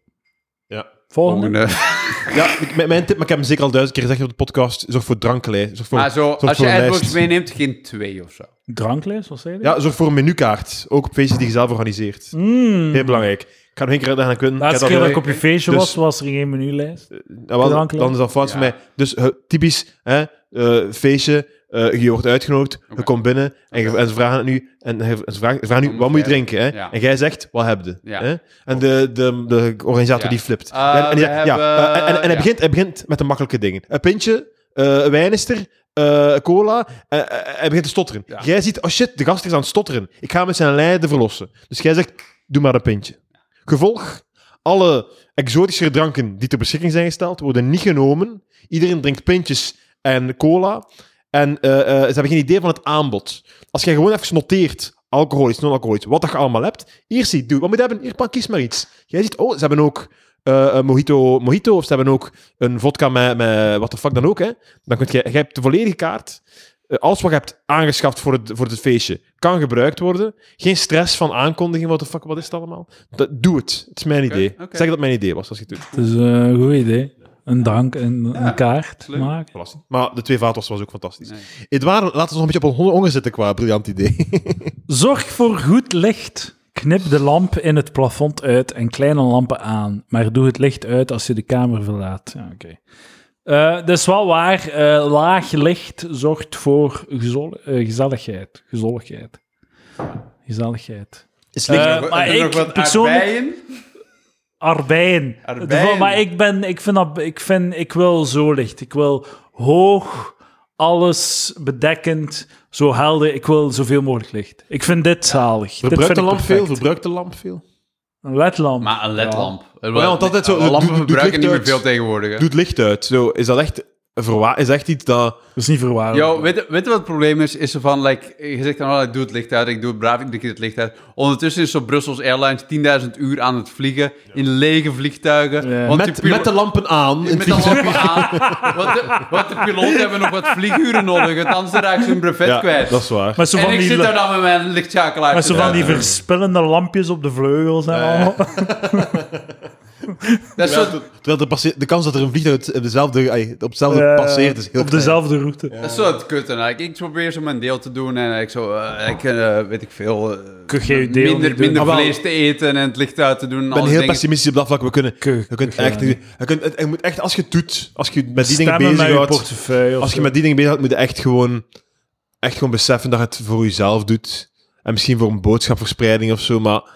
S3: Ja.
S1: Volgende.
S2: Volgende.
S3: Ja, ik- mijn, mijn tip, maar ik heb hem zeker al duizend keer gezegd op de podcast, zorg voor drankenlijst. Zorg voor,
S2: Maar Ah, zo,
S3: zorg
S2: als je
S3: voor een
S2: AdBlocks
S3: lijst.
S2: meeneemt, geen twee of zo.
S1: Dranklijst, wat zei je?
S3: Ja, zorg voor een menukaart. Ook op feestjes die je zelf organiseert.
S1: Mm.
S3: Heel belangrijk. Ik ga nog één keer uitleggen aan kunnen.
S1: Laatste keer dat ik op je feestje
S3: Dus-
S1: was, was er geen menulijst.
S3: Nou, wel,
S1: Bedankt,
S3: dan is dat fout voor
S2: Ja.
S3: mij. Dus eh, typisch, hè, eh, feestje, eh, eh, je wordt uitgenodigd, je
S2: Oké.
S3: komt binnen en, je- en ze vragen het nu, en je- en ze vragen, ze vragen nu,
S2: Om
S3: wat moet je
S2: vijf.
S3: drinken? Hè?
S2: Ja.
S3: En jij zegt, wat heb je?
S2: Ja.
S3: Hè? En de, de, de organisator die flipt.
S2: Eh,
S3: en, en,
S2: we
S3: ja, ja,
S2: hebben-
S3: eh, en, en hij,
S2: ja.
S3: begint, hij begint met de makkelijke dingen. Een pintje, eh een wijnister, eh, cola. eh, eh, hij begint te stotteren.
S2: Ja.
S3: Jij ziet, oh shit, de gast is aan het stotteren. Ik ga met zijn lijden verlossen. Dus jij zegt, doe maar een pintje. Gevolg, alle exotische dranken die ter beschikking zijn gesteld, worden niet genomen. Iedereen drinkt pintjes en cola. En eh, eh, ze hebben geen idee van het aanbod. Als jij gewoon even noteert, alcoholisch, non-alcoholisch, wat dat je allemaal hebt. Hier zie, doe, wat moet je hebben? Hier, pan, kies maar iets. Jij ziet, oh, ze hebben ook eh, een mojito, mojito, of ze hebben ook een vodka met, met wat de fuck dan ook. Hè? Dan kun je, jij hebt de volledige kaart. Eh, alles wat je hebt aangeschaft voor het, voor het feestje kan gebruikt worden. Geen stress van aankondiging, wat de fuck, wat is het allemaal? Dat, doe het. Het is mijn
S2: Oké,
S3: idee.
S2: oké.
S3: Zeg dat het mijn idee was, als je het doet.
S1: Het is eh, een goed idee. Een drank en
S2: Ja,
S1: een kaart
S2: leuk.
S1: maken.
S3: Verrassend. Maar de twee vaatwassen was ook fantastisch.
S2: Nee.
S3: Edouard, laten we ons nog een beetje op een honger- honger zitten qua briljant idee.
S1: Zorg voor goed licht. Knip de lamp in het plafond uit en kleine lampen aan. Maar doe het licht uit als je de kamer verlaat. Ja, oké. Eh, dat is wel waar. eh, laag licht zorgt voor gezol- eh, gezelligheid. Gezelligheid. Gezelligheid.
S3: Is
S1: licht-
S3: licht,
S1: Eh, maar
S2: Er
S1: ik
S2: <laughs> nog wat
S1: persoonlijk-
S2: aardbeien.
S1: Arbeien.
S2: Arbeien.
S1: De- Maar ik ben, ik vind dat, ik vind, ik wil zo licht. Ik wil hoog, alles bedekkend, zo helder. Ik wil zoveel mogelijk licht. Ik vind dit zalig. Dit
S3: verbruikt
S1: vind
S3: de
S1: ik
S3: lamp veel?
S1: perfect.
S3: Verbruikt de lamp veel?
S1: Een ledlamp.
S2: Maar een ledlamp. Eh,
S3: ja, want altijd zo,
S2: eh,
S3: doet-
S2: Lampen
S3: doet
S2: verbruiken
S3: licht
S2: niet meer
S3: uit.
S2: veel tegenwoordig. hè.
S3: Doet licht uit. Zo, is dat echt, verwa- is echt iets dat...
S1: Dat is niet verwaarloosd.
S2: Yo, weet, weet je wat het probleem is? Is zo van, like, je zegt dan, oh, ik doe het licht uit, ik doe het braaf, ik drink het licht uit. Ondertussen is zo Brussels Airlines 10.000 uur aan het vliegen in lege vliegtuigen.
S1: Ja.
S2: Want die
S3: Met,
S2: pilo-
S3: met de lampen aan. in het
S2: met de
S3: vliegtuig.
S2: lampen aan. <laughs> Want de, want de piloten hebben nog wat vlieguren nodig, want anders raakt ze hun brevet kwijt.
S3: dat is waar.
S1: Met zo
S2: en
S1: van
S2: ik
S1: die,
S2: zit daar
S1: le-
S2: dan met mijn lichtschakelaar.
S1: met
S2: te
S1: zo van die
S2: draaien.
S1: verspillende lampjes op de vleugels en al.
S2: Dat is
S3: Terwijl
S2: zo-
S3: de, terwijl de, passe- de kans dat er een vliegtuig op dezelfde, ay, op hetzelfde
S1: Eh,
S3: passeert
S2: dus
S3: is heel
S1: Op dezelfde route.
S2: Dat
S3: Eh.
S2: is zo het kut. En, like, Nou, ik probeer zo mijn deel te doen en ik zo, eh, ik, eh, weet ik veel, eh,
S1: Kun je je deel niet
S2: minder,
S1: doen.
S2: minder
S3: Ah, wel.
S2: vlees te eten en het licht uit te doen. en
S3: Ik ben
S2: alle
S3: heel
S2: dingen.
S3: pessimistisch op dat vlak. We kunnen...
S1: Kijk,
S3: Je kunt
S1: kijk,
S3: echt...
S1: ja.
S3: niet- Je, kunt, het- je moet echt, als je het doet, als je met die dingen
S1: Stemmen met
S3: bezig
S1: je
S3: houdt...
S1: portefeuille. of
S3: Als je
S1: zo.
S3: met die dingen bezig bent, moet je echt gewoon, echt gewoon beseffen dat je het voor jezelf doet. En misschien voor een boodschapverspreiding of zo, maar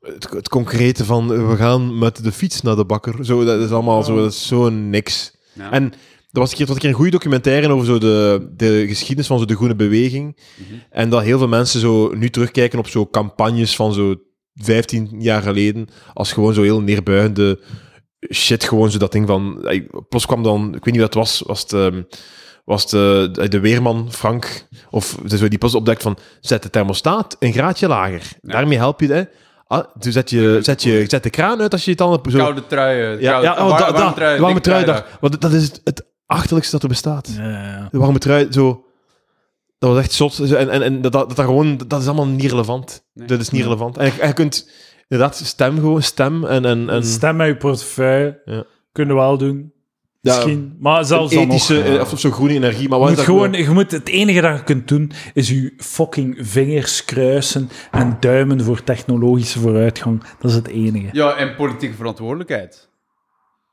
S3: het, het concrete van eh, we gaan met de fiets naar de bakker, zo, dat is allemaal zo, dat is zo niks.
S2: Ja.
S3: En er was een keer, er was een keer een goede documentaire over zo de, de geschiedenis van zo de groene beweging.
S2: Mhm.
S3: En dat heel veel mensen zo nu terugkijken op zo campagnes van zo 15 jaar geleden, als gewoon zo heel neerbuigende shit, gewoon zo dat ding van... ey, Plots kwam dan, ik weet niet wat het was, was het, ehm, was het, eh, de, de weerman Frank, of zo, die plots opdekt van, zet de thermostaat een graadje lager. Daarmee help je het, hè. Ah, dus zet je, zet je zet de kraan uit als je het dan... Zo,
S2: Koude truien.
S3: ja,
S2: koude-
S3: ja, oh,
S2: war-
S3: da, da,
S2: warme truien.
S3: warme
S2: dikke
S3: truiendag.
S2: truiendag.
S3: Want dat is het, het achterlijkste dat er bestaat.
S1: Ja, ja, ja.
S3: De warme trui, zo... Dat was echt zot. Zo, En, en, en dat, dat, dat gewoon... Dat is allemaal niet relevant.
S2: Nee.
S3: Dat is niet relevant. En je, en je kunt... Inderdaad, stem gewoon, stem en... en, en
S1: Stem met je portefeuille.
S3: Ja.
S1: Kunnen we wel doen.
S3: Ja,
S1: Misschien. Maar zelfs dan nog.
S3: ethische, eh, of zo groene energie. Maar wat
S1: Je moet
S3: is dat
S1: gewoon, je moet, het enige dat je kunt doen, is je fucking vingers kruisen en duimen voor technologische vooruitgang. Dat is het enige.
S2: Ja, en politieke verantwoordelijkheid.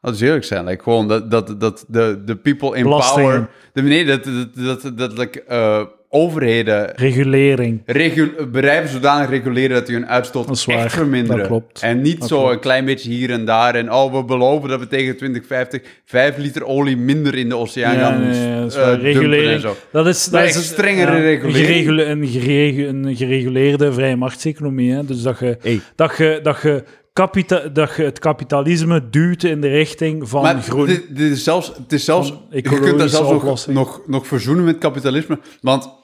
S2: Dat is eerlijk zijn. Like, gewoon dat, dat, dat de, de people in
S1: Belastingen.
S2: power... De, nee, dat, dat, dat, dat, like, eh, overheden
S1: Regulering.
S2: regu- bedrijven zodanig reguleren dat die hun uitstoot
S1: Dat is waar.
S2: echt verminderen.
S1: Dat klopt.
S2: En niet
S1: Dat
S2: zo
S1: klopt.
S2: een klein beetje hier en daar. En oh, we beloven dat we tegen 2050 5 liter olie minder in de oceaan
S1: Ja,
S2: gaan
S1: nee, nee, dat is
S2: eh,
S1: waar.
S2: dumpen en
S1: regulering.
S2: zo.
S1: Dat is, dat
S2: Nee,
S1: is
S2: echt strengere regulering.
S1: Een, geregule- een, geregu- een gereguleerde vrije machtseconomie. Hè? Dus dat je,
S3: Hey.
S1: dat, je, dat, je kapita- dat je het kapitalisme duwt in de richting van
S2: Maar
S1: groen.
S2: dit, dit is zelfs, het is zelfs,
S1: Van
S2: je kunt daar
S1: ecologische
S2: zelfs nog,
S1: oplossing.
S2: nog, nog verzoenen met kapitalisme. Want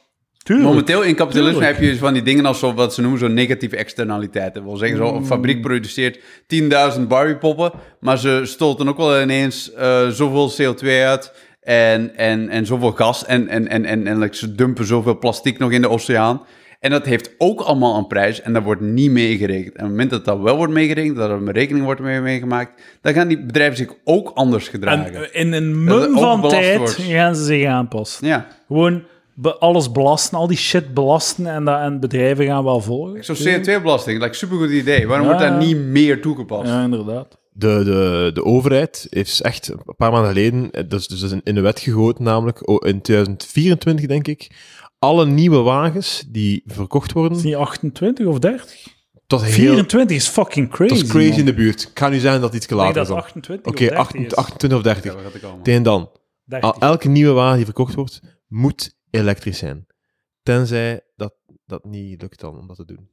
S1: Tuurlijk.
S2: Momenteel in kapitalisme
S1: Tuurlijk.
S2: heb je van die dingen als zo, wat ze noemen zo negatieve externaliteiten. Dat wil zeggen, zo,
S1: Mm.
S2: een fabriek produceert 10.000 Barbie-poppen, maar ze stoten ook wel ineens eh, zoveel CO2 uit en, en, en zoveel gas en, en, en, en, en like, ze dumpen zoveel plastic nog in de oceaan. En dat heeft ook allemaal een prijs en dat wordt niet meegerekend. En op het moment dat dat wel wordt meegerekend, dat er een rekening wordt mee meegemaakt, dan gaan die bedrijven zich ook anders gedragen.
S1: En eh, in een
S2: Dat het
S1: mum van
S2: overbelast
S1: tijd
S2: wordt.
S1: gaan ze zich aanpassen.
S2: ja.
S1: Gewoon be- alles belasten, al die shit belasten en, dat, en bedrijven gaan wel volgen.
S2: Zo'n CO2-belasting, like, supergoed idee. Waarom
S1: Ja,
S2: wordt daar
S1: ja.
S2: niet meer toegepast?
S1: Ja, inderdaad.
S3: de, de, de overheid heeft echt een paar maanden geleden, eh, dus, dus dat is in- in de wet gegoten, namelijk oh, in 2024, denk ik, alle nieuwe wagens die verkocht
S1: Is
S3: worden,
S1: die 28 of 30?
S3: tot heel...
S1: 24 is fucking crazy.
S3: Dat is crazy
S1: man.
S3: in de buurt. Ik kan nu zeggen dat het
S1: Ik
S3: iets
S1: denk
S3: later
S1: dat
S3: is
S1: het
S3: dan.
S1: 28
S3: Oké, ah,
S1: of 30 is.
S3: 28, 28 of 30.
S2: Ja, waar gaat ik allemaal?
S3: Tegen dan.
S1: 30.
S3: Al, elke nieuwe wagen die verkocht wordt, moet elektrisch zijn. Tenzij dat, dat niet lukt dan om dat te doen.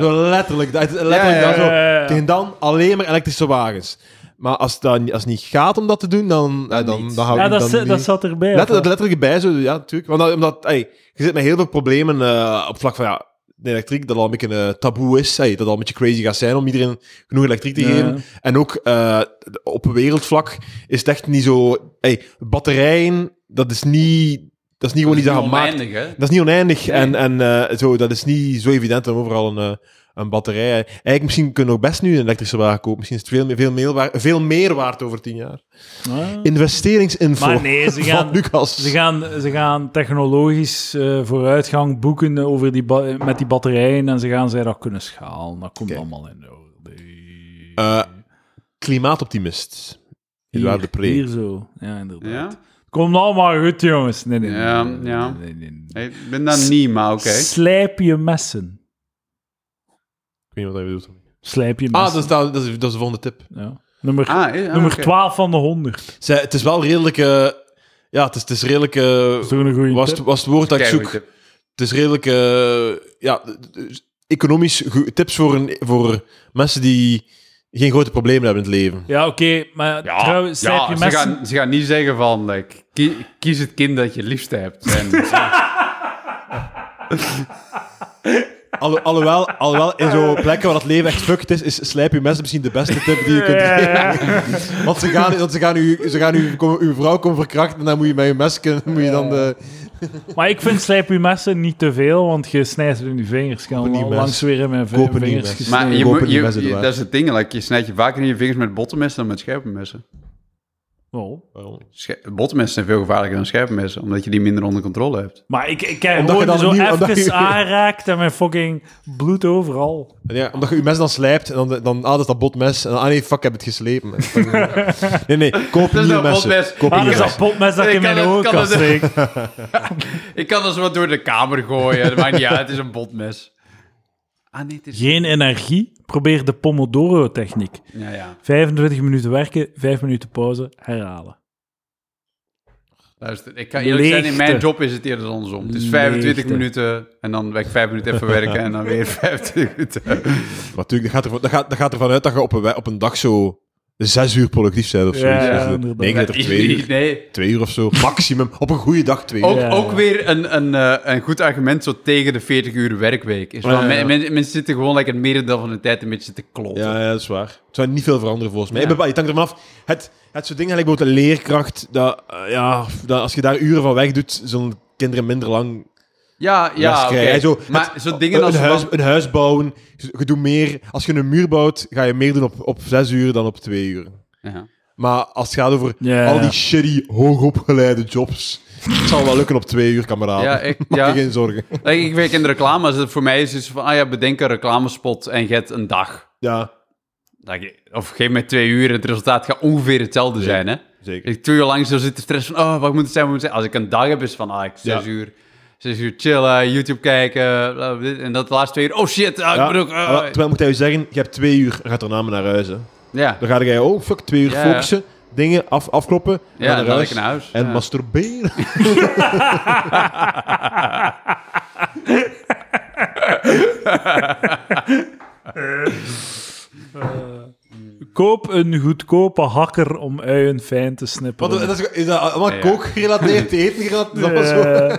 S3: Zo letterlijk. dat- letterlijk
S2: Ja, ja,
S3: dat zo.
S1: ja, ja, ja.
S3: Tegen dan alleen maar elektrische wagens. Maar als het, dan, als het niet gaat om dat te doen, dan, eh, dan, dan,
S2: niet.
S3: gaan we
S1: ja, dat,
S3: dan
S1: zat-
S3: niet-
S1: dat zat erbij.
S3: Let,
S1: of
S3: dat
S1: wat?
S3: letterlijk bij zo, ja, natuurlijk. Want dat- omdat, ey, je zit met heel veel problemen eh, op vlak van ja, de elektriek, dat al een beetje een taboe is. ey, dat al een beetje crazy gaat zijn om iedereen genoeg elektriek te
S1: Ja.
S3: geven. En ook eh, op wereldvlak is het echt niet zo. ey, batterijen, dat is niet. Dat is niet gewoon iets dat gemaakt
S2: Oneindig, hè?
S3: dat is niet oneindig.
S2: Nee.
S3: En, en eh, zo, dat is niet zo evident om overal een, eh, een batterij. Eigenlijk misschien kunnen we ook best nu een elektrische wagen kopen. Misschien is het veel, meer- veel, meer, waard, veel meer waard over tien jaar.
S1: Ah.
S3: Investeringsinfo
S1: Maar nee, ze gaan-
S3: van Lucas.
S1: Ze gaan, ze gaan technologisch eh, vooruitgang boeken over die ba- met die batterijen en ze gaan zij dat kunnen schalen. Dat komt
S3: Oké.
S1: allemaal in orde. Hier-
S3: Eh, Klimaatoptimist. Eduard de
S1: Hier
S3: Pre.
S1: zo, ja, inderdaad.
S2: Ja?
S1: Komt allemaal nou goed, jongens. Nee, nee, nee,
S2: Ja,
S1: nee, nee,
S2: ja.
S1: nee, nee, nee.
S2: Hey, ik ben daar niet, maar oké.
S1: Slijp je messen.
S3: Ik weet niet wat hij bedoelt.
S1: Slijp je messen.
S3: Ah, dat is, dat, is, dat is de volgende tip.
S1: ja. Nummer,
S2: Ah, eh, ah,
S1: nummer
S2: oké.
S1: 12 van de 100.
S3: Zij, het is wel redelijk... eh, ja, het is, het is redelijk... eh,
S1: Dat is toch een goede
S3: was,
S1: tip?
S3: het- was het woord dat ik
S2: Keigoeie
S3: zoek.
S2: tip.
S3: Het is redelijk... eh, ja, d- d- economisch goe- tips voor, een, voor mensen die geen grote problemen hebben in het leven.
S1: Ja, oké, maar
S2: Ja,
S1: trouwens, slijp
S2: ja,
S1: je
S2: ze,
S1: messen...
S2: gaan, ze gaan niet zeggen van, like, ki- kies het kind dat je het liefste hebt.
S3: <laughs>
S2: En,
S3: Alho- alhoewel, alhoewel, in zo'n plekken waar het leven echt fucked is, is slijp je mensen misschien de beste tip die je kunt
S1: Ja,
S3: geven.
S1: ja,
S3: Want ze gaan, want ze gaan, u, ze gaan uw, kom- uw vrouw komen verkrachten en dan moet je met je mes kunnen, moet je dan de...
S1: Maar ik vind slijp je messen niet te veel, want je snijdt in je vingers. Ik
S3: Koop een
S1: heb
S3: nieuw mes.
S1: langs weer in mijn vi-
S3: Koop een nieuw
S1: vingers
S3: mes.
S1: gesneden.
S2: maar je
S3: Kopen
S2: moet,
S3: die
S2: je-
S3: messen
S2: je-
S3: erbij.
S2: dat is het ding, like, je snijdt je vaker in je vingers met bottenmessen dan met scherpe messen.
S1: Oh.
S2: Sche- Bottenmessen zijn veel gevaarlijker dan scherpe messen, omdat je die minder onder controle hebt.
S1: Maar ik, ik heb
S3: Omdat je
S1: gewoon
S3: dan
S1: zo
S3: een nieuw-
S1: even
S3: omdat je-
S1: <laughs> aanraakt en mijn fucking bloed overal.
S3: En Ja, omdat je je mes dan slijpt en dan, dan ah, dat is dat botmes. En dan, ah nee, fuck, ik heb het <laughs> geslepen. Nee, nee, koop
S2: Dat is
S3: nieuwe
S2: dat
S3: messen.
S2: botmes.
S3: Koop
S1: Ah,
S3: nieuwe
S1: dat is dat
S3: messen.
S1: potmes dat ik
S2: Ik
S1: in
S2: kan
S1: mijn
S2: het-
S1: ogen
S2: kan
S1: kan
S2: het-
S1: steken.
S2: Ik kan dat zo wat door de kamer gooien, dat <laughs> maakt niet uit, het is een botmes. Ah nee, het is...
S1: Geen energie? Probeer de Pomodoro-techniek.
S2: Ja, ja.
S1: 25 minuten werken, 5 minuten pauze, herhalen.
S2: Luister, ik kan eerlijk zijn, in
S1: Leegte.
S2: mijn job is het eerder andersom. Het is 25
S1: Leegte.
S2: minuten en dan ben ik 5 minuten even werken en dan
S3: <laughs>
S2: weer 25 minuten.
S3: Maar natuurlijk, dat gaat, er, dat, gaat, dat gaat ervan uit dat je op een, we- op een dag zo zes uur productief bent of
S1: Ja,
S3: zo.
S1: ja,
S3: nee,
S1: inderdaad.
S3: ik denk er twee
S2: <laughs>
S3: uur.
S2: Nee,
S3: Twee uur of zo, maximum. Op een goede dag twee uur.
S2: Ook,
S1: Ja.
S2: ook weer een, een, eh, een goed argument zo tegen de 40 uur werkweek. Is
S3: Ja,
S2: van,
S3: ja, ja.
S2: men- men- mensen zitten gewoon like, het merendeel van de tijd een beetje te kloten.
S3: Ja, ja, dat is waar. Het zou niet veel veranderen volgens mij.
S2: Ja.
S3: Ik ben- Ik denk ervan af. Het, het soort dingen, gelijk bijvoorbeeld een leerkracht, dat, eh, ja, dat als je daar uren van weg doet, zullen kinderen minder lang
S2: ja, ja
S3: les
S2: oké.
S3: krijgen. Zo,
S2: maar
S3: het-
S2: zo dingen als...
S3: een, huis,
S2: van-
S3: een huis bouwen, je je doet meer... Als je een muur bouwt, ga je meer doen op, op zes uur dan op twee uur.
S2: Ja.
S3: Maar als het gaat over
S1: Ja.
S3: al die shitty, hoogopgeleide jobs, het zal wel lukken op twee uur, kameraden.
S2: Ja,
S3: <laughs>
S2: ik-
S3: Maak
S2: ja.
S3: je geen zorgen.
S2: Like, ik werk in de reclame, dus voor mij is het van, ah ja, bedenk een reclamespot en get een dag.
S3: Ja,
S2: Dat je- Of geef mij twee uur, het resultaat gaat ongeveer hetzelfde zijn, hè.
S3: zeker.
S2: Ik twee uur lang zo zit de stress van, oh, wat moet het zijn, wat moet het zijn. Als ik een dag heb, is van, ah, ik zes
S3: Ja.
S2: uur... Zes uur chillen, YouTube kijken, bla, bla, dit. en dat de laatste twee uur. Oh shit, ah, ik
S3: Ja,
S2: moet
S1: eh,
S2: ook...
S3: maar
S2: ah.
S3: terwijl moet hij je zeggen, je hebt twee uur, gaat er namen naar huis, hè.
S2: ja.
S3: Dan ga jij, oh fuck, twee uur
S2: Ja, ja.
S3: focussen, dingen af, afkloppen,
S2: Ja,
S3: naar
S2: en
S3: naar
S2: dan
S3: huis,
S2: lekker naar huis.
S3: en
S2: Ja. <laughs>
S3: masturberen.
S1: Koop een goedkope hakker om uien fijn te
S3: Wat,
S1: snipperen.
S3: dat is, is dat allemaal
S2: Ja, ja. <laughs>
S3: kookgerelateerd, eten gerelateerd? Dat was zo.
S1: Eh,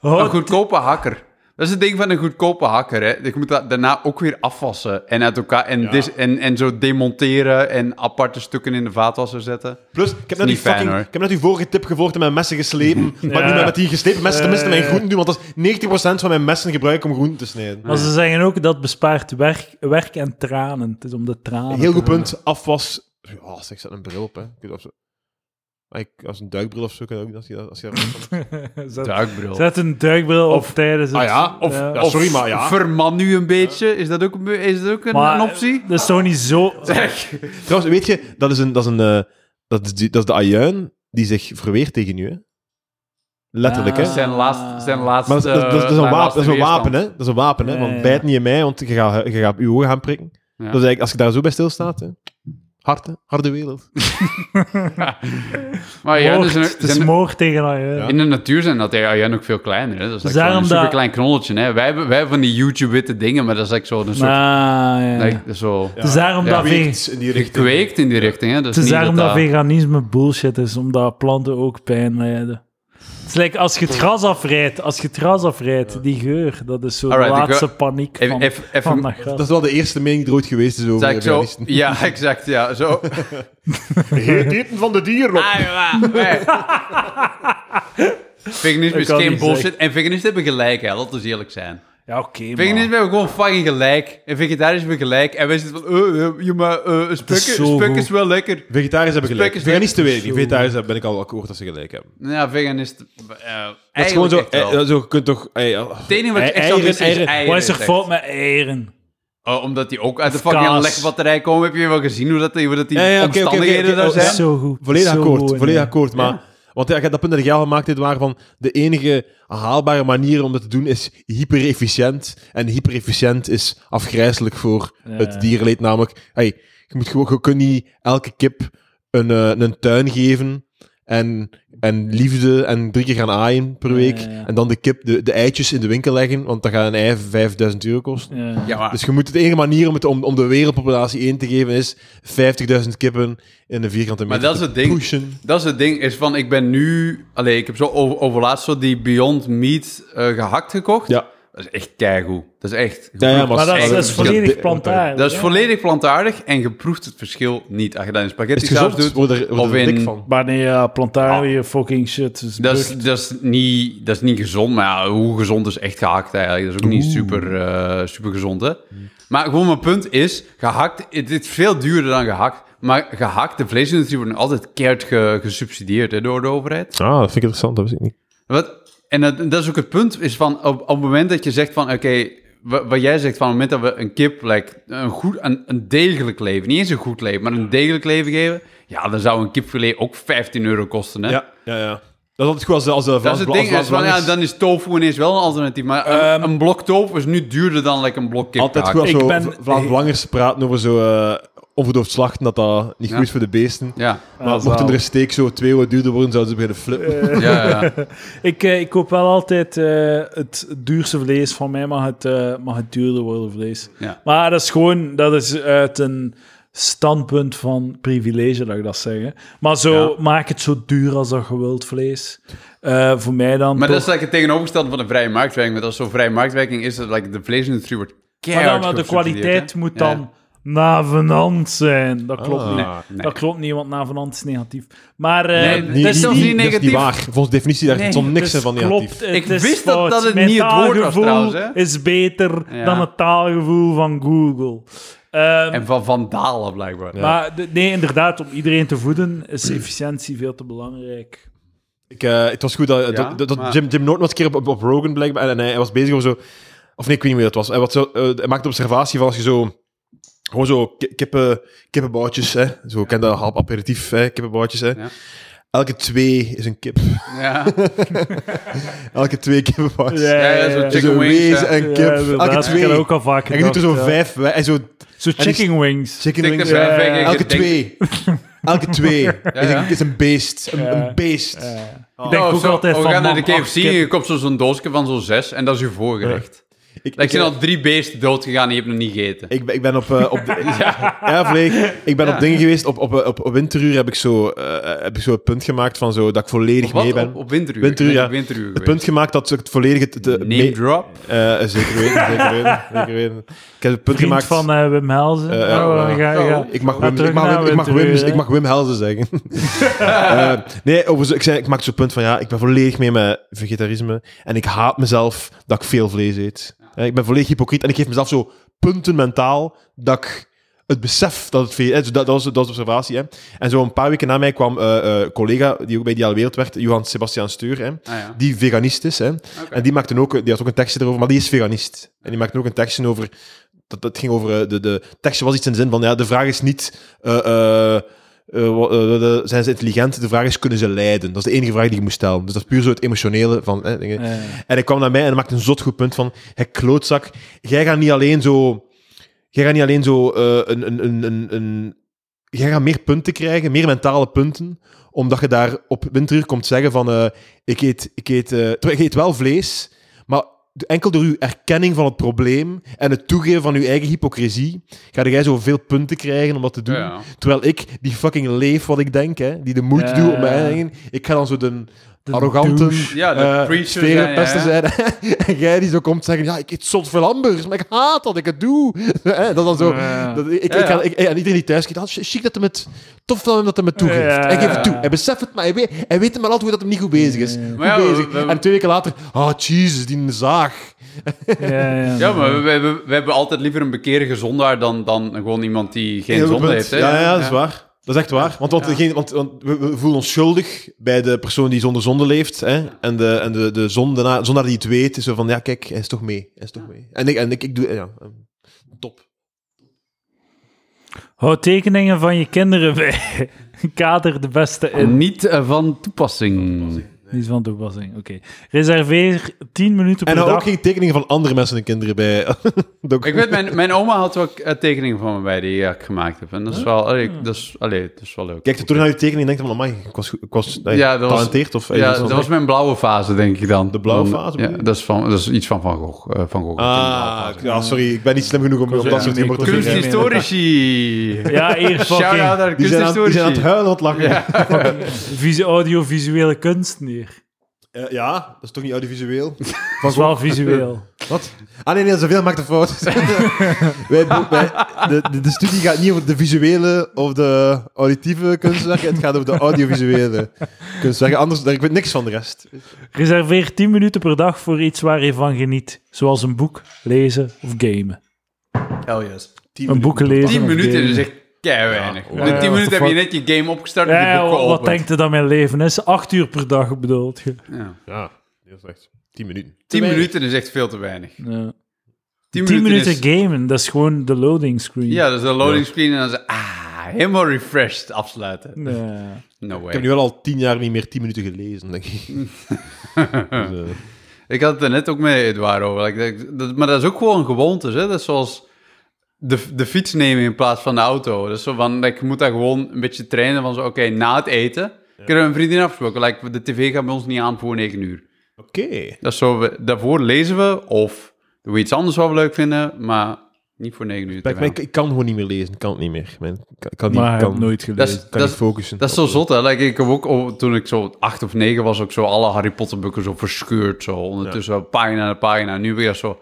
S2: Een goedkope hakker. Dat is het ding van een goedkope hakker. Hè. Je moet dat daarna ook weer afwassen. En uit elkaar en, dis- en, en zo demonteren en aparte stukken in de vaatwasser zetten.
S3: Plus, ik heb, net die
S2: niet fijn,
S3: fucking,
S2: hoor.
S3: ik heb net die vorige tip gevolgd en mijn messen
S2: <laughs>
S3: geslepen. Maar ik moet
S1: Ja.
S3: met- met die geslepen messen tenminste
S2: Eh.
S3: mijn groenten doen, want dat is 90% van mijn messen gebruik ik om groenten te snijden.
S1: maar ze zeggen ook dat bespaart werk, werk en tranen. Het is om de tranen.
S3: Heel
S1: te
S3: goed punt, afwas. Ja, zeg, zet een bril op, hè. Ik weet of zo-
S4: Maar ik- Als een duikbril of zo, kan dat ook, als je, als je daar-
S1: <laughs> Zet,
S2: Duikbril.
S1: zet een duikbril op
S2: Of-
S1: tijdens het...
S4: Ah ja, of- ja,
S2: Of
S4: sorry, maar ja.
S2: Verman nu een beetje. Is dat ook, een be- is dat ook een,
S1: Maar,
S2: een optie?
S1: Dat is toch niet zo...
S2: Zeg.
S4: Trouwens, weet je, dat is, een, dat is, een, eh, dat is, die- dat is de ajuin die zich verweert tegen u, hè? Letterlijk,
S1: Ah.
S2: <laughs>
S4: hè?
S2: Zijn laatste, zijn laatste,
S4: Maar dat, dat, dat- dat is een
S2: zijn
S4: wapen,
S2: laatste
S4: dat is een
S2: weerstand.
S4: wapen, hè? Dat is een wapen, hè?
S1: Ja,
S4: Want
S1: ja,
S4: bijt
S1: ja.
S4: niet in mij, want je gaat, je gaat op je ogen gaan prikken. Dat is eigenlijk, als je daar zo bij stilstaat, hè? Hard, hè? Harde wereld.
S2: Maar ja,
S1: moord.
S2: dus een,
S1: het is
S2: zijn-
S1: moord tegen ajuin.
S4: Ja.
S2: in de natuur zijn dat ja, ja, nog veel kleiner. Hè? Dat is like
S1: Dus
S2: zo'n
S1: daarom dat-
S2: superklein knolletje. Hè? Wij, hebben, wij hebben van die YouTube-witte dingen, maar dat is like zo'n soort...
S1: Ah, ja. Dus-
S2: like, zo
S1: Het is daarom dat ve-
S4: Weegt in die
S2: gekweekt in die richting. Hè? Dus
S1: Het is
S2: niet
S1: daarom dat
S2: dat
S1: veganisme bullshit is, omdat planten ook pijn lijden. Het is like als je het gras afrijdt, als je het gras afrijdt, die geur, dat is zo
S2: Alright,
S1: de
S2: ik
S1: laatste
S2: wil-
S1: paniek
S2: Even-
S1: van,
S2: even- even-
S1: van dat gras.
S4: Dat is wel de eerste mening die er ooit geweest is over
S2: Zeg ik zo,
S4: veganisten.
S2: ja, <laughs> exact, ja.
S4: <laughs>
S2: Zo.
S4: Het eten van de dieren op.
S2: Ah, ja,
S1: <laughs>
S2: hey. Veganisme
S1: Dat
S2: is
S1: kan
S2: geen
S1: niet
S2: bullshit. En veganisten hebben gelijk, hè. Laten we eerlijk zijn.
S1: Ja, oké,
S2: Veganisme
S1: maar...
S2: hebben gewoon fucking gelijk. En vegetarisch hebben gelijk. En wij zitten van, eh, eh, ja, maar eh spek,
S1: is zo
S2: spek
S1: goed.
S2: is wel lekker.
S4: Vegetariërs hebben gelijk.
S2: Spek is
S4: Veganisten weet ik niet.
S1: Zo.
S4: Vegetariërs hebben- ben ik al akkoord dat ze gelijk hebben.
S2: Ja, veganisten... Nou, eh
S4: Dat is gewoon
S2: eigenlijk
S4: zo,
S2: echt wel.
S4: eh, zo, je kunt toch... eh, oh.
S2: Het enige wat je
S4: Ei-
S2: echt zou
S4: eieren,
S2: missen is
S4: eieren.
S2: eieren,
S1: Wat is er
S2: zeg.
S1: fout met eieren?
S2: Oh, omdat die ook uit de
S1: Of
S2: fucking
S1: kaas.
S2: legbatterij komen. Heb je wel gezien hoe dat, hoe dat die
S4: Ja, ja, oké, oké, oké,
S2: omstandigheden
S4: oké,
S2: daar
S4: oké.
S1: Dat
S2: zijn?
S1: is zo goed.
S4: Volledig
S1: Zo
S4: akkoord,
S1: goed, nee.
S4: volledig akkoord. Maar, want ja, dat punt dat jij al gemaakt hebt, waar van de enige haalbare manier om dat te doen is hyperefficiënt. En hyperefficiënt is afgrijzelijk voor
S1: Ja.
S4: het dierenleed. Namelijk, hey, je, moet gewoon, je kunt niet elke kip een, eh, een tuin geven en, en liefde en drie keer gaan aaien per
S1: Ja,
S4: week.
S1: ja, ja.
S4: En dan de kip, de, de eitjes in de winkel leggen, want dan gaat een ei 5000 euro kosten.
S1: Ja.
S2: Ja, maar
S4: Dus je moet de enige manier om, het, om, om de wereldpopulatie één te geven is 50.000 kippen in een vierkante meter
S2: Maar dat is
S4: te
S2: het ding.
S4: pushen.
S2: Dat is het ding, is van ik ben nu... Allee, ik heb zo over, overlaatst zo die Beyond Meat eh, gehakt gekocht.
S4: Ja.
S2: Dat is echt keigoed. Dat is echt...
S4: Ja,
S1: Maar
S4: ja,
S1: dat is,
S2: Eieren.
S1: dat is volledig plantaardig.
S2: Dat is
S1: hè?
S2: volledig plantaardig en je proeft het verschil niet. Als je dat in
S4: Is
S2: spaghetti
S4: het
S2: saus
S4: gezond?
S2: doet...
S4: Word er, word
S2: of
S4: er
S2: in-
S4: dik van?
S1: Maar nee, ja, plantaardige fucking shit. Dus
S2: Ah. Dat is, dat, is niet, dat is niet gezond, maar ja, hoe gezond is echt gehakt eigenlijk? Dat is ook niet super, eh, super gezond, hè? Maar gewoon mijn punt is, gehakt, het is veel duurder dan gehakt. Maar gehakt, de vleesindustrie wordt nog altijd keert ge- gesubsidieerd hè, door de overheid.
S4: Ah, dat vind ik interessant, dat wist ik niet.
S2: Wat, en dat, dat is ook het punt, is van op, op het moment dat je zegt van, oké, wa- wat jij zegt van, op het moment dat we een kip, like, een, goed, een, een degelijk leven, niet eens een goed leven, maar een degelijk leven geven, ja, dan zou een kipfilet ook 15 euro kosten, hè?
S4: Ja, ja, ja. Dat is altijd goed als de, als de
S2: Dat is
S4: Vlaams
S2: het
S4: Belang-
S2: ding, is
S4: als
S2: van,
S4: Vlaams
S2: ja,
S4: Belang
S2: dan is tofu ineens wel een alternatief, maar een, een blok tofu is nu duurder dan like, een blok kip.
S4: Ehm, Altijd
S2: gehakt.
S4: goed als
S1: Ik
S4: zo
S1: ben-
S4: Vla- Vlaams Belangers praten over zo eh, onverdoofd slachten, dat dat niet
S2: Ja.
S4: goed is voor de beesten.
S2: Ja,
S4: Maar mochten er een steek zo 2 euro duurder worden, zouden ze beginnen flippen.
S2: ja, ja.
S4: <laughs>
S2: ja.
S1: Ik, eh, ik koop wel altijd eh, het duurste vlees. Van mij mag het, eh, mag het duurder worden vlees.
S2: Ja.
S1: Maar dat is gewoon, dat is uit een standpunt van privilege, dat ik dat zeg. hè. Maar zo, maak het zo duur als dat je wilt vlees. Eh, voor mij dan.
S2: Maar
S1: toch-
S2: dat is like, het tegenovergestelde van een vrije marktwerking. Want als zo'n vrije marktwerking is, dat like, de vleesindustrie wordt
S1: Maar
S2: keihard
S1: dan, eh, de
S2: gesubsidieerd,
S1: kwaliteit
S2: hè?
S1: moet
S2: Ja.
S1: dan navenant zijn. Dat klopt
S4: Ah.
S1: niet.
S2: Nee,
S4: Ah.
S2: nee.
S1: Dat klopt niet, want navenant is negatief. Maar eh,
S2: Nee,
S1: het
S2: niet-
S1: is
S2: niet-
S1: zelfs
S2: niet-
S4: dat is
S2: negatief.
S4: niet waar. Volgens de definitie daar
S2: Nee,
S4: stond niks
S1: Dus
S4: van negatief.
S1: klopt, het
S2: Ik
S1: is
S2: wist dat-
S1: fout.
S2: dat het
S1: Mijn
S2: niet het woord was
S1: taalgevoel
S2: trouwens, hè?
S1: is beter
S2: Ja.
S1: dan het taalgevoel van Google. Ehm,
S2: En van vandalen, blijkbaar.
S1: Maar de- nee, inderdaad, om iedereen te voeden is efficiëntie veel te belangrijk.
S4: Ik, eh, het was goed dat,
S2: Ja,
S4: dat- dat, dat
S2: maar-
S4: Jim, Jim Norton was een keer op, op, op Rogan blijkbaar en, en hij, hij was bezig om zo... Of nee, ik weet niet meer dat was. Hij, wat zo, eh, hij maakte observatie van als je zo... Gewoon zo ki- kippen, kippenboutjes, hè. Zo kent dat half aperitief, hè, kippenboutjes, hè.
S2: Ja.
S4: Elke twee is een kip.
S2: Ja.
S4: <laughs> Elke twee kippenboutjes.
S2: ja, zo'n
S4: Dus
S2: Chicken
S4: een
S2: wings,
S4: wees
S2: ja.
S4: en
S1: Ja,
S4: kip.
S1: inderdaad,
S4: elke
S1: ik
S4: twee.
S1: heb dat ook al vaak
S4: en je doet er zo
S1: gedacht, ja.
S4: vijf weg. En zo
S1: Zo
S4: die-
S1: chicken wings.
S4: chicken
S2: Tik de
S4: wings.
S2: vijf weg en je
S4: eh, Elke
S2: denkt- <laughs>
S4: twee. Elke twee is,
S2: ja.
S4: een, is een beest. Een,
S1: Ja.
S4: een beest.
S1: Ja.
S2: Oh,
S1: Ik denk ook
S2: zo,
S1: altijd
S2: we
S1: van,
S2: gaan naar de
S1: man, ach,
S2: KFC en je
S1: kip.
S2: koopt zo zo'n doosje van zo'n zes en dat is je voorgerecht.
S4: Ik,
S2: Like,
S4: ik-
S2: zijn al drie beesten doodgegaan en je hebt nog niet gegeten.
S4: Ik ben, ik ben op... eh, op de, ja. vleeg. Ik ben op dingen geweest. Op, op, op, op winteruur heb ik, zo, eh, heb ik zo het punt gemaakt van zo, dat ik volledig
S2: Of wat?
S4: mee ben.
S2: Op, op winteruur.
S4: Winteruur,
S2: Ik ben
S4: ja.
S2: op winteruur
S4: het
S2: geweest.
S4: punt gemaakt dat ze het volledig... Het, het-
S2: Name
S4: mee-
S2: drop.
S4: eh, zeker weten, zeker weten. Zeker weten. Ik heb het punt
S1: Vriend
S4: gemaakt...
S1: van eh, Wim Helzen.
S4: Eh, ja,
S1: oh,
S4: ja.
S1: ga,
S2: Oh,
S1: ga.
S4: Ik mag,
S1: Ga
S4: Wim,
S1: terug
S4: ik, mag
S1: naar
S4: Wim, ik, mag Wim,
S1: Winteruur, hè.
S4: ik mag Wim Helzen
S1: <laughs>
S4: zeggen. Eh, nee, over, zo- ik, zei, ik maak zo'n punt van ja, ik ben volledig mee met vegetarisme en ik haat mezelf dat eh, ik veel vlees eet. Eh, ik ben volledig hypocriet en ik geef mezelf zo punten mentaal dat ik
S3: het besef dat het veel... Hè, dus dat, dat, was, dat was de observatie. Hè. En zo een paar weken na mij kwam eh, eh, collega die ook bij Ideale Wereld werkt, Johan Sebastian Steur, hè,
S2: Ah, ja.
S3: die veganist is. Hè. En die, maakte ook, die had ook een tekstje erover, maar die is veganist. En die maakte ook een tekstje over... Dat, dat ging over... eh, De, de tekstje was iets in de zin van, ja, de vraag is niet... eh, eh, eh, wa- eh, eh, eh, zijn ze intelligent? De vraag is, kunnen ze lijden? Dat is de enige vraag die je moet stellen. Dus dat is puur zo het emotionele van... Hè, dingen.
S1: Eh,
S3: En hij kwam naar mij en maakte een zot goed punt van... Hé, klootzak, jij gaat niet alleen zo... Jij gaat niet alleen zo eh, een, een, een, een, een... Jij gaat meer punten krijgen, meer mentale punten, omdat je daar op winteruur komt zeggen van... eh, ik, eet, ik, eet, eh, terwijl ik eet wel vlees, maar enkel door uw erkenning van het probleem en het toegeven van uw eigen hypocrisie, ga jij zoveel punten krijgen om dat te doen.
S2: Ja.
S3: Terwijl ik, die fucking leef wat ik denk, hè, die de moeite
S1: Ja.
S3: doe om mij eigen... Ik ga dan zo de,
S1: de
S3: arrogante
S1: douche.
S2: Ja, de
S3: eh,
S2: preacher
S3: Stereopesten
S2: zijn,
S3: zijn. <laughs> en jij die zo komt zeggen, ja, ik eet soms veel hamburgers, maar ik haat dat ik het doe. <laughs> Eh, dat is dan zo.
S1: Ja.
S3: Dat, ik,
S2: Ja,
S3: ik, ga-
S2: ja.
S3: ik, en iedereen die thuis kijkt, ah, chi- chic dat hem het... Tof dat hem dat hem het toegeeft.
S1: Ja.
S3: Hij geeft het toe. Hij beseft het, maar hij weet, hij weet hem wel altijd dat hem niet goed bezig is. Goed
S2: Maar ja, we-
S3: bezig.
S2: we-
S3: En twee weken later, ah, jezus, die zaag.
S1: Ja, ja,
S2: Ja, maar we, we- we- we hebben altijd liever een bekerige zondaar dan, dan gewoon iemand die geen
S3: Heel goed
S2: zonde
S3: punt.
S2: heeft. Hè?
S3: Ja, ja, dat is waar. Dat is echt waar. Want, want, geen, want, want we, we voelen ons schuldig bij de persoon die zonder zonde leeft. Hè? En de, en de, de zondenaar, zondaar die het weet, is zo van, ja, kijk, hij is toch mee. Hij is toch mee. En ik, en ik, ik doe... Ja, eh, top.
S1: Houd tekeningen van je kinderen <laughs> bij. Kader de beste in.
S2: Niet eh, van toepassing.
S1: Die is van toepassing, oké. Reserveer 10 minuten
S3: En
S1: per
S3: hou ook
S1: dag.
S3: geen tekeningen van andere mensen en kinderen bij. <laughs> Dat ook-
S2: Ik weet, mijn, mijn oma had ook eh, tekeningen van me bij die eh, ik gemaakt heb. En dat is wel, allee, ik- dat is, allee, dat is wel leuk.
S3: Kijk er terug naar je tekening en denk van, amai, ik was, goed- ik was eh,
S2: Ja, dat was-
S3: getalenteerd. Of, eh,
S2: ja,
S3: iets
S2: dat
S3: van-
S2: was mijn blauwe fase, denk ik dan.
S3: De blauwe
S2: Dan-
S3: fase,
S2: Ja,
S3: bedoel je?
S2: dat is, van, dat is iets van Van Gogh. eh, van Gogh
S3: Ah, ja, sorry, ik ben niet slim genoeg om op
S1: Ja,
S3: dat soort
S1: die
S3: dingen te
S1: kunst-
S3: zeggen.
S2: Kunsthistorici!
S1: Ja,
S3: <laughs>
S1: hier
S2: Shout-out
S1: fucking
S2: aan
S3: Die zijn aan, die zijn aan
S2: kunsthistorici.
S3: het huilen aan het lachen.
S2: Ja.
S1: visie- audiovisuele kunst hier.
S3: Eh, ja, dat is toch niet audiovisueel?
S1: Dat is wel
S3: <laughs>
S1: visueel.
S3: Wat? Ah nee, nee, zoveel maakt een fout. <laughs> wij, bo- wij- de, de, de studie gaat niet over de visuele of de auditieve kunstwerken, het gaat over de audiovisuele kunstwerken. Anders, ik weet niks van de rest.
S1: Reserveer 10 minuten per dag voor iets waar je van geniet. Zoals een boek, lezen of gamen.
S3: Hell yes.
S1: Een boek lezen
S2: 10
S1: of
S2: minuten
S1: gamen.
S2: is echt kei weinig.
S1: Ja,
S2: In 10
S1: what the
S2: minuten heb je
S1: fuck.
S2: net je game opgestart en je
S1: Ja,
S2: boek
S1: wat,
S2: geopend.
S1: wat denkt u dat mijn leven is? 8 uur per dag bedoelt je.
S2: Ja.
S3: Ja, heel slecht. 10 minuten.
S2: 10
S3: Te
S2: minuten is echt veel te weinig. 10,
S1: Ja. 10 minuten
S2: is-
S1: gamen, dat is gewoon de loading screen.
S2: Ja, dat is een loading screen en dan ze ah, helemaal refreshed afsluiten.
S1: Ja.
S2: No way.
S3: Ik heb nu wel al 10 jaar niet meer 10 minuten gelezen, denk
S1: <laughs>
S3: ik. Dus, eh,
S2: Ik had het er net ook met Edouard over. Like, dat- dat- maar dat is ook gewoon gewoontes. Hè? Dat is zoals de, de fiets nemen in plaats van de auto. Dat is zo van, like, je moet daar gewoon een beetje trainen van zo, oké, na het eten. Ik heb een vriendin afgesproken, like, de tv gaat bij ons niet aan voor 9 uur.
S3: Oké.
S2: Dat is zo, we- daarvoor lezen we of doen we iets anders wat we leuk vinden, maar niet voor 9 uur.
S3: Maar
S2: tv
S3: ik- maar
S2: aan.
S3: ik, ik kan gewoon niet meer lezen, ik kan het niet meer. Mijn- Ik kan, ik kan, niet,
S1: Maar
S3: ik
S1: ik
S3: kan,
S1: heb nooit
S2: Dat
S1: gelezen.
S2: is,
S3: kan
S2: dat
S3: niet
S2: is-
S3: focussen.
S2: Dat is zo zot, hè. Like, ik heb ook, al- toen ik zo acht of negen was, ook zo alle Harry Potter boeken zo verscheurd. Zo. Ondertussen pagina na pagina. Nu weer zo...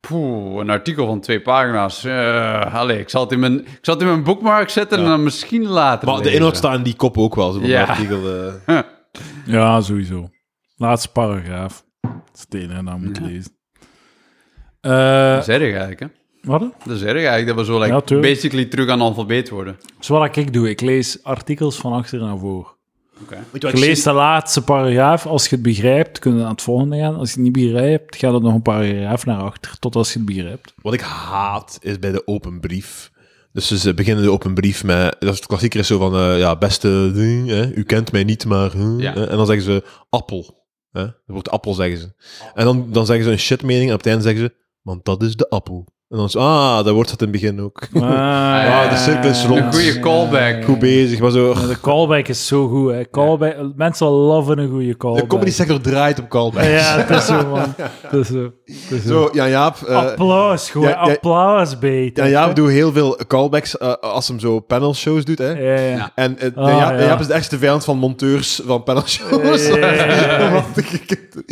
S2: Poeh, een artikel van twee pagina's. Eh, allee, ik zal het in mijn, ik zal het in mijn bookmark zetten en dan misschien later
S3: Maar de
S2: lezen.
S3: inhoud staat in die kop ook wel. Zo van
S2: Ja.
S3: dat artikel,
S1: <laughs>
S3: eh.
S1: Ja, sowieso. Laatste paragraaf. Stenen dan moet lezen. Eh,
S2: Dat is erg eigenlijk, hè.
S1: wat? Dat
S2: Dat is erg eigenlijk, dat we zo
S1: Ja,
S2: like,
S1: tuurlijk.
S2: basically terug analfabeet worden.
S1: is Dus wat ik doe. Ik lees artikels van achter naar voor.
S3: Weet je wat
S1: Je
S3: ik
S1: leest de laatste paragraaf. Als je het begrijpt, kun je aan het volgende gaan. Als je het niet begrijpt, gaat het nog een paragraaf naar achter. Tot als je het begrijpt.
S3: Wat ik haat is bij de open brief. Dus ze beginnen de open brief met. Dat is het klassieker is zo van. eh, ja, beste. ding, hè, u kent mij niet, maar. hm,
S2: Ja.
S3: hè. en dan zeggen ze appel. Hè? Het woord appel zeggen ze. En dan, dan zeggen ze een shitmening. En op het einde zeggen ze. Want dat is de appel. En dan is. Ah, dat wordt het in het begin
S1: <laughs>
S3: ook.
S1: Ah, ja,
S3: de cirkel is rond.
S2: Een goede callback.
S3: Goed bezig, maar zo.
S1: De callback is zo goed. Hè. Callback, Mensen loven een goede callback.
S3: De comedy sector draait dus op callback.
S1: Ja, het
S3: <laughs>
S1: is zo, man. Het is zo. Het is zo.
S3: Zo, Jan Jaap. eh,
S1: Oh, applaus, gewoon
S3: ja, ja.
S1: applaus, beter.
S3: Jan Jaap doet heel veel callbacks eh, als hem zo panelshows doet. Hè?
S1: Ja, ja.
S2: Ja.
S3: En eh,
S1: Ah,
S3: Jan Jaap- Jan
S1: ja.
S3: Jaap is de echte vijand van monteurs van panelshows.
S1: Ja, ja, ja, ja.
S3: <laughs> Want je kunt,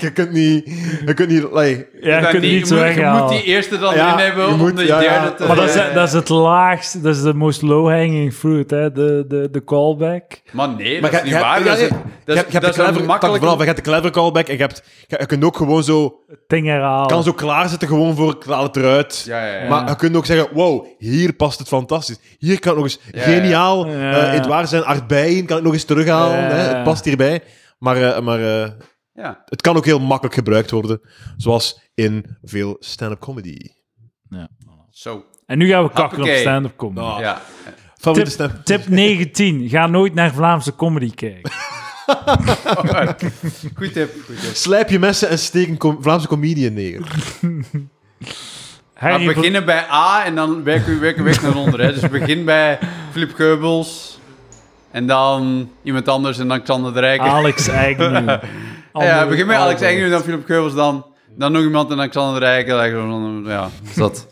S3: je kunt niet... Je kunt niet like,
S1: Ja, je kunt
S2: die-
S1: niet zo
S2: je moet- je moet
S1: weghalen.
S2: die eerste dan
S3: ja,
S2: in hebben
S3: je
S2: om
S3: moet-
S2: de
S3: ja, ja.
S2: derde te...
S1: Maar dat is,
S2: Ja, ja, ja.
S1: dat is het laagste, dat is de most low-hanging fruit, hè? De, de, de callback.
S2: Maar nee,
S3: Maar
S2: dat is niet
S3: je- je-
S2: waar.
S3: ja,
S2: Dat is-
S3: nee.
S2: dat
S3: je
S2: is-
S3: hebt- je hebt
S2: dat
S3: de
S2: is een
S3: clever- pak
S2: makkelijke-
S3: vooral, je hebt de clever callback en je, hebt, je, je kunt ook gewoon zo...
S1: Ting herhalen.
S3: kan zo klaarzetten gewoon voor ik haal het eruit.
S2: Ja, ja, ja.
S3: Maar je kunt ook zeggen, wow, hier past het fantastisch. Hier kan het nog eens
S2: Ja, ja.
S3: geniaal
S1: Ja.
S3: eh, in het waar zijn. Aardbeien kan ik nog eens terughalen.
S1: Ja.
S3: Hè? Het past hierbij. Maar, eh, maar eh,
S2: Ja.
S3: het kan ook heel makkelijk gebruikt worden. Zoals in veel stand-up comedy.
S2: Zo.
S1: En nu gaan we kakken
S2: Hoppakee. Nou,
S1: op stand-up comedy.
S3: Ah.
S2: Ja.
S3: Favoriete
S1: Tip,
S3: stand <laughs>
S1: tip 19. Ga nooit naar Vlaamse comedy kijken.
S2: Goed tip. Goed tip.
S3: Slijp je messen en steek een com- Vlaamse comedian neer.
S1: Harry
S2: we
S1: Bro-
S2: beginnen bij A en dan werken we werken we weg naar onder. Hè. Dus begin bij Flip Geubels. En dan iemand anders en dan Xander de Rijken.
S1: Alex Agnew.
S2: <laughs> ja, begin met Alex
S1: Albert.
S2: Engel, dan Philip Keubels, dan, dan nog iemand en dan Xander de Rijken. like, zo, Ja, is dat.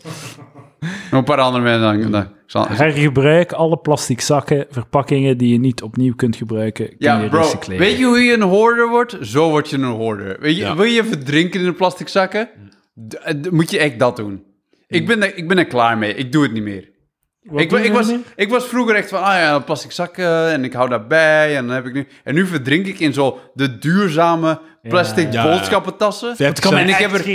S2: nog een paar andere mensen dan, dan Xander-
S1: Hergebruik alle plastic zakken, verpakkingen die je niet opnieuw kunt gebruiken. Kun
S2: Ja,
S1: je
S2: bro.
S1: recycleren.
S2: Weet je hoe je een hoorder wordt? Zo word je een hoorder. Weet je,
S3: Ja.
S2: Wil je verdrinken in de plastic zakken? D- eh, d- moet je echt dat doen. Ik ben, er, ik ben er klaar mee. Ik doe het niet meer.
S1: Wat
S2: Ik, wa-
S1: doe je
S2: ik, was,
S1: ermee?
S2: ik was vroeger echt van, ah ja, plastic zakken en ik hou daarbij. En, dan heb ik nu, en nu verdrink ik in zo de duurzame plastic
S3: Ja.
S2: boodschappentassen.
S3: Vijftig cent.
S2: en ik heb, er,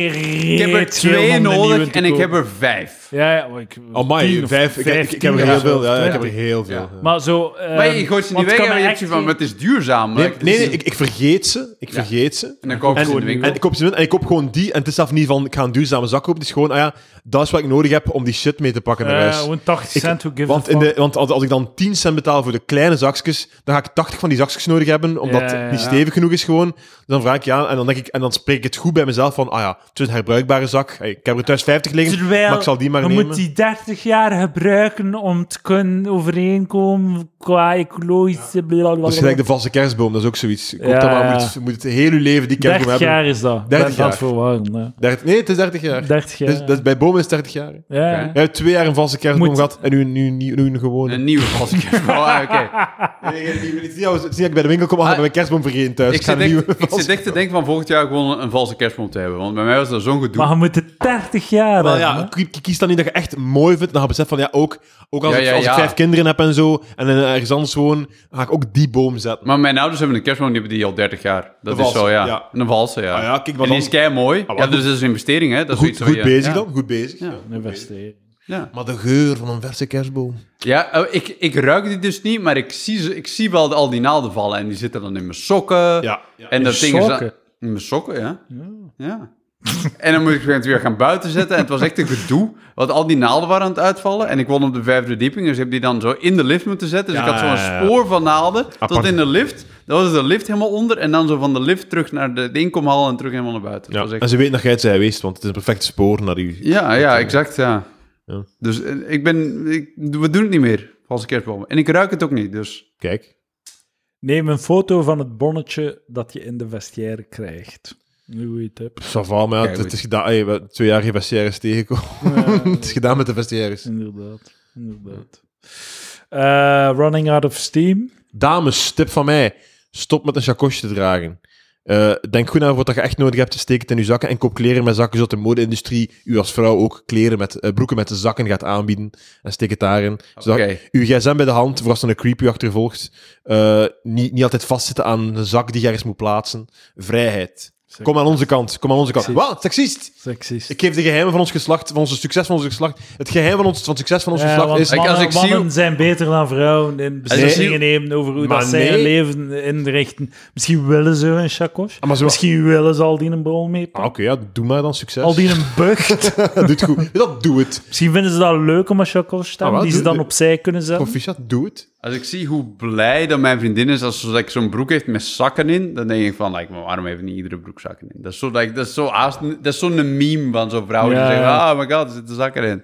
S2: ik heb er twee nodig en ik heb er vijf.
S1: Ja, ja, maar ik, tien
S3: Amai,
S1: of
S3: Oh vijf. Ik, ik- ik heb
S1: vijftien
S3: er heel
S1: of
S3: veel.
S1: zo,
S3: Ja, ik heb er
S1: twintig.
S3: heel veel. eh.
S2: Ja.
S3: ja.
S1: Maar zo... ehm,
S2: Maar je gooit ze niet
S1: want
S2: weg
S1: kan
S2: en
S1: mij
S2: je hebt
S1: echt
S2: zoiets van,
S1: geen-
S2: maar het is duurzaam.
S3: Nee,
S2: like, het
S3: nee,
S2: is-
S3: nee, ik, ik vergeet ze. Ik vergeet ze.
S2: En dan koop je ze in de
S1: En-
S2: winkel.
S3: En ik koop ze in en ik koop gewoon die. En het is zelf niet van, ik ga een duurzame zak kopen. Het is gewoon, ah ja, dat is wat ik nodig heb om die shit mee te pakken naar
S1: Eh,
S3: huis.
S1: gewoon 80
S3: Ik-
S1: cent, who gives
S3: want,
S1: a
S3: in
S1: fuck?
S3: de, want als, als ik dan 10 cent betaal voor de kleine zakjes, dan ga ik 80 van die zakjes nodig hebben, omdat
S1: Ja, ja, ja.
S3: die stevig genoeg is gewoon. Dus dan vraag ik ja, en dan, denk ik, en dan spreek ik het goed bij mezelf van, ah ja, het is een herbruikbare zak. Hey, Ik heb er thuis 50 liggen,
S1: Terwijl,
S3: maar ik zal die maar
S1: je
S3: nemen.
S1: moet die 30 jaar gebruiken om te kunnen overeenkomen qua ecologische... blablabla.
S3: Dus Dat is gelijk de valse kerstboom, dat is ook zoiets. Koop
S1: Ja,
S3: dat maar,
S1: ja.
S3: moet, moet het heel uw leven die
S1: 30
S3: kerstboom hebben.
S1: jaar is dat.
S3: 30
S1: 30 jaar.
S3: jaar. Dertig- nee, het is 30 jaar.
S1: 30 jaar.
S3: Dus, dat is- bij bomen is 30 jaar.
S1: ja.
S2: Oké.
S3: Je hebt twee jaar een valse kerstboom
S1: Moet-
S3: gehad en nu, nu, nu, nu een gewone.
S2: Een nieuwe plastic. Oh, oké.
S3: Nee, nee, nee, Het is niet dat we- het is niet dat ik bij de winkel kom, maar ik
S2: Ah,
S3: heb mijn kerstboom vergeten thuis.
S2: Ik
S3: Ik ga
S2: zit
S3: een
S2: echt-
S3: nieuwe
S2: ik zit echt te denken van volgend jaar gewoon een valse kerstboom te hebben. Want bij mij was dat zo'n gedoe.
S1: Maar je moet de 30 jaar
S3: Wel
S1: hebben.
S3: ja, kie- kie- kies dan niet dat je echt mooi vindt. Dan ga je beseffen van ja, ook, ook als,
S2: Ja,
S3: ik,
S2: ja,
S3: als
S2: ja.
S3: ik vijf kinderen heb en zo en in- ergens anders woon, ga ik ook die boom zetten.
S2: Maar mijn ouders hebben een kerstboom, die hebben die al 30 jaar. Dat
S3: Een
S2: is
S3: valse,
S2: zo, ja.
S3: ja.
S2: Een valse, ja.
S3: Ah ja, kijk, maar
S2: en die is
S3: dan-
S2: kei mooi.
S3: Ah,
S2: ja,
S3: maar
S2: dus dat is een investering, hè. Dat is
S3: Goed,
S2: iets wat
S3: goed
S2: je-
S3: bezig
S2: oh ja.
S3: dan, goed bezig.
S2: Ja.
S1: Investeren.
S2: Ja,
S3: Maar de geur van een verse kerstboom.
S2: ja oh, ik, ik ruik die dus niet, maar ik zie, ze, ik zie wel de- al die naalden vallen. En die zitten dan in mijn sokken.
S3: Ja.
S2: En
S1: In
S2: dat
S1: je
S2: ding is dan-
S1: sokken?
S2: In mijn sokken, ja. Ja. en dan moet ik het weer gaan buiten zetten. En het was echt een gedoe. Want al die naalden waren aan het uitvallen. En ik woon op de vijfde verdieping. Dus ik heb die dan zo in de lift moeten zetten. Dus
S3: Ja,
S2: ik had zo'n
S3: ja, ja.
S2: spoor van naalden tot
S3: Apart.
S2: in de lift. Dan was de lift helemaal onder. En dan zo van de lift terug naar de, de inkomhal en terug helemaal naar buiten. Dat
S3: Ja.
S2: was echt-
S3: En ze weten dat jij het zij geweest, want het is een perfect spoor naar die...
S2: ja, ja, exact, ja.
S3: Ja.
S2: Dus eh, ik ben... ik- we doen het niet meer, valse kerstbomen. En ik ruik het ook niet, dus...
S3: Kijk.
S1: Neem een foto van het bonnetje dat je in de vestiaire krijgt. Nu hoe je het hebt.
S3: Saval, maar ja,
S2: Kijk,
S3: het,
S2: goed.
S3: het is gedaan. Hey, we hebben twee jaar geen vestiaires tegenkomen. <laughs> het is gedaan met de vestiaires.
S1: Inderdaad. Inderdaad. Eh, running out of steam.
S3: Dames, tip van mij. Stop met een chacosje te dragen. Eh, denk goed naar wat dat je echt nodig hebt. Steek het in je zakken en koop kleren met zakken, zodat de mode-industrie u als vrouw ook kleren met, eh, broeken met de zakken gaat aanbieden. En steek het daarin. Zodat
S2: Oké.
S3: uw gsm bij de hand, voor als er een creep u achtervolgt, eh, niet, niet altijd vastzitten aan een zak die je ergens moet plaatsen. Vrijheid.
S1: Zeker.
S3: Kom aan onze kant. Kom aan onze kant.
S1: Precies.
S3: Wat? Seksist?
S1: Seksist.
S3: Ik geef de geheimen van ons geslacht, van ons succes van ons geslacht. Het geheim van ons, van het succes van ons
S1: Ja,
S3: geslacht
S1: Eh, want
S3: is...
S2: Ik-
S1: mannen,
S2: als ik zie
S1: mannen
S2: hoe-
S1: zijn beter dan vrouwen in beslissingen
S2: zie-
S1: nemen over hoe
S3: Maar
S1: dat zij hun
S3: nee.
S1: leven inrichten. Misschien willen ze een chacos.
S3: Ah, maar zo-
S1: Misschien willen ze al die een bol mee.
S3: Ah, dus- Oké, ja, doe maar dan succes.
S1: Al die een bucht.
S3: Doe het goed. Dat doe het.
S1: Misschien vinden ze dat leuk om een chacos te hebben,
S3: Ah, wel,
S1: die ze
S3: doe-
S1: dan
S3: doe-
S1: opzij kunnen zetten.
S3: Proficiat, doe het.
S2: Als ik zie hoe blij dat mijn vriendin is als ze like, zo'n broek heeft met zakken in, dan denk ik van, like, maar waarom heeft niet iedere broek zakken in? Dat is zo'n like, dat is zo haast- dat is zo'n meme van zo'n vrouw die
S1: Ja,
S2: zegt,
S1: ja.
S2: oh my god, er zitten zakken in.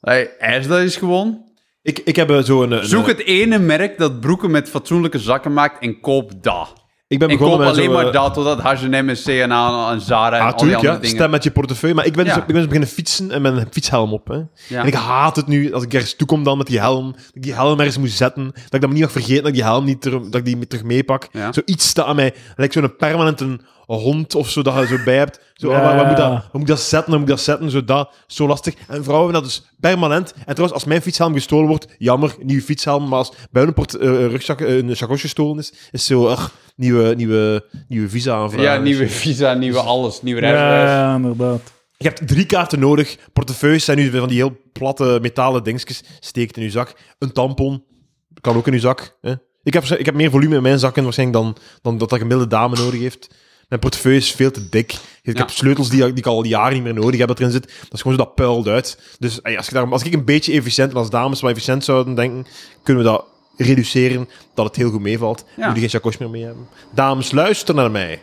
S2: Like, als dat is gewoon.
S3: Ik, ik heb eh, zo een... een-
S2: Zoek het ene merk dat broeken met fatsoenlijke zakken maakt en koop dat.
S3: Ik ben
S2: Ik
S3: begonnen
S2: koop
S3: met
S2: alleen
S3: zo,
S2: maar
S3: eh,
S2: dat, totdat H&M en C&A en Zara en
S3: Ah,
S2: al die
S3: tuurlijk,
S2: andere
S3: ja.
S2: dingen.
S3: Stem met je portefeuille. Maar ik ben,
S2: Ja.
S3: dus, ik ben dus beginnen fietsen en mijn fietshelm op. Hè.
S2: Ja.
S3: En ik haat het nu, als ik ergens toe kom dan met die helm, dat ik die helm ergens moet zetten, dat ik dat niet mag vergeten, dat ik die helm niet terug, dat ik die terug meepak.
S2: Ja.
S3: Zoiets staat aan mij, lijkt zo'n permanente hond of zo, dat je zo bij hebt. Zo,
S1: Ja.
S3: ah, waar, waar moet dat, waar moet ik dat zetten, waar moet ik dat zetten, zo dat, zo lastig. En vrouwen hebben dat dus permanent. En trouwens, als mijn fietshelm gestolen wordt, jammer, nieuwe fietshelm, maar als bij hun port, eh, rugzak eh, een chacosje gestolen is, is zo, ach, nieuwe, nieuwe, nieuwe visa aanvragen.
S2: Ja, nieuwe <laughs> visa, nieuwe alles, nieuwe rijbewijs.
S1: Ja, inderdaad.
S3: Je hebt drie kaarten nodig. Portefeuilles zijn nu van die heel platte metalen dingetjes. Steekt in uw zak. Een tampon kan ook in uw zak. Hè? Ik, heb, ik heb meer volume in mijn zakken waarschijnlijk dan, dan dat dat gemiddelde dame nodig heeft. Mijn portefeuille is veel te dik. Ik heb sleutels die, die ik al jaren niet meer nodig heb dat erin zit. Dat is gewoon zo dat puilt uit. Dus ey, als, je daar, als ik een beetje efficiënt en als dames wat efficiënt zouden denken, kunnen we dat reduceren dat het heel goed meevalt.
S2: Ja.
S3: Moet je geen chacos meer mee hebben. Dames, luister naar mij.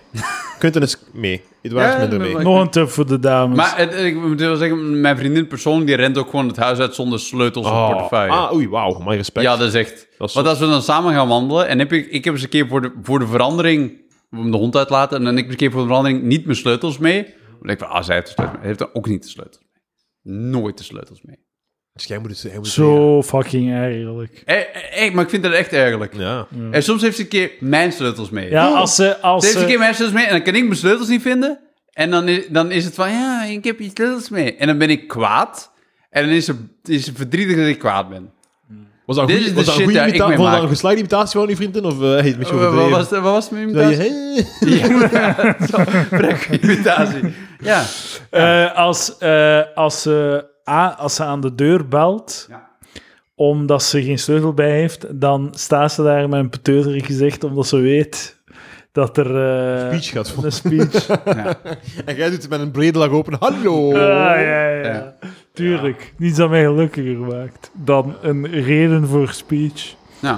S3: Kunt er eens mee. Het
S2: Ja,
S3: waard minder
S2: maar-
S3: mee.
S1: Nog een tip voor de dames.
S2: Maar het- ik moet wel zeggen, mijn vriendin persoonlijk, die rent ook gewoon het huis uit zonder sleutels of portefeuille.
S3: Ah, oei, wauw. Mijn respect.
S2: Ja, dat is echt.
S3: Dat is
S2: Want als we dan samen gaan wandelen, en heb ik, ik heb eens een keer voor de, voor de verandering om de hond uit te laten, en dan heb ik een keer voor de verandering niet mijn sleutels mee. Dan denk ik van, ah, zij heeft de sleutels mee. Hij heeft dan ook niet de sleutels mee. Nooit de sleutels mee.
S3: Dus jij moet het jij moet het
S1: Zo fucking eigenlijk.
S2: Eh, eh, eh, maar ik vind dat echt eigenlijk.
S3: zeggen. Ja.
S2: En soms heeft ze een keer mijn sleutels mee.
S1: Ja, als ze... Als eh,
S2: Deze
S1: ze-
S2: keer mijn sleutels mee en dan kan ik mijn sleutels niet vinden. En dan is, dan is het van, ja, ik heb je sleutels mee. En dan ben ik kwaad. En dan is ze, is ze verdrietig dat ik kwaad ben.
S3: Was dat een
S2: Dit
S3: goede
S2: is de
S3: was dat een
S2: shit
S3: goede
S2: die ik
S3: imitatie?
S2: mee
S3: Vond je dat
S2: maak.
S3: een geslaagde imitatie van je vriendin? Of eh, heet het
S2: Wat
S3: misschien
S2: wat
S3: overdreven?
S2: was, wat was mijn
S3: Dat je,
S2: imitatie?
S3: hè?
S2: <laughs> Ja, zo, prettige imitatie. Ja.
S1: Eh, als, eh, als, ze a- als ze aan de deur belt,
S2: Ja.
S1: omdat ze geen sleutel bij heeft, dan staat ze daar met een peteuterig gezicht, omdat ze weet dat er... eh,
S3: Speech gaat volgen.
S1: Een
S3: <laughs>
S1: speech.
S3: En jij doet het met een brede lag open. Hallo!
S1: Ah, ja, ja, ja.
S2: Ja.
S1: Tuurlijk. Niets dat mij gelukkiger maakt dan een reden voor speech.
S2: Nou,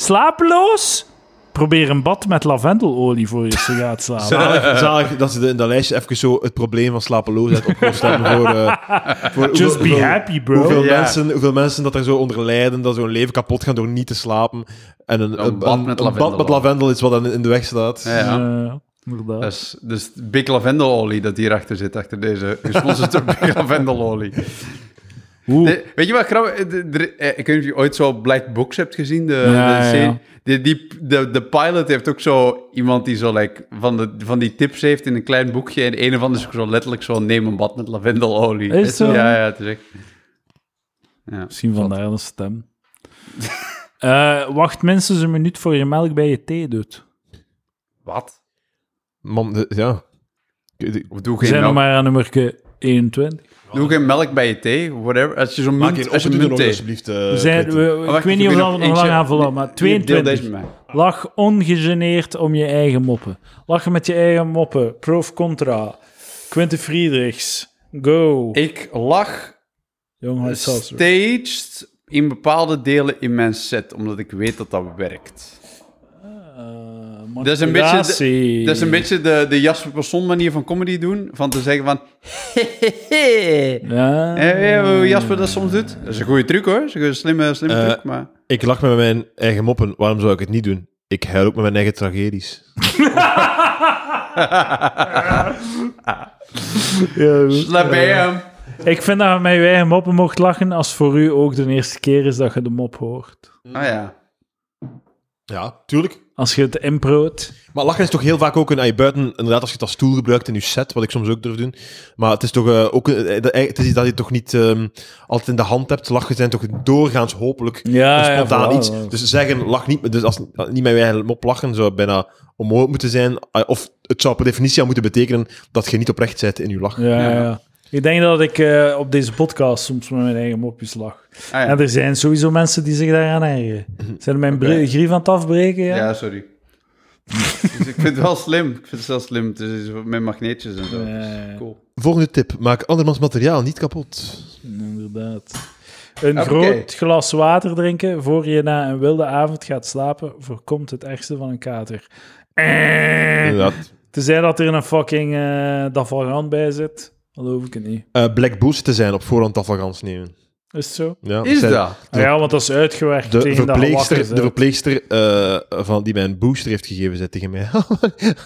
S1: Slapeloos? Probeer een bad met lavendelolie voor je ze gaat slapen.
S3: <laughs> Zalig, zalig dat ze de- in dat lijstje even zo het probleem van slapeloosheid opgelost hebben voor, eh, voor
S1: Just
S3: hoeveel-
S1: be happy, bro.
S3: Hoeveel,
S2: Ja.
S3: mensen, hoeveel mensen dat er zo onder lijden, dat zo'n leven kapot gaan door niet te slapen. En een,
S2: Een bad met
S3: een bad
S2: lavendel.
S3: met lavendel is wat dan in de weg staat.
S2: ja, ja.
S1: Eh, inderdaad.
S2: Dat is, dat is Big Lavendelolie dat hierachter zit, achter deze
S1: <laughs>
S2: gesponsord door Big Lavendelolie.
S1: Oeh.
S2: De- weet je wat grappig? de- de- eh, ik weet niet of je ooit zo Black Box hebt gezien, de,
S1: Ja,
S2: de
S1: ja,
S2: serie.
S1: ja.
S2: Die, die, de, de pilot heeft ook zo iemand die zo like, van, de, van die tips heeft in een klein boekje. En een van is ook zo letterlijk zo, neem een bad met lavendelolie.
S1: Is het zo?
S2: Ja, ja, het is echt... Ja.
S1: Misschien vandaar een stem. <laughs> Eh, wacht minstens een minuut voor je melk bij je thee doet.
S2: Wat?
S3: Man, de- ja.
S2: Of doe
S1: We
S2: geen,
S1: zijn nog
S2: melk,
S1: maar aan nummer 21.
S2: doe geen melk bij je thee, whatever. Als je zo'n
S3: Maak
S2: munt,
S3: geen
S2: als je
S3: opdoening,
S2: muntthee-
S3: alsjeblieft. eh,
S1: We zijn,
S3: Peter.
S1: we- we-
S2: Oh, wacht,
S1: ik weet niet of
S2: doe
S1: we
S2: nog
S1: nog lang
S2: eentje.
S1: aan vullen, maar
S2: Deel deze
S1: 22.
S2: met mij.
S1: Lach ongegeneerd om je eigen moppen. Lachen met je eigen moppen. Proof contra. Quinte Friedrichs. Go.
S2: Ik lach
S1: Jong Hart Seltzer.
S2: staged in bepaalde delen in mijn set, omdat ik weet dat dat werkt.
S1: Eh,
S2: Dat is een beetje, de,
S1: manipulatie.
S2: dat is een beetje de, de Jasper Persson manier van comedy doen. Van te zeggen van...
S1: Ja.
S2: Hé, hé, hoe Jasper dat soms doet. Dat is een goede truc hoor. Dat is een goede, slimme, slimme
S3: Eh,
S2: truc. Maar...
S3: Ik lach met mijn eigen moppen. Waarom zou ik het niet doen? Ik huil ook met mijn eigen tragedies.
S1: Ja, goed.
S2: Slap bij hem.
S1: Ik vind dat je met je eigen moppen mocht lachen als voor u ook de eerste keer is dat je de mop hoort.
S2: Ah ja.
S3: Ja, tuurlijk.
S1: Als je het improot.
S3: Maar lachen is toch heel vaak ook een... ah, je buiten, inderdaad, als je het als stoel gebruikt in je set, wat ik soms ook durf doen. Maar het is toch eh, ook... een- eh, dat- eh, het is iets dat je toch niet ehm, altijd in de hand hebt. Lachen zijn toch doorgaans hopelijk
S1: Ah, Ja,
S3: een spontaan
S1: voilà,
S3: iets.
S1: voilà.
S3: Dus zeggen, lach niet... Dus als eh, niet met je eigen mop lachen, zou bijna onmogelijk moeten zijn. Ah, Of het zou per definitie al moeten betekenen dat je niet oprecht bent in je lach.
S1: Ja,
S2: Ja.
S1: ja. Ik denk dat ik eh, op deze podcast soms met mijn eigen mopjes lach.
S2: Ah, ja. Mhm.
S1: En er zijn sowieso mensen die zich daaraan ergeren. Zijn er mijn brie- grief aan het afbreken? Ja.
S2: ja, sorry. dus ik vind het wel slim. Ik vind het wel slim. Het is met magneetjes en zo. Dus
S1: Eh,
S2: Cool.
S3: Volgende tip. Maak andermans materiaal niet kapot.
S1: Inderdaad. Een
S2: Oké.
S1: groot glas water drinken voor je na een wilde avond gaat slapen voorkomt het ergste van een kater. Eh,
S3: Inderdaad.
S1: Tenzij dat er een fucking eh davalgant bij zit. Geloof ik het niet.
S3: eh Black Boost te zijn op voorhand afvagans nemen.
S1: Is het zo?
S4: Ja,
S2: Is
S4: zij-
S2: dat?
S4: De-
S1: Ah ja, want dat is uitgewerkt
S4: De
S1: tegen
S4: verpleegster, de
S1: dat je wakker
S4: verpleegster eh, van, die mij een booster heeft gegeven, zei tegen
S3: <laughs>
S4: mij: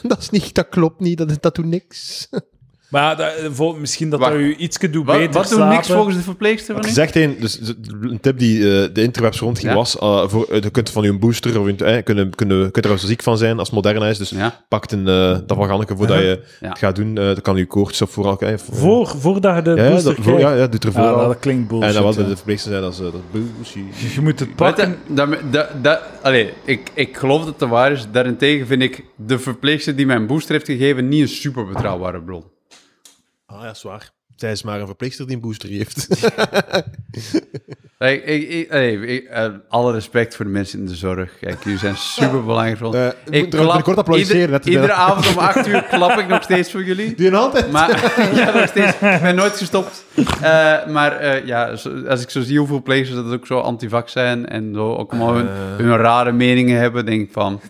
S4: Dat is niet, dat klopt niet, dat, dat doet niks.
S1: bent. Maar dat, eh, voor- misschien dat
S2: Wacht.
S1: dat u iets doet
S2: Wat,
S1: beter
S2: wat doet niks
S1: slapen.
S2: volgens de verpleegster?
S4: Er
S2: Van
S4: zegt een, dus een tip die eh, de interwebs rondging
S2: Ja.
S4: was: eh, voor, eh, je kunt van je booster, of je, eh, kunnen, kunnen, je kunt er als ziek van zijn als het moderne is. Dus
S2: Ja.
S4: pakt een eh dat waganneke voordat je
S2: Ja.
S4: het gaat doen. eh dan kan je koorts op vooral. eh, voor-
S1: Uh-huh. Voor, voordat je de
S4: ja, ja,
S1: booster
S4: dat, voor, ja,
S1: krijgt.
S4: ja, doet er
S1: Ja,
S4: vooral.
S1: Ah, nou, dat klinkt bullshit.
S4: en dan was
S1: ja.
S4: de verpleegster zei dat ze dat boosie.
S1: Je moet het
S2: Weet
S1: pakken.
S2: je, dat, dat, dat, allee, ik, ik geloof dat het waar is. Daarentegen vind ik de verpleegster die mijn booster heeft gegeven niet een super betrouwbare bron.
S4: Ah ja, zwaar. Zij is maar een verpleegster die een booster heeft. <laughs>
S2: Kijk, ik, ik- allee, ik- eh, alle respect voor de mensen in de zorg. Kijk, jullie zijn super belangrijk.
S4: Eh, we moeten er binnenkort applaudisseren,
S2: ieder-
S4: net-
S2: iedere avond om 8 uur klap ik nog steeds voor
S4: <laughs>
S2: jullie.
S4: Doe je nou altijd?
S2: Maar <laughs> ja, nog steeds. Ik ben nooit gestopt. Eh, maar eh, ja, zo- als ik zo zie hoeveel plegers dat ook zo antivax zijn en zo ook allemaal hun, hun rare meningen hebben, denk ik van.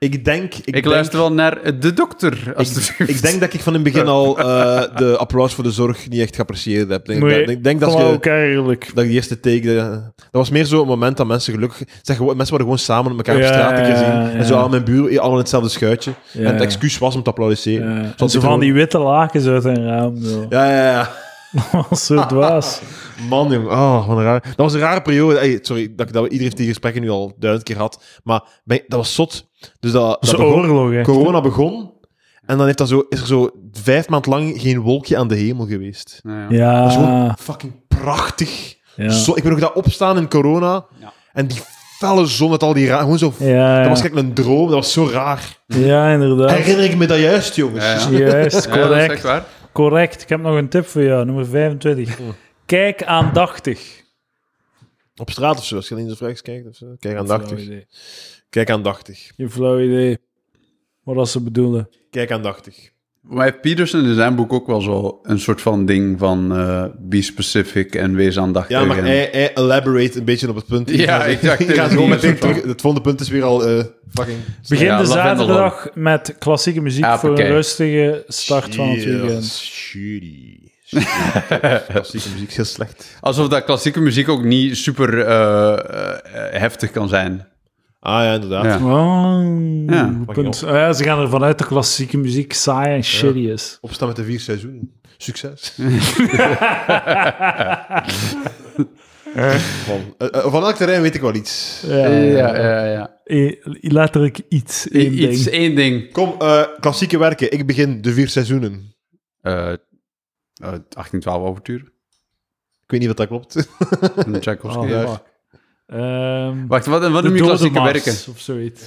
S4: Ik denk. Ik,
S2: Ik,
S4: denk-
S2: luister wel naar eh, de dokter. Als
S4: Ik, ik denk dat ik van in het begin al eh, de applaus voor de zorg niet echt geapprecieerd heb. Ik denk,
S1: Nee,
S4: dat- ik denk dat
S1: kom
S4: je...
S1: maar ook eerlijk.
S4: Dat ik die eerste take, eh, dat was meer zo'n moment dat mensen gelukkig... Zeg, gewoon- mensen waren gewoon samen met
S1: <laughs>
S4: elkaar
S1: Ja,
S4: op straat te zien.
S1: ja, ja.
S4: En zo aan mijn buur, eh, allemaal in hetzelfde schuitje.
S1: Ja,
S4: en het
S1: ja.
S4: excuus was om te applaudisseren.
S1: Ja.
S4: Zoals
S1: Zo
S4: ik
S1: van
S4: gewoon-
S1: die witte lakens uit een raam. Zo.
S4: Ja, ja, ja.
S1: <laughs> Als zo dwaas.
S4: Man, jong. Oh, wat een raar. Dat was een rare periode. Ey, sorry, dat, ik- dat we iedereen heeft die gesprekken nu al duizend keer had. Maar ben- dat was zot. Dus dat, dat
S1: Zo'n
S4: begon-
S1: oorlog, hè.
S4: corona begon. En dan heeft dat zo, is er zo vijf maand lang geen wolkje aan de hemel geweest.
S2: ja.
S4: Dat is gewoon
S1: Ja.
S4: fucking prachtig.
S1: Ja.
S4: Zo, ik ben ook dat opstaan in corona.
S2: Ja.
S4: En die felle zon met al die raar. Gewoon zo.
S1: Ja,
S4: Dat was
S1: ja.
S4: gek een droom. Dat was zo raar.
S1: ja, inderdaad.
S4: Herinner ik me dat juist, jongens?
S2: Ja, ja.
S1: Juist,
S2: Ja, dat is echt
S1: correct.
S2: waar.
S1: Correct. Ik heb nog een tip voor jou, nummer 25. Kijk aandachtig.
S4: Op straat of zo, als je alleen zo vraagt kijkt. Of zo. Kijk
S1: Flauw
S4: aandachtig.
S1: idee.
S4: Kijk aandachtig.
S1: Geen flauw idee. Wat dat ze bedoelen.
S4: Kijk aandachtig.
S2: Maar heeft Peterson in zijn boek ook wel zo een soort van ding van eh, be specific en wees aandachtig.
S4: Ja, maar
S2: en-
S4: hij, hij elaborate een beetje op het
S2: <laughs>
S4: punt.
S2: Ja,
S4: Ik ga zo-
S2: exact.
S4: Ik ga
S2: Dit
S4: zo
S2: is niet
S4: meteen
S2: een soort
S4: terug. Het volgende punt is weer al eh, fucking.
S1: Begin
S2: Ja,
S1: de
S2: Lavender
S1: zaterdag met klassieke muziek
S2: Ah,
S1: voor een
S2: oké.
S1: rustige start van het weekend.
S4: Shitty. <laughs> Shitty. Klassieke muziek is heel slecht.
S2: Alsof dat klassieke muziek ook niet super eh, eh, heftig kan zijn.
S4: Ah ja, inderdaad.
S2: Ja.
S1: Wow.
S2: Ja,
S1: Punt. Ah, ja, ze gaan ervan uit dat klassieke muziek saai en shitty is.
S4: Opstaan met de vier seizoenen.
S2: <laughs>
S4: Succes. van, eh, eh, van elk terrein weet ik wel iets.
S1: Ja,
S2: ja, ja.
S1: Eh, Letterlijk iets. één
S2: I- Eh, iets,
S1: ding.
S2: één ding.
S4: Kom, eh, klassieke werken. Ik begin de vier seizoenen.
S2: Eh, eh, 1812 overtuur
S4: Ik weet niet wat dat klopt.
S2: van Tchaikovsky.
S1: Oh,
S2: Ja.
S1: fuck. Ehm,
S2: Wacht, wat, wat
S1: de
S2: noem je klassieke
S1: Dodenmars
S2: werken?
S1: Of zoiets.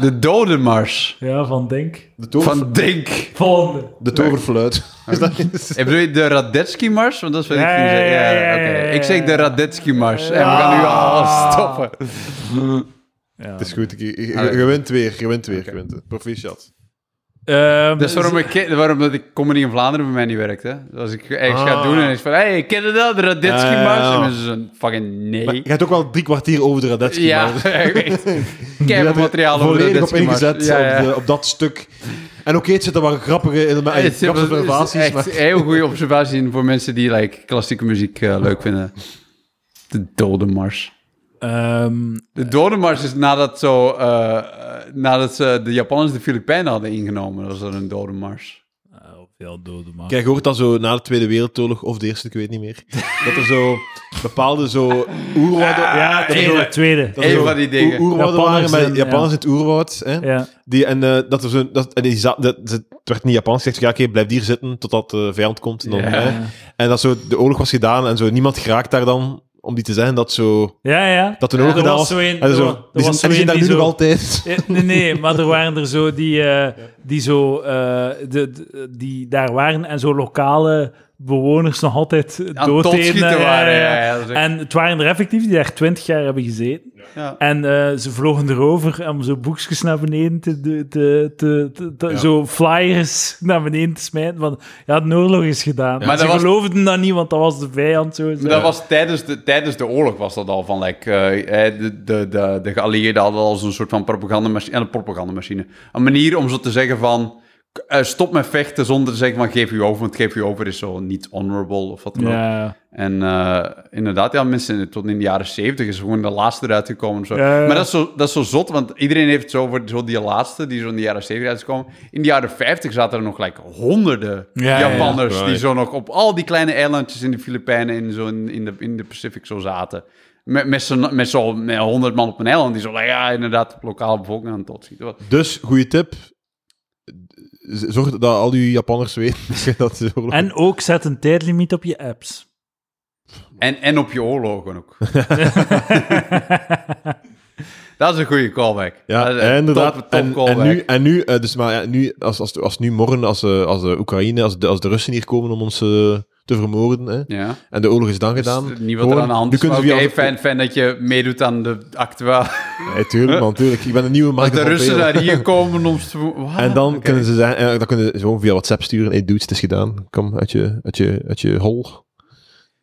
S2: De Dodenmars
S1: Ja, van Denk.
S4: De, tover,
S2: van Denk.
S1: Volgende.
S4: de toverfluit. Is dat,
S2: Ik bedoel je de Radetzky-mars? Want dat is wat ik
S1: Ja,
S2: ging zeggen.
S1: ja,
S2: Ja,
S1: ja,
S2: oké.
S1: ja, ja,
S2: Ik zeg de
S1: ja. Ah.
S2: Radetzky-mars. En we gaan nu al stoppen.
S1: Ja.
S4: het is goed. Ik, ik- ik-
S2: Ah, ja.
S4: je wint weer. Je wint weer. Je wint het. Proficiat.
S1: Ehm,
S2: Dat is Dus waarom, ik, ken- waarom dat ik Comedy in Vlaanderen bij mij niet werkt. Hè? Dus Als ik echt ga doen en ik van... Hé, hey, ken je dat? De Radetzky-mars?
S4: Ah, ja.
S2: En mensen zijn fucking
S4: Maar
S2: nee.
S4: je hebt ook wel drie kwartier over de Radetzky.
S2: Ja,
S4: maar-
S2: <laughs> echt.
S4: die
S2: Keihard
S4: hebben
S2: materiaal over de
S4: volledig op
S2: Radetzky-mars.
S4: ingezet
S2: Ja, ja.
S4: Op, de- op dat stuk. En oké, het zitten wel grappige elementen.
S2: Het
S4: eh,
S2: is- het
S4: Grappige
S2: is
S4: observaties.
S2: echt
S4: maar-
S2: heel goede observatie voor mensen die like, klassieke muziek eh, leuk vinden. De Dodenmars.
S1: ehm,
S2: De dodenmars is nadat, zo, eh, eh, nadat ze de Japanners de Filipijnen hadden ingenomen. Dat was dan een dodenmars.
S1: eh, veel doden, man.
S4: Kijk, je hoort dat zo na de Tweede Wereldoorlog, of de Eerste, ik weet niet meer, dat er zo bepaalde zo oerwouden...
S1: ja,
S4: dat er
S1: tweede.
S4: zo-
S1: tweede.
S4: dat er zo
S2: Eén van die dingen.
S4: oer- Oerwouden
S1: Japanners
S4: waren
S1: en-
S4: met
S1: ja.
S4: Japanners in het oerwoud. Hè?
S1: Ja.
S4: Die, en eh, dat er zo... Dat, en die za- dat, dat- het werd niet Japans gezegd, ja, oké, blijf hier zitten totdat de vijand komt. En, dan,
S2: Ja.
S4: hè. en dat zo de oorlog was gedaan en zo niemand geraakt daar dan, om die te zeggen dat zo...
S1: Ja, ja.
S4: Dat de oorlog
S1: Ja, er
S4: gedaan
S1: was
S4: was.
S1: zo een-
S4: en
S1: er
S4: zo,
S1: wa- er was
S4: die zijn,
S1: zo
S4: en die
S1: een
S4: zijn daar
S1: die
S4: nu nog
S1: zo-
S4: altijd.
S1: Eh, Nee, nee, maar er waren er zo die, eh, die, zo, eh, de, de- die daar waren en zo lokale bewoners nog altijd
S2: Aan
S1: dood
S2: het
S1: deden,
S2: totschieten
S1: eh,
S2: waren, ja, ja, dat is echt-
S1: En het waren er effectief die daar twintig jaar hebben gezeten.
S2: Ja.
S1: En eh, ze vlogen erover om zo boekjes naar beneden te... te, te, te, te-
S4: Ja.
S1: Zo flyers naar beneden te smijten. Van, ja, de oorlog is gedaan.
S2: Maar
S1: Maar ze
S2: dat was-
S1: geloofden dat niet, want dat was de vijand. Zo,
S2: Maar Dat was tijdens de, tijdens de oorlog was dat al van like, eh, eh, de, de, de, de geallieerden hadden al zo'n soort van propagandamachine, eh, propagandamachine. Een manier om zo te zeggen van eh, stop met vechten zonder te zeggen van geef u over, want geef u over is zo niet honorable of wat dan ook.
S1: Ja.
S2: En eh, inderdaad, ja, mensen tot in de jaren zeventig is gewoon de laatste eruit gekomen. Zo.
S1: Ja, ja.
S2: Maar dat is, zo, dat is zo zot, want iedereen heeft zo voor zo die laatste die zo in de jaren zeventig uit is gekomen. In de jaren vijftig zaten er nog like, honderden
S1: Ja, ja,
S2: Japanners
S3: ja.
S2: die zo nog op al die kleine eilandjes in de Filipijnen en zo in, in, de, in de Pacific zo zaten. Met, met zo'n met zo, met 100 man op een eiland die zo, like, ja, inderdaad, op lokale bevolking aan het totschieten. was.
S3: Dus, goede tip. Z- Zorg dat al uw
S4: <laughs>
S3: Japanners weten dat ze oorlog-
S1: En ook zet een tijdlimiet op je apps.
S2: En, en op je
S1: <laughs>
S2: oorlogen ook. dat is een goede callback.
S3: Ja,
S2: Dat is een
S3: inderdaad.
S2: Eh, top- top
S3: en, en
S2: callback.
S3: nu, en nu, eh, dus, maar ja, nu als, als, als nu morgen, als, eh, als de Oekraïne, als de, als de Russen hier komen om ons eh, te vermoorden, hè,
S2: Ja.
S3: en de oorlog is dan gedaan.
S2: Dus niet wat er
S3: gewoon,
S2: aan de hand
S3: nu
S2: is.
S3: kunnen
S2: Maar
S3: ze
S2: oké,
S3: via-
S2: fijn, fijn dat je meedoet aan de
S3: <laughs>
S2: actua.
S3: Nee, tuurlijk, man, tuurlijk. Ik ben een nieuwe
S2: Dat
S3: markt.
S2: de Russen naar hier komen om te... Wat?
S3: En dan
S2: Oké.
S3: kunnen ze zeggen, eh, dan kunnen ze gewoon via WhatsApp sturen. Hey dudes, het is gedaan. Kom uit je, uit je, uit je hol.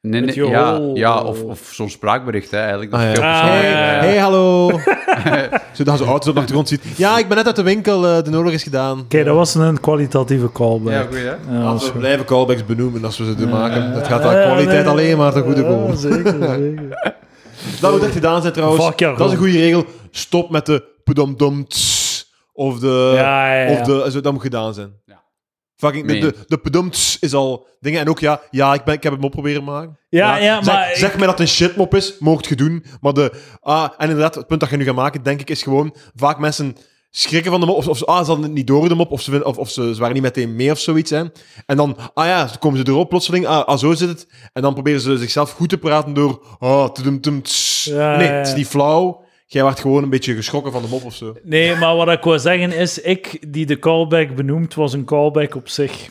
S2: Nee,
S1: Met
S2: nee,
S1: je
S2: ja,
S1: hol.
S2: ja, of, of zo'n spraakbericht, hè, eigenlijk. Dat
S3: Ah, ja.
S2: is veel
S1: Ah,
S2: persoonlijker,
S1: ja,
S2: ja,
S1: ja.
S2: ja.
S3: Hey, hallo. <laughs> Zodat ze auto's op de achtergrond ziet. Ja, ik ben net uit de winkel. eh, de oorlog is gedaan.
S1: Kijk, dat was een kwalitatieve
S2: Ja,
S1: callback.
S2: goed, hè?
S1: Ja, dat
S3: Als
S1: is
S3: we
S1: goed.
S3: blijven callbacks benoemen als we ze doen maken, het Nou, gaat aan
S1: Ja,
S3: kwaliteit
S1: nee.
S3: alleen maar te goede
S1: Ja,
S3: komen. <laughs>
S1: zeker, zeker.
S3: Dat moet echt gedaan zijn trouwens.
S1: Fuck ja,
S3: dat is een
S1: gewoon.
S3: goede regel. Stop met de pedumdumts of de...
S1: Ja, ja, ja.
S3: Of de, zo, dat moet gedaan zijn.
S2: Ja.
S3: Fucking, de,
S2: Meen.
S3: de, de pedumts is al dingen. En ook ja, ja ik, ben, ik heb het mop proberen maken.
S1: Ja, ja,
S3: zeg,
S1: maar ik-
S3: zeg mij dat het een shitmop is, moogt je doen. Maar de... Ah, en inderdaad, het punt dat je nu gaat maken, denk ik, is gewoon... Vaak mensen schrikken van de mop. Of, of ah, ze hadden het niet door de mop. Of ze, vinden- of, of ze, ze waren niet meteen mee of zoiets. Hè. En dan, ah ja, ze komen ze erop plotseling. Ah, ah, zo zit het. En dan proberen ze zichzelf goed te praten door... Ah, tudum, tum, tss.
S1: Ja,
S3: nee,
S1: ja, ja.
S3: het is niet flauw. Jij werd gewoon een beetje geschrokken van de mop of zo.
S1: Nee, maar wat ik wil zeggen is, ik die de callback benoemt, was een callback op zich.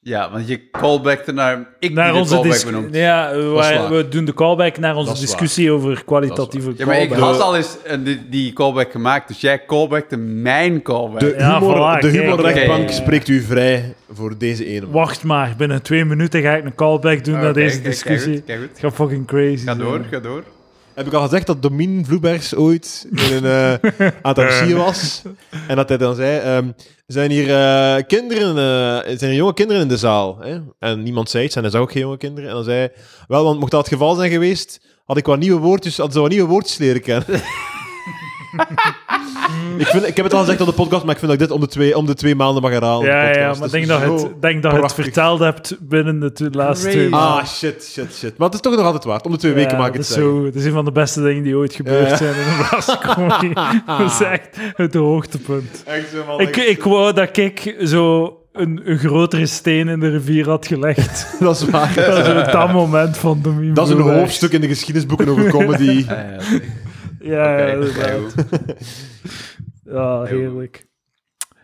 S2: Ja, want je callbackte naar... Ik
S1: Naar
S2: die de
S1: onze
S2: callback
S1: dis-
S2: benoemd.
S1: ja,
S3: waar.
S1: we, we doen de callback naar onze
S3: Dat is waar.
S1: discussie over kwalitatieve
S2: Ja, maar ik
S1: callback.
S2: had al eens eh, die, die callback gemaakt, dus jij callbackte mijn callback.
S3: De
S1: Ja,
S3: humor,
S1: voilà,
S3: de
S1: kijk,
S3: humorrechtbank
S2: oké.
S3: spreekt u vrij voor deze ene. man.
S1: Wacht maar, binnen twee minuten ga ik een callback doen
S3: Oh,
S2: Oké,
S1: naar deze
S2: kijk, kijk
S1: discussie.
S2: goed, kijk goed.
S1: Het gaat fucking crazy.
S2: Ga
S1: zijn.
S2: door, ga door.
S3: Heb ik al gezegd dat Domien Vloebergs ooit in een,
S1: <laughs>
S3: eh, aan het MC'en was? En dat hij dan zei, ehm, zijn hier eh, kinderen, eh, zijn er jonge kinderen in de zaal? Hè? En niemand zei iets, en hij zag ook geen jonge kinderen. En dan zei hij, wel, want mocht dat het geval zijn geweest, had ik wat nieuwe woordjes, had ze wat nieuwe woordjes leren kennen.
S1: <laughs>
S3: ik, vind, ik heb het al gezegd op de podcast, maar ik vind dat ik dit om de twee, om de twee maanden mag herhalen.
S1: Ja, ja, maar
S3: ik
S1: ik denk dat je het, denk dat je het
S3: prachtig.
S1: verteld hebt binnen de twee- laatste
S2: Crazy.
S1: twee maanden.
S3: Ah, shit, shit, shit. Maar het is toch nog altijd waard. Om de twee weken
S1: Ja,
S3: maak ik
S1: dat
S3: het
S1: is
S3: zeggen.
S1: zo, Het is een van de beste dingen die ooit gebeurd
S3: Ja.
S1: zijn in de Vlaamse comedy.
S3: <laughs>
S1: Dat is echt <laughs> het hoogtepunt.
S3: Echt zo, man.
S1: Ik, ik wou dat ik zo een, een grotere steen in de rivier had
S3: <laughs>
S1: gelegd.
S3: Dat
S1: <laughs>
S3: is waar.
S1: dat is zo dat moment van Domien
S3: Dat is een
S1: Vloerberg.
S3: hoofdstuk in de geschiedenisboeken over comedy.
S2: Ja, ja, oké,
S1: Ja,
S2: oké,
S1: inderdaad.
S2: goed.
S1: Ja, heerlijk.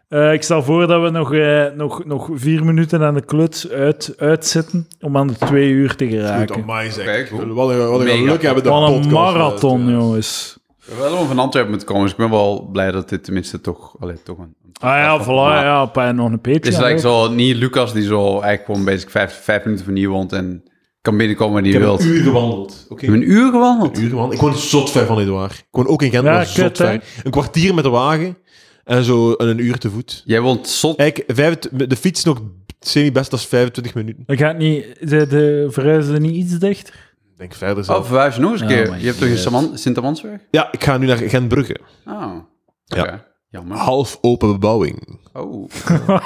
S1: Eh, ik stel voor dat we nog, eh, nog, nog vier minuten aan de kluts uit, uitzitten om aan de twee uur te geraken.
S3: mij zeg.
S2: Oké, goed.
S3: Wat een, wat een
S2: Mega.
S3: geluk hebben dat
S1: Wat een
S3: podcast, eh,
S1: marathon,
S3: luisteraars.
S1: jongens.
S2: We hebben wel over een Antwerpen moeten komen, dus ik ben wel blij dat dit tenminste toch... Allee, toch een
S1: Ah ja,
S2: podcast
S1: voilà,
S2: was.
S1: ja, pa- en nog een Patreon.
S2: Het is Dus like
S1: ook.
S2: zo, niet Lucas die zo eigenlijk gewoon basic vijf, vijf minuten van hier woont en kan binnenkomen wanneer
S3: Ik
S2: hij
S3: heb
S2: wil.
S3: een
S2: Ik
S3: uur gewandeld. Oké.
S2: heb een uur gewandeld.
S3: Een uur gewandeld. Ik woon zot ver van Edouard. Ik woon ook in Gent,
S1: Ja,
S3: maar
S1: kut,
S3: zot
S1: hè?
S3: ver. Een kwartier met de wagen en zo een uur te voet.
S2: Jij woont zot.
S3: Kijk, vijf, de fiets nog semi-best, dat is 25 minuten.
S1: Dan gaat niet, ze de, verhuizen ze niet iets dichter?
S3: Ik Denk verder zelf.
S2: Oh, verhuis nog eens een
S1: Oh
S2: keer.
S1: my
S2: je hebt toch in
S1: God.
S2: Saman- Sint-Amansweg?
S3: Ah. Ja, ik ga nu naar Gentbrugge.
S2: Oh. Oké.
S3: Ja.
S2: Jammer.
S3: Half open bebouwing.
S2: Oh.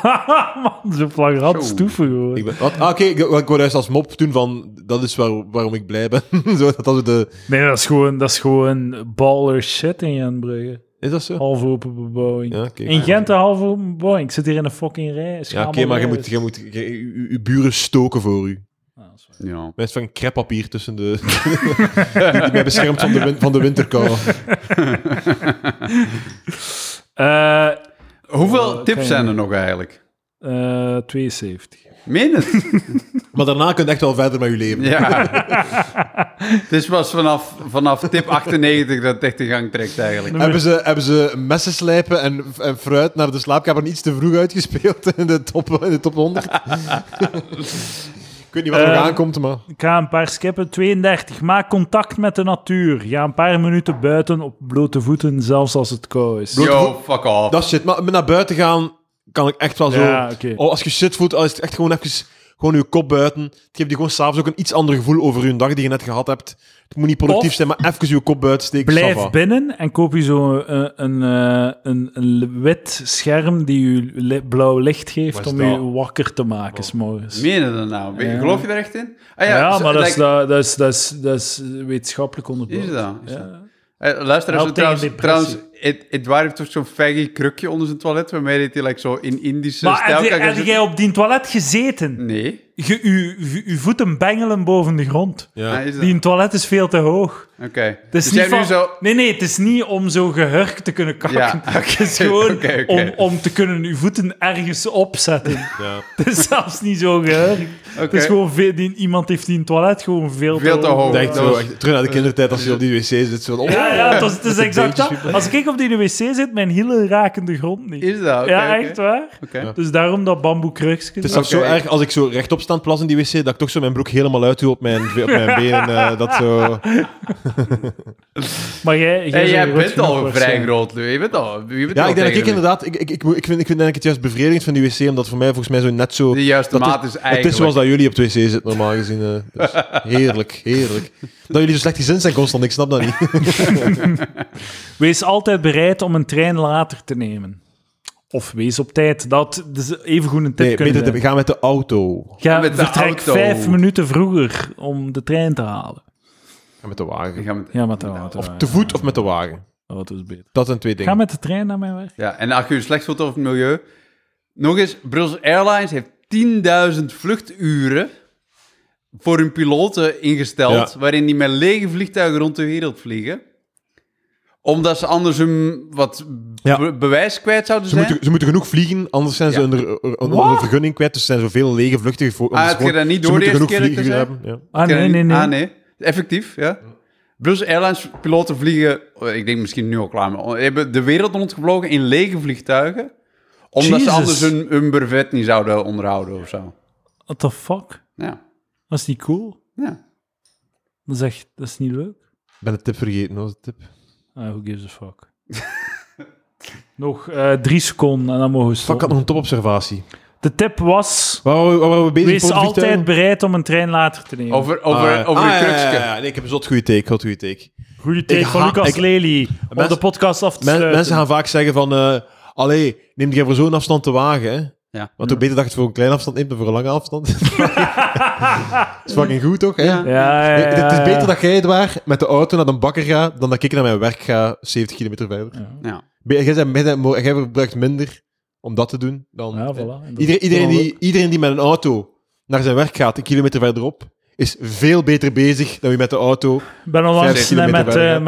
S1: <laughs> Man, zo flagrant
S2: Zo.
S1: stoeven gewoon.
S3: Ik ben, wat? Ah, oké, ik, ik wou juist als mop doen van, dat is waar, waarom ik blij ben. <laughs> zo, dat, dat is de,
S1: Nee, dat is gewoon, dat is gewoon baller shit in Jenbrugge.
S3: is dat zo?
S1: Half open bebouwing.
S3: Ja, oké.
S1: in Gent een half open bebouwing. Ik zit hier in een fucking rij.
S3: Ja, oké, maar je
S1: dus.
S3: moet, je moet je, je- je buren stoken voor u.
S2: Ja.
S3: Mensen van kreppapier tussen de... <laughs> die, die mij beschermt van de, win- van de winterkou.
S1: Eh,
S2: Hoeveel
S1: Oh,
S2: tips
S1: oké.
S2: zijn er nog eigenlijk?
S1: Eh, 72.
S2: Meen het?
S3: Maar daarna kunt je echt wel verder met je leven.
S2: <laughs> ja. Het is pas vanaf, vanaf tip 98 dat het echt in gang trekt eigenlijk.
S3: Hebben ze, hebben ze eh, messen slijpen en, en fruit naar de slaapkamer iets te vroeg uitgespeeld <laughs> in de top, in de top 100? ik weet niet wat er
S1: Eh,
S3: nog aankomt, maar...
S1: Ik ga een paar skippen. 32. Maak contact met de natuur. Ga een paar minuten buiten op blote voeten, zelfs als het koud is.
S2: Yo, fuck off.
S3: Dat is shit. Maar met naar buiten gaan kan ik echt wel zo...
S1: Ja, oké.
S3: Oh, als je shit voelt, al is het echt gewoon even gewoon je kop buiten. Het geeft je gewoon s'avonds ook een iets ander gevoel over je dag die je net gehad hebt. Het moet niet productief
S1: Of-
S3: zijn, maar even je kop buiten steken.
S1: Blijf
S3: ça va.
S1: binnen en koop je zo een, een, eh, een, een wit scherm die je li- blauw licht
S3: Wat
S1: geeft
S3: is
S1: om
S3: dat?
S1: je wakker te maken, s'morgens.
S2: Meen je dat nou? Ben-
S1: Ja.
S2: Geloof je daar echt in? Ah,
S1: Ja,
S2: zo-
S1: maar dat is,
S2: like-
S1: dat, dat, is, dat, is, dat is wetenschappelijk onderbouwd.
S2: Is dat? Is
S1: Ja.
S2: dat? Eh, luister,
S1: Helpt
S2: als we
S1: tegen
S2: trouwens,
S1: depressie.
S2: trouwens Ed- Edouard heeft toch zo'n faggy krukje onder zijn toilet, waarmee hij like, zo in Indische
S1: Maar
S2: stijl
S1: heb,
S2: kan
S1: je-
S2: gaan
S1: heb jij
S2: zitten?
S1: op die toilet gezeten?
S2: Nee.
S1: Je, u, u- uw voeten bengelen boven de grond.
S3: Ja.
S2: Ah, is dat?
S1: Die toilet is veel te hoog.
S2: Oké.
S1: Het is
S2: Dus
S1: niet
S2: jij nu
S1: van-
S2: zo...
S1: Nee, nee, het is niet om zo gehurkt te kunnen kakken.
S2: Ja, oké,
S1: Het is gewoon
S2: oké, oké.
S1: Om, om te kunnen uw voeten ergens opzetten.
S3: <laughs> Ja.
S1: het is zelfs niet zo gehurkt. Het
S2: Oké.
S1: is gewoon veel, die, iemand heeft die toilet gewoon veel,
S2: Veel te Dus hoog.
S3: Denk
S2: Dat
S3: zo,
S2: was-
S3: echt, terug naar de kindertijd als je op die wc zit. Zo van, oh,
S1: Ja, ja, het, was- het is
S3: Met de
S1: exact
S3: beentjes
S1: dat. Als ik op die wc zit, mijn hielen raken de grond niet.
S2: Is dat? Oké,
S1: ja,
S2: oké.
S1: echt waar.
S2: Oké.
S3: Ja.
S1: Dus daarom dat bamboe
S3: Het is zelfs
S2: Oké.
S3: zo erg als ik zo rechtop sta aan het plassen in die wc, dat ik toch zo mijn broek helemaal uit doe op mijn, op mijn benen. eh, dat zo...
S1: Maar jij, jij,
S2: Hey,
S1: bent
S2: jij
S1: groot
S2: bent
S1: genoeg
S2: al vrij
S1: waarschijnlijk.
S2: groot, Louis. Je bent al... Je bent
S3: eh, Ja,
S2: al
S3: ik denk dat ik
S2: degelijk.
S3: inderdaad... Ik, ik, ik, moet- ik vind, ik vind denk ik het juist bevredigend van die wc, omdat voor mij volgens mij zo net zo...
S2: De juiste
S3: dat
S2: maat is eigenlijk...
S3: Het is zoals dat jullie op het wc zitten, normaal gezien. eh. Dus heerlijk, heerlijk. Dat jullie zo slecht gezind zijn constant, ik snap dat niet.
S1: Wees altijd bereid om een trein later te nemen. Of wees op tijd. Dat is evengoed een tip
S3: Nee,
S1: kunnen
S3: beter te
S1: zijn.
S3: gaan met de auto.
S1: Ga,
S2: Met de
S1: vertrek
S2: auto.
S1: vijf minuten vroeger om de trein te halen.
S3: En met de
S2: Ik
S3: wagen.
S2: ga met-
S1: Ja, maar de auto.
S3: Of te voet of met de wagen.
S1: Dat is beter.
S3: Dat zijn twee
S1: Ga
S3: dingen.
S1: met de trein naar mijn werk.
S2: Ja, en als je je slecht voelt over het milieu... Nog eens, Brussels Airlines heeft 10.000 vluchturen voor hun piloten ingesteld,
S3: Ja.
S2: waarin die met lege vliegtuigen rond de wereld vliegen. Omdat ze anders hun wat
S3: Ja.
S2: be- bewijs kwijt zouden
S3: Ze
S2: zijn.
S3: moeten, ze moeten genoeg vliegen, anders zijn ze
S2: Ja.
S3: onder, onder- onder
S2: Wat?
S3: vergunning kwijt. Dus er zijn zoveel lege vluchten. Voor,
S2: Ah, had je dat niet door de eerste keer dat je zei?
S3: Ja.
S1: Ah, nee, nee, nee.
S2: Ah, nee. Effectief, ja. Brussels Airlines piloten vliegen, eh, ik denk misschien nu al klaar, maar oh, hebben de wereld rondgevlogen in lege vliegtuigen. Omdat ze
S1: Jesus.
S2: anders hun, hun brevet niet zouden onderhouden of zo.
S1: What the fuck?
S2: Ja.
S1: Dat is niet cool.
S2: ja.
S1: Dat is echt, dat is niet leuk.
S3: Ik ben de tip vergeten, dat was de tip.
S1: Ah, who gives a
S3: <laughs>
S1: fuck? Nog eh, drie seconden en dan mogen we
S3: Fuck, ik had
S1: stoppen.
S3: nog een topobservatie.
S1: De tip was...
S3: Waar, waren we- waar waren we bezig?
S1: Wees
S3: voor de
S1: altijd
S3: vliegtuigen?
S1: bereid om een trein later te nemen.
S2: Over, over,
S3: Ah,
S2: over
S3: ah,
S2: de
S3: ja,
S2: crux.
S3: ja, ja, ja. Nee, ik heb een zot goede take, zot goede take.
S1: Goede take
S3: Ik
S1: van
S3: ha-
S1: Lucas
S3: ik-
S1: Lely om
S3: Mensen-
S1: de podcast af te
S3: Men-
S1: sluiten.
S3: mensen gaan vaak zeggen van... eh Allee, neem jij voor zo'n afstand te wagen, hè?
S2: Ja.
S3: Want ook beter dat je het voor een kleine afstand neemt dan voor een lange
S2: <laughs>
S3: afstand. is fucking goed, toch? Hè?
S2: Ja. Eh.
S1: Ja, ja,
S3: Nee, het is
S1: ja,
S3: beter
S1: ja.
S3: dat jij het waar met de auto naar de bakker gaat dan dat ik naar mijn werk ga 70 kilometer verder.
S2: Ja.
S3: Ben- Jij, bent minder- mo- jij verbruikt minder om dat te doen dan.
S1: Ja, voilà.
S3: eh,
S1: En dat
S3: iedereen,
S1: is
S3: iedereen,
S1: wel
S3: die, iedereen die met een auto naar zijn werk gaat, een kilometer verderop, is veel beter bezig dan wie met de auto.
S1: Ik ben onlangs
S3: Vijf
S1: net
S3: kilometer
S1: met,
S3: verder,
S1: eh,
S3: ja.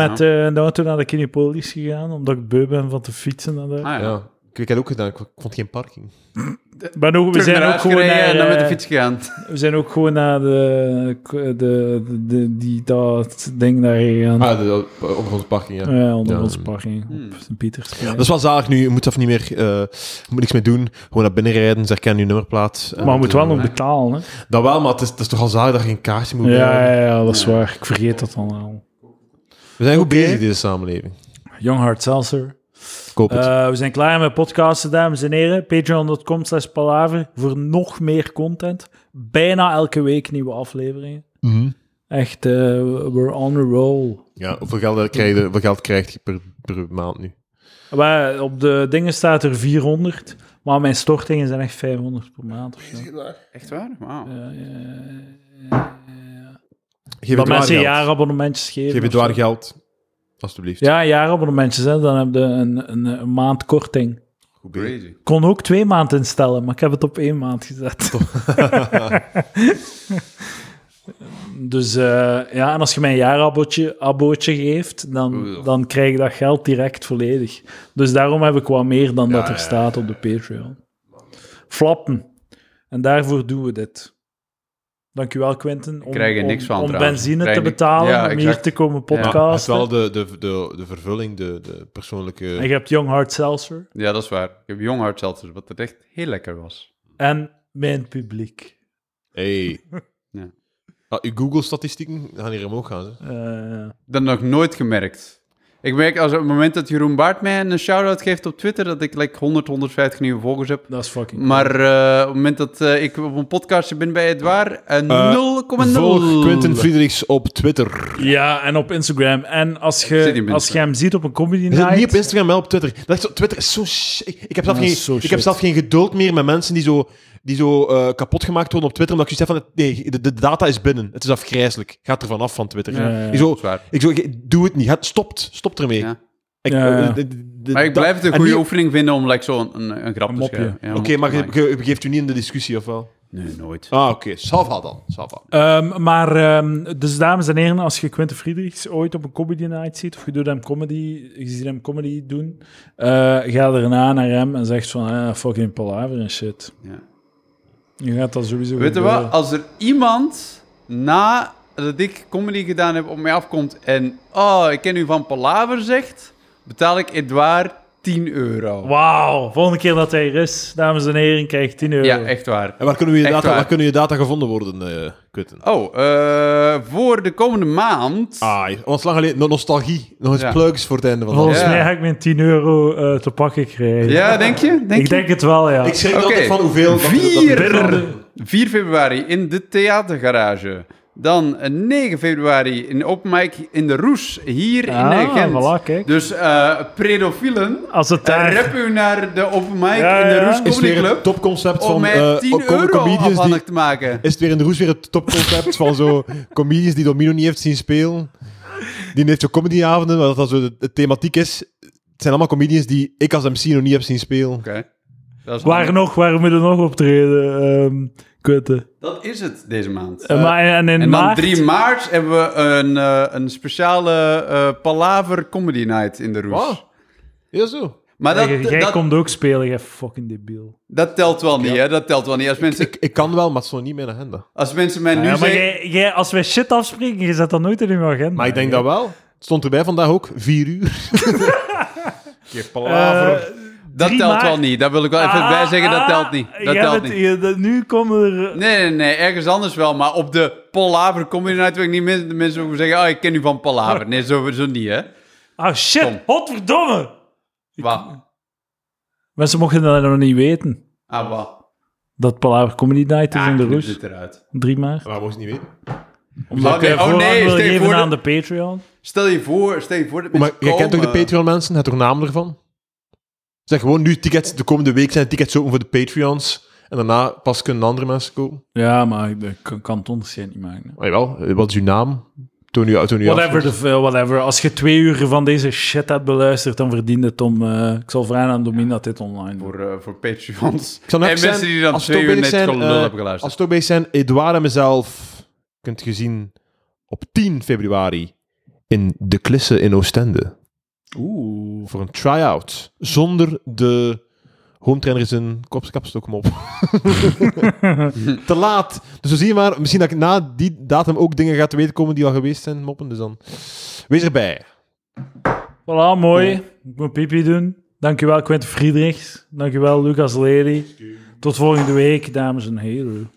S1: met eh, de auto naar de Kinepolis gegaan, omdat ik beu ben van te fietsen. naar de-
S2: Ah, ja.
S3: Ja. Ik heb het ook gedaan, ik vond geen parking.
S1: Ik ben ook, we,
S2: Terug
S1: zijn
S2: naar
S1: ook
S2: huis
S1: gewoon
S2: gereden
S1: naar,
S2: en dan met de
S1: eh,
S2: fiets gegaan.
S1: we zijn ook gewoon naar de, de, de, de- die, dat ding daar gegaan.
S3: Ah, de, op onze parking, ja.
S1: Ja, onder
S3: Ja.
S1: ons parking
S2: Hmm.
S1: op Sint Pietersplein.
S3: Dat is wel zalig nu, je moet even niet meer, eh, je moet niks meer doen. Gewoon naar binnen rijden, ze herkennen je nummerplaat.
S1: maar je moet wel nog
S3: een
S1: betalen, hè?
S3: Dat wel, maar het is, het is toch al zalig dat je geen kaartje moet
S1: Ja,
S3: hebben.
S1: ja, ja, dat is waar. Ik vergeet dat dan al.
S3: We zijn goed
S1: Oké.
S3: bezig, deze samenleving.
S1: Young Heart Seltzer.
S3: Koop het.
S1: Eh, we zijn klaar met podcasten, dames en heren. Patreon.com slash palaver voor nog meer content. Bijna elke week nieuwe afleveringen.
S3: Mhm.
S1: Echt, eh, we're on a roll.
S3: Ja, hoeveel geld krijg je, hoeveel geld krijg je per, per maand nu?
S1: Waar- op de dingen staat er 400, maar mijn stortingen zijn echt 500 per maand. Of zo.
S2: Echt waar? Wauw.
S1: Ja, ja, ja.
S3: Geef
S1: Dat
S3: het waar
S1: mensen
S3: geld.
S1: jaarabonnementjes geven.
S3: Geef het
S1: of
S3: waar
S1: zo.
S3: geld. Alsjeblieft.
S1: Ja, jaarabonnementjes, hè. dan heb je een, een, een maand korting.
S3: Goed bezig.
S2: Crazy.
S1: Ik kon ook twee maanden instellen, maar ik heb het op één maand gezet. <laughs> dus eh, ja, en als je mij een jaarabotje abootje geeft, dan,
S2: Oeh.
S1: dan krijg ik dat geld direct volledig. Dus daarom heb ik wat meer dan dat er
S3: ja,
S1: staat op de Patreon. Flappen. En daarvoor doen we dit. Dankjewel, Quinten. Om,
S2: krijg er
S1: om-
S2: niks van,
S1: om
S2: trouwens.
S1: benzine
S2: Krijg
S1: te
S2: ik-
S1: betalen,
S2: Ja,
S1: om hier
S2: exact.
S1: te komen
S3: Maar het is
S1: podcasten.
S3: wel de, de, de, de vervulling, de, de
S1: En
S3: persoonlijke...
S1: je hebt Young Heart Seltzer.
S2: Ja, dat is waar. Ik heb jong hard zelfs, wat het echt heel lekker was.
S1: En mijn publiek. <laughs>
S3: Hey.
S2: Ja.
S3: Ah, uw Google-statistieken gaan hier omhoog gaan. Ze.
S1: Eh,
S2: Dat nog nooit gemerkt. Ik merk als op het moment dat Jeroen Baart mij een shout-out geeft op Twitter, dat ik like 100, 150 nieuwe volgers heb.
S1: Dat is fucking...
S2: Maar eh, op het moment dat eh, ik op een podcastje ben bij Edouard, een
S4: Eh,
S2: 0,0.
S4: Volg Quentin Friedrichs op Twitter.
S1: Ja, en op Instagram. En als
S2: zie die
S1: je,
S2: mensen.
S1: als je hem ziet op een comedy
S3: Je zit
S1: night...
S3: niet op Instagram, wel op Twitter. Dat is zo, Twitter is zo... shi- Ik heb, zelf
S1: Ja,
S3: geen,
S1: zo
S3: ik heb
S1: shit.
S3: zelf geen geduld meer met mensen die zo, die zo eh, kapot gemaakt worden op Twitter, omdat ik zoiets heb van... Nee, de, de data is binnen. Het is afgrijzelijk. Gaat er vanaf van Twitter.
S1: Ja, ja, ja.
S3: Ik zo,
S2: Zwaar.
S3: ik zo, ik- doe het niet. Het stopt. Stop ermee.
S2: Ja.
S3: Ik,
S1: Ja, ja.
S3: eh, de- de- de-
S2: Maar ik
S3: dat-
S2: blijf het een
S3: en
S2: goede
S3: niet-
S2: oefening vinden om like, zo'n een, een grap
S1: Een
S2: te
S1: mopje.
S2: schrijven. Ja,
S3: Oké,
S2: mopje
S3: maar
S2: maken.
S3: je je begeeft u niet in de discussie, of wel?
S2: Nee, nooit.
S3: Ah, oké. Salva dan. Salva.
S1: Ehm, maar, ehm, dus dames en heren, als je Quentin Friedrichs ooit op een comedy night ziet, of je doet hem comedy, je ziet hem comedy doen, eh, ga daarna naar hem en zegt van, ah, fucking palaver en shit.
S2: Ja.
S1: Je gaat dat sowieso
S2: Weet je
S1: gebeuren.
S2: wat? Als er iemand na dat ik comedy gedaan heb op mij afkomt en oh, ik ken u van Palaver zegt, betaal ik Edouard 10 euro.
S1: Wauw, volgende keer dat hij er is, dames en heren, krijg je 10 euro.
S2: Ja, echt waar.
S3: En waar kunnen, we je
S2: Echt
S3: data,
S2: waar.
S3: waar kunnen je data gevonden worden, eh Quentin?
S2: Oh, eh, voor de komende maand.
S3: Ah, ja. ons lang geleden. no- Nostalgie. Nog eens
S2: Ja.
S3: plugs voor het einde van de
S1: Volgens
S2: Ja.
S1: mij ga ik mijn 10 euro eh, te pakken krijgen.
S2: Ja, denk je? Denk
S1: ik
S2: je?
S1: denk het wel, ja.
S3: Ik schrik
S2: Oké.
S3: altijd van hoeveel... dat- dat-
S2: Vier, 4 februari in de Theatergarage. Dan eh, 9 februari in Open Mic in de Roes, hier in
S1: Ah,
S2: eh, Gent.
S1: voilà, kijk.
S2: Dus eh, predofielen,
S1: Als het
S2: eh,
S1: daar...
S2: rep u naar de Open Mic
S1: Ja,
S2: in de
S1: ja.
S2: Roes
S3: is
S2: Comedy
S3: weer het
S2: Club.
S3: topconcept
S2: Om
S3: van
S2: mij
S3: eh,
S2: 10
S3: co-
S2: euro
S3: comedians die...
S2: afhankelijk te maken.
S3: Is het weer in de roes weer het topconcept van zo comedians die Domino niet heeft zien spelen? Die heeft zo comedyavonden, maar dat dat zo de, de thematiek is. Het zijn allemaal comedians die ik als MC nog niet heb zien spelen.
S2: Oké. Dat, is
S1: Waar nog, waar moeten we nog optreden, ehm Quentin?
S2: dat is het deze maand.
S1: Eh, maar, en in
S2: en dan
S1: maart?
S2: 3 maart hebben we een, eh, een speciale eh, Palaver Comedy Night in de Roes.
S3: Ja, zo.
S2: Maar dat,
S1: Jij- jij
S2: dat,
S1: komt ook spelen, jij fucking debiel.
S2: dat telt wel niet, hè? Dat telt wel niet. Als mensen,
S3: Ik, ik kan wel, maar het is nog niet mijn agenda.
S2: als mensen mij nu
S1: Nou Ja, maar
S2: zeggen...
S1: jij, jij, als wij shit afspreken, je zet dat nooit in je agenda.
S3: Maar ik denk
S1: hè.
S3: dat wel. Het stond erbij vandaag ook, vier uur. Keer
S1: Eh,
S2: Dat
S1: Drie
S2: telt
S1: maart-
S2: wel niet. Dat wil ik wel Ah, even
S1: ah,
S2: bij zeggen. Dat
S1: ah,
S2: telt niet. Dat
S1: jij
S2: telt
S1: bent-
S2: niet.
S1: je- dat- nu komen er...
S2: Nee, nee, nee. Ergens anders wel. Maar op de Palaver Comedy Night wil ik niet mensen, mensen over zeggen... Oh, ik ken u van Palaver. Nee, zo, zo niet, hè?
S1: Ah, shit,
S2: Kom.
S1: godverdomme!
S2: Wat?
S1: Mensen mochten dat nog niet weten.
S2: Ah, wat?
S1: Dat Palaver Comedy Night is
S2: Ah,
S1: in de
S2: knip
S1: roes.
S2: dit eruit.
S1: 3 maart.
S3: Maar moest niet weten.
S1: Omdat
S2: Oké,
S1: jij
S2: oh nee,
S1: voorrang wil
S2: stel je
S1: geven
S2: voor
S1: aan de Patreon.
S2: Stel je voor, stel je voor dat
S3: Maar
S2: mensen
S3: jij kent toch de
S2: komen.
S3: Patreon-mensen? Het toch naam ervan? Zeg gewoon nu tickets, de komende week zijn tickets open voor de Patreons. En daarna pas kunnen andere mensen kopen.
S1: Ja, maar ik ik kan, kan het onderscheid niet maken. hè.
S3: Oh, jawel, eh, wat is uw naam? Toon u, toon u
S1: Whatever,
S3: af.
S1: de, eh, whatever. Als je twee uur van deze shit hebt beluisterd, dan verdient het om... eh, ik zal vragen aan Domin dat dit online wordt.
S2: Voor, eh, voor Patreons.
S3: Ik zal
S2: En
S3: net
S2: mensen
S3: zijn,
S2: die dan
S3: als we
S2: twee
S3: toch
S2: uur net
S3: bezig zijn,
S2: gewoon lul
S3: eh,
S2: hebben
S3: Als
S2: geluisterd.
S3: het ook bij zijn, Edouard en mezelf kunt je zien op 10 februari in De Klisse in Oostende.
S1: Oeh.
S3: Voor een try-out. Zonder de home trainer zijn kops- kapstok hem op. Te laat. Dus we zien maar. Misschien dat ik na die datum ook dingen ga te weten komen die al geweest zijn, moppen. Dus dan wees erbij.
S1: Voilà, mooi. Ik moet pipi doen. Dankjewel Quentin Friedrichs. Dankjewel Lucas Lely. Tot volgende week, dames en heren.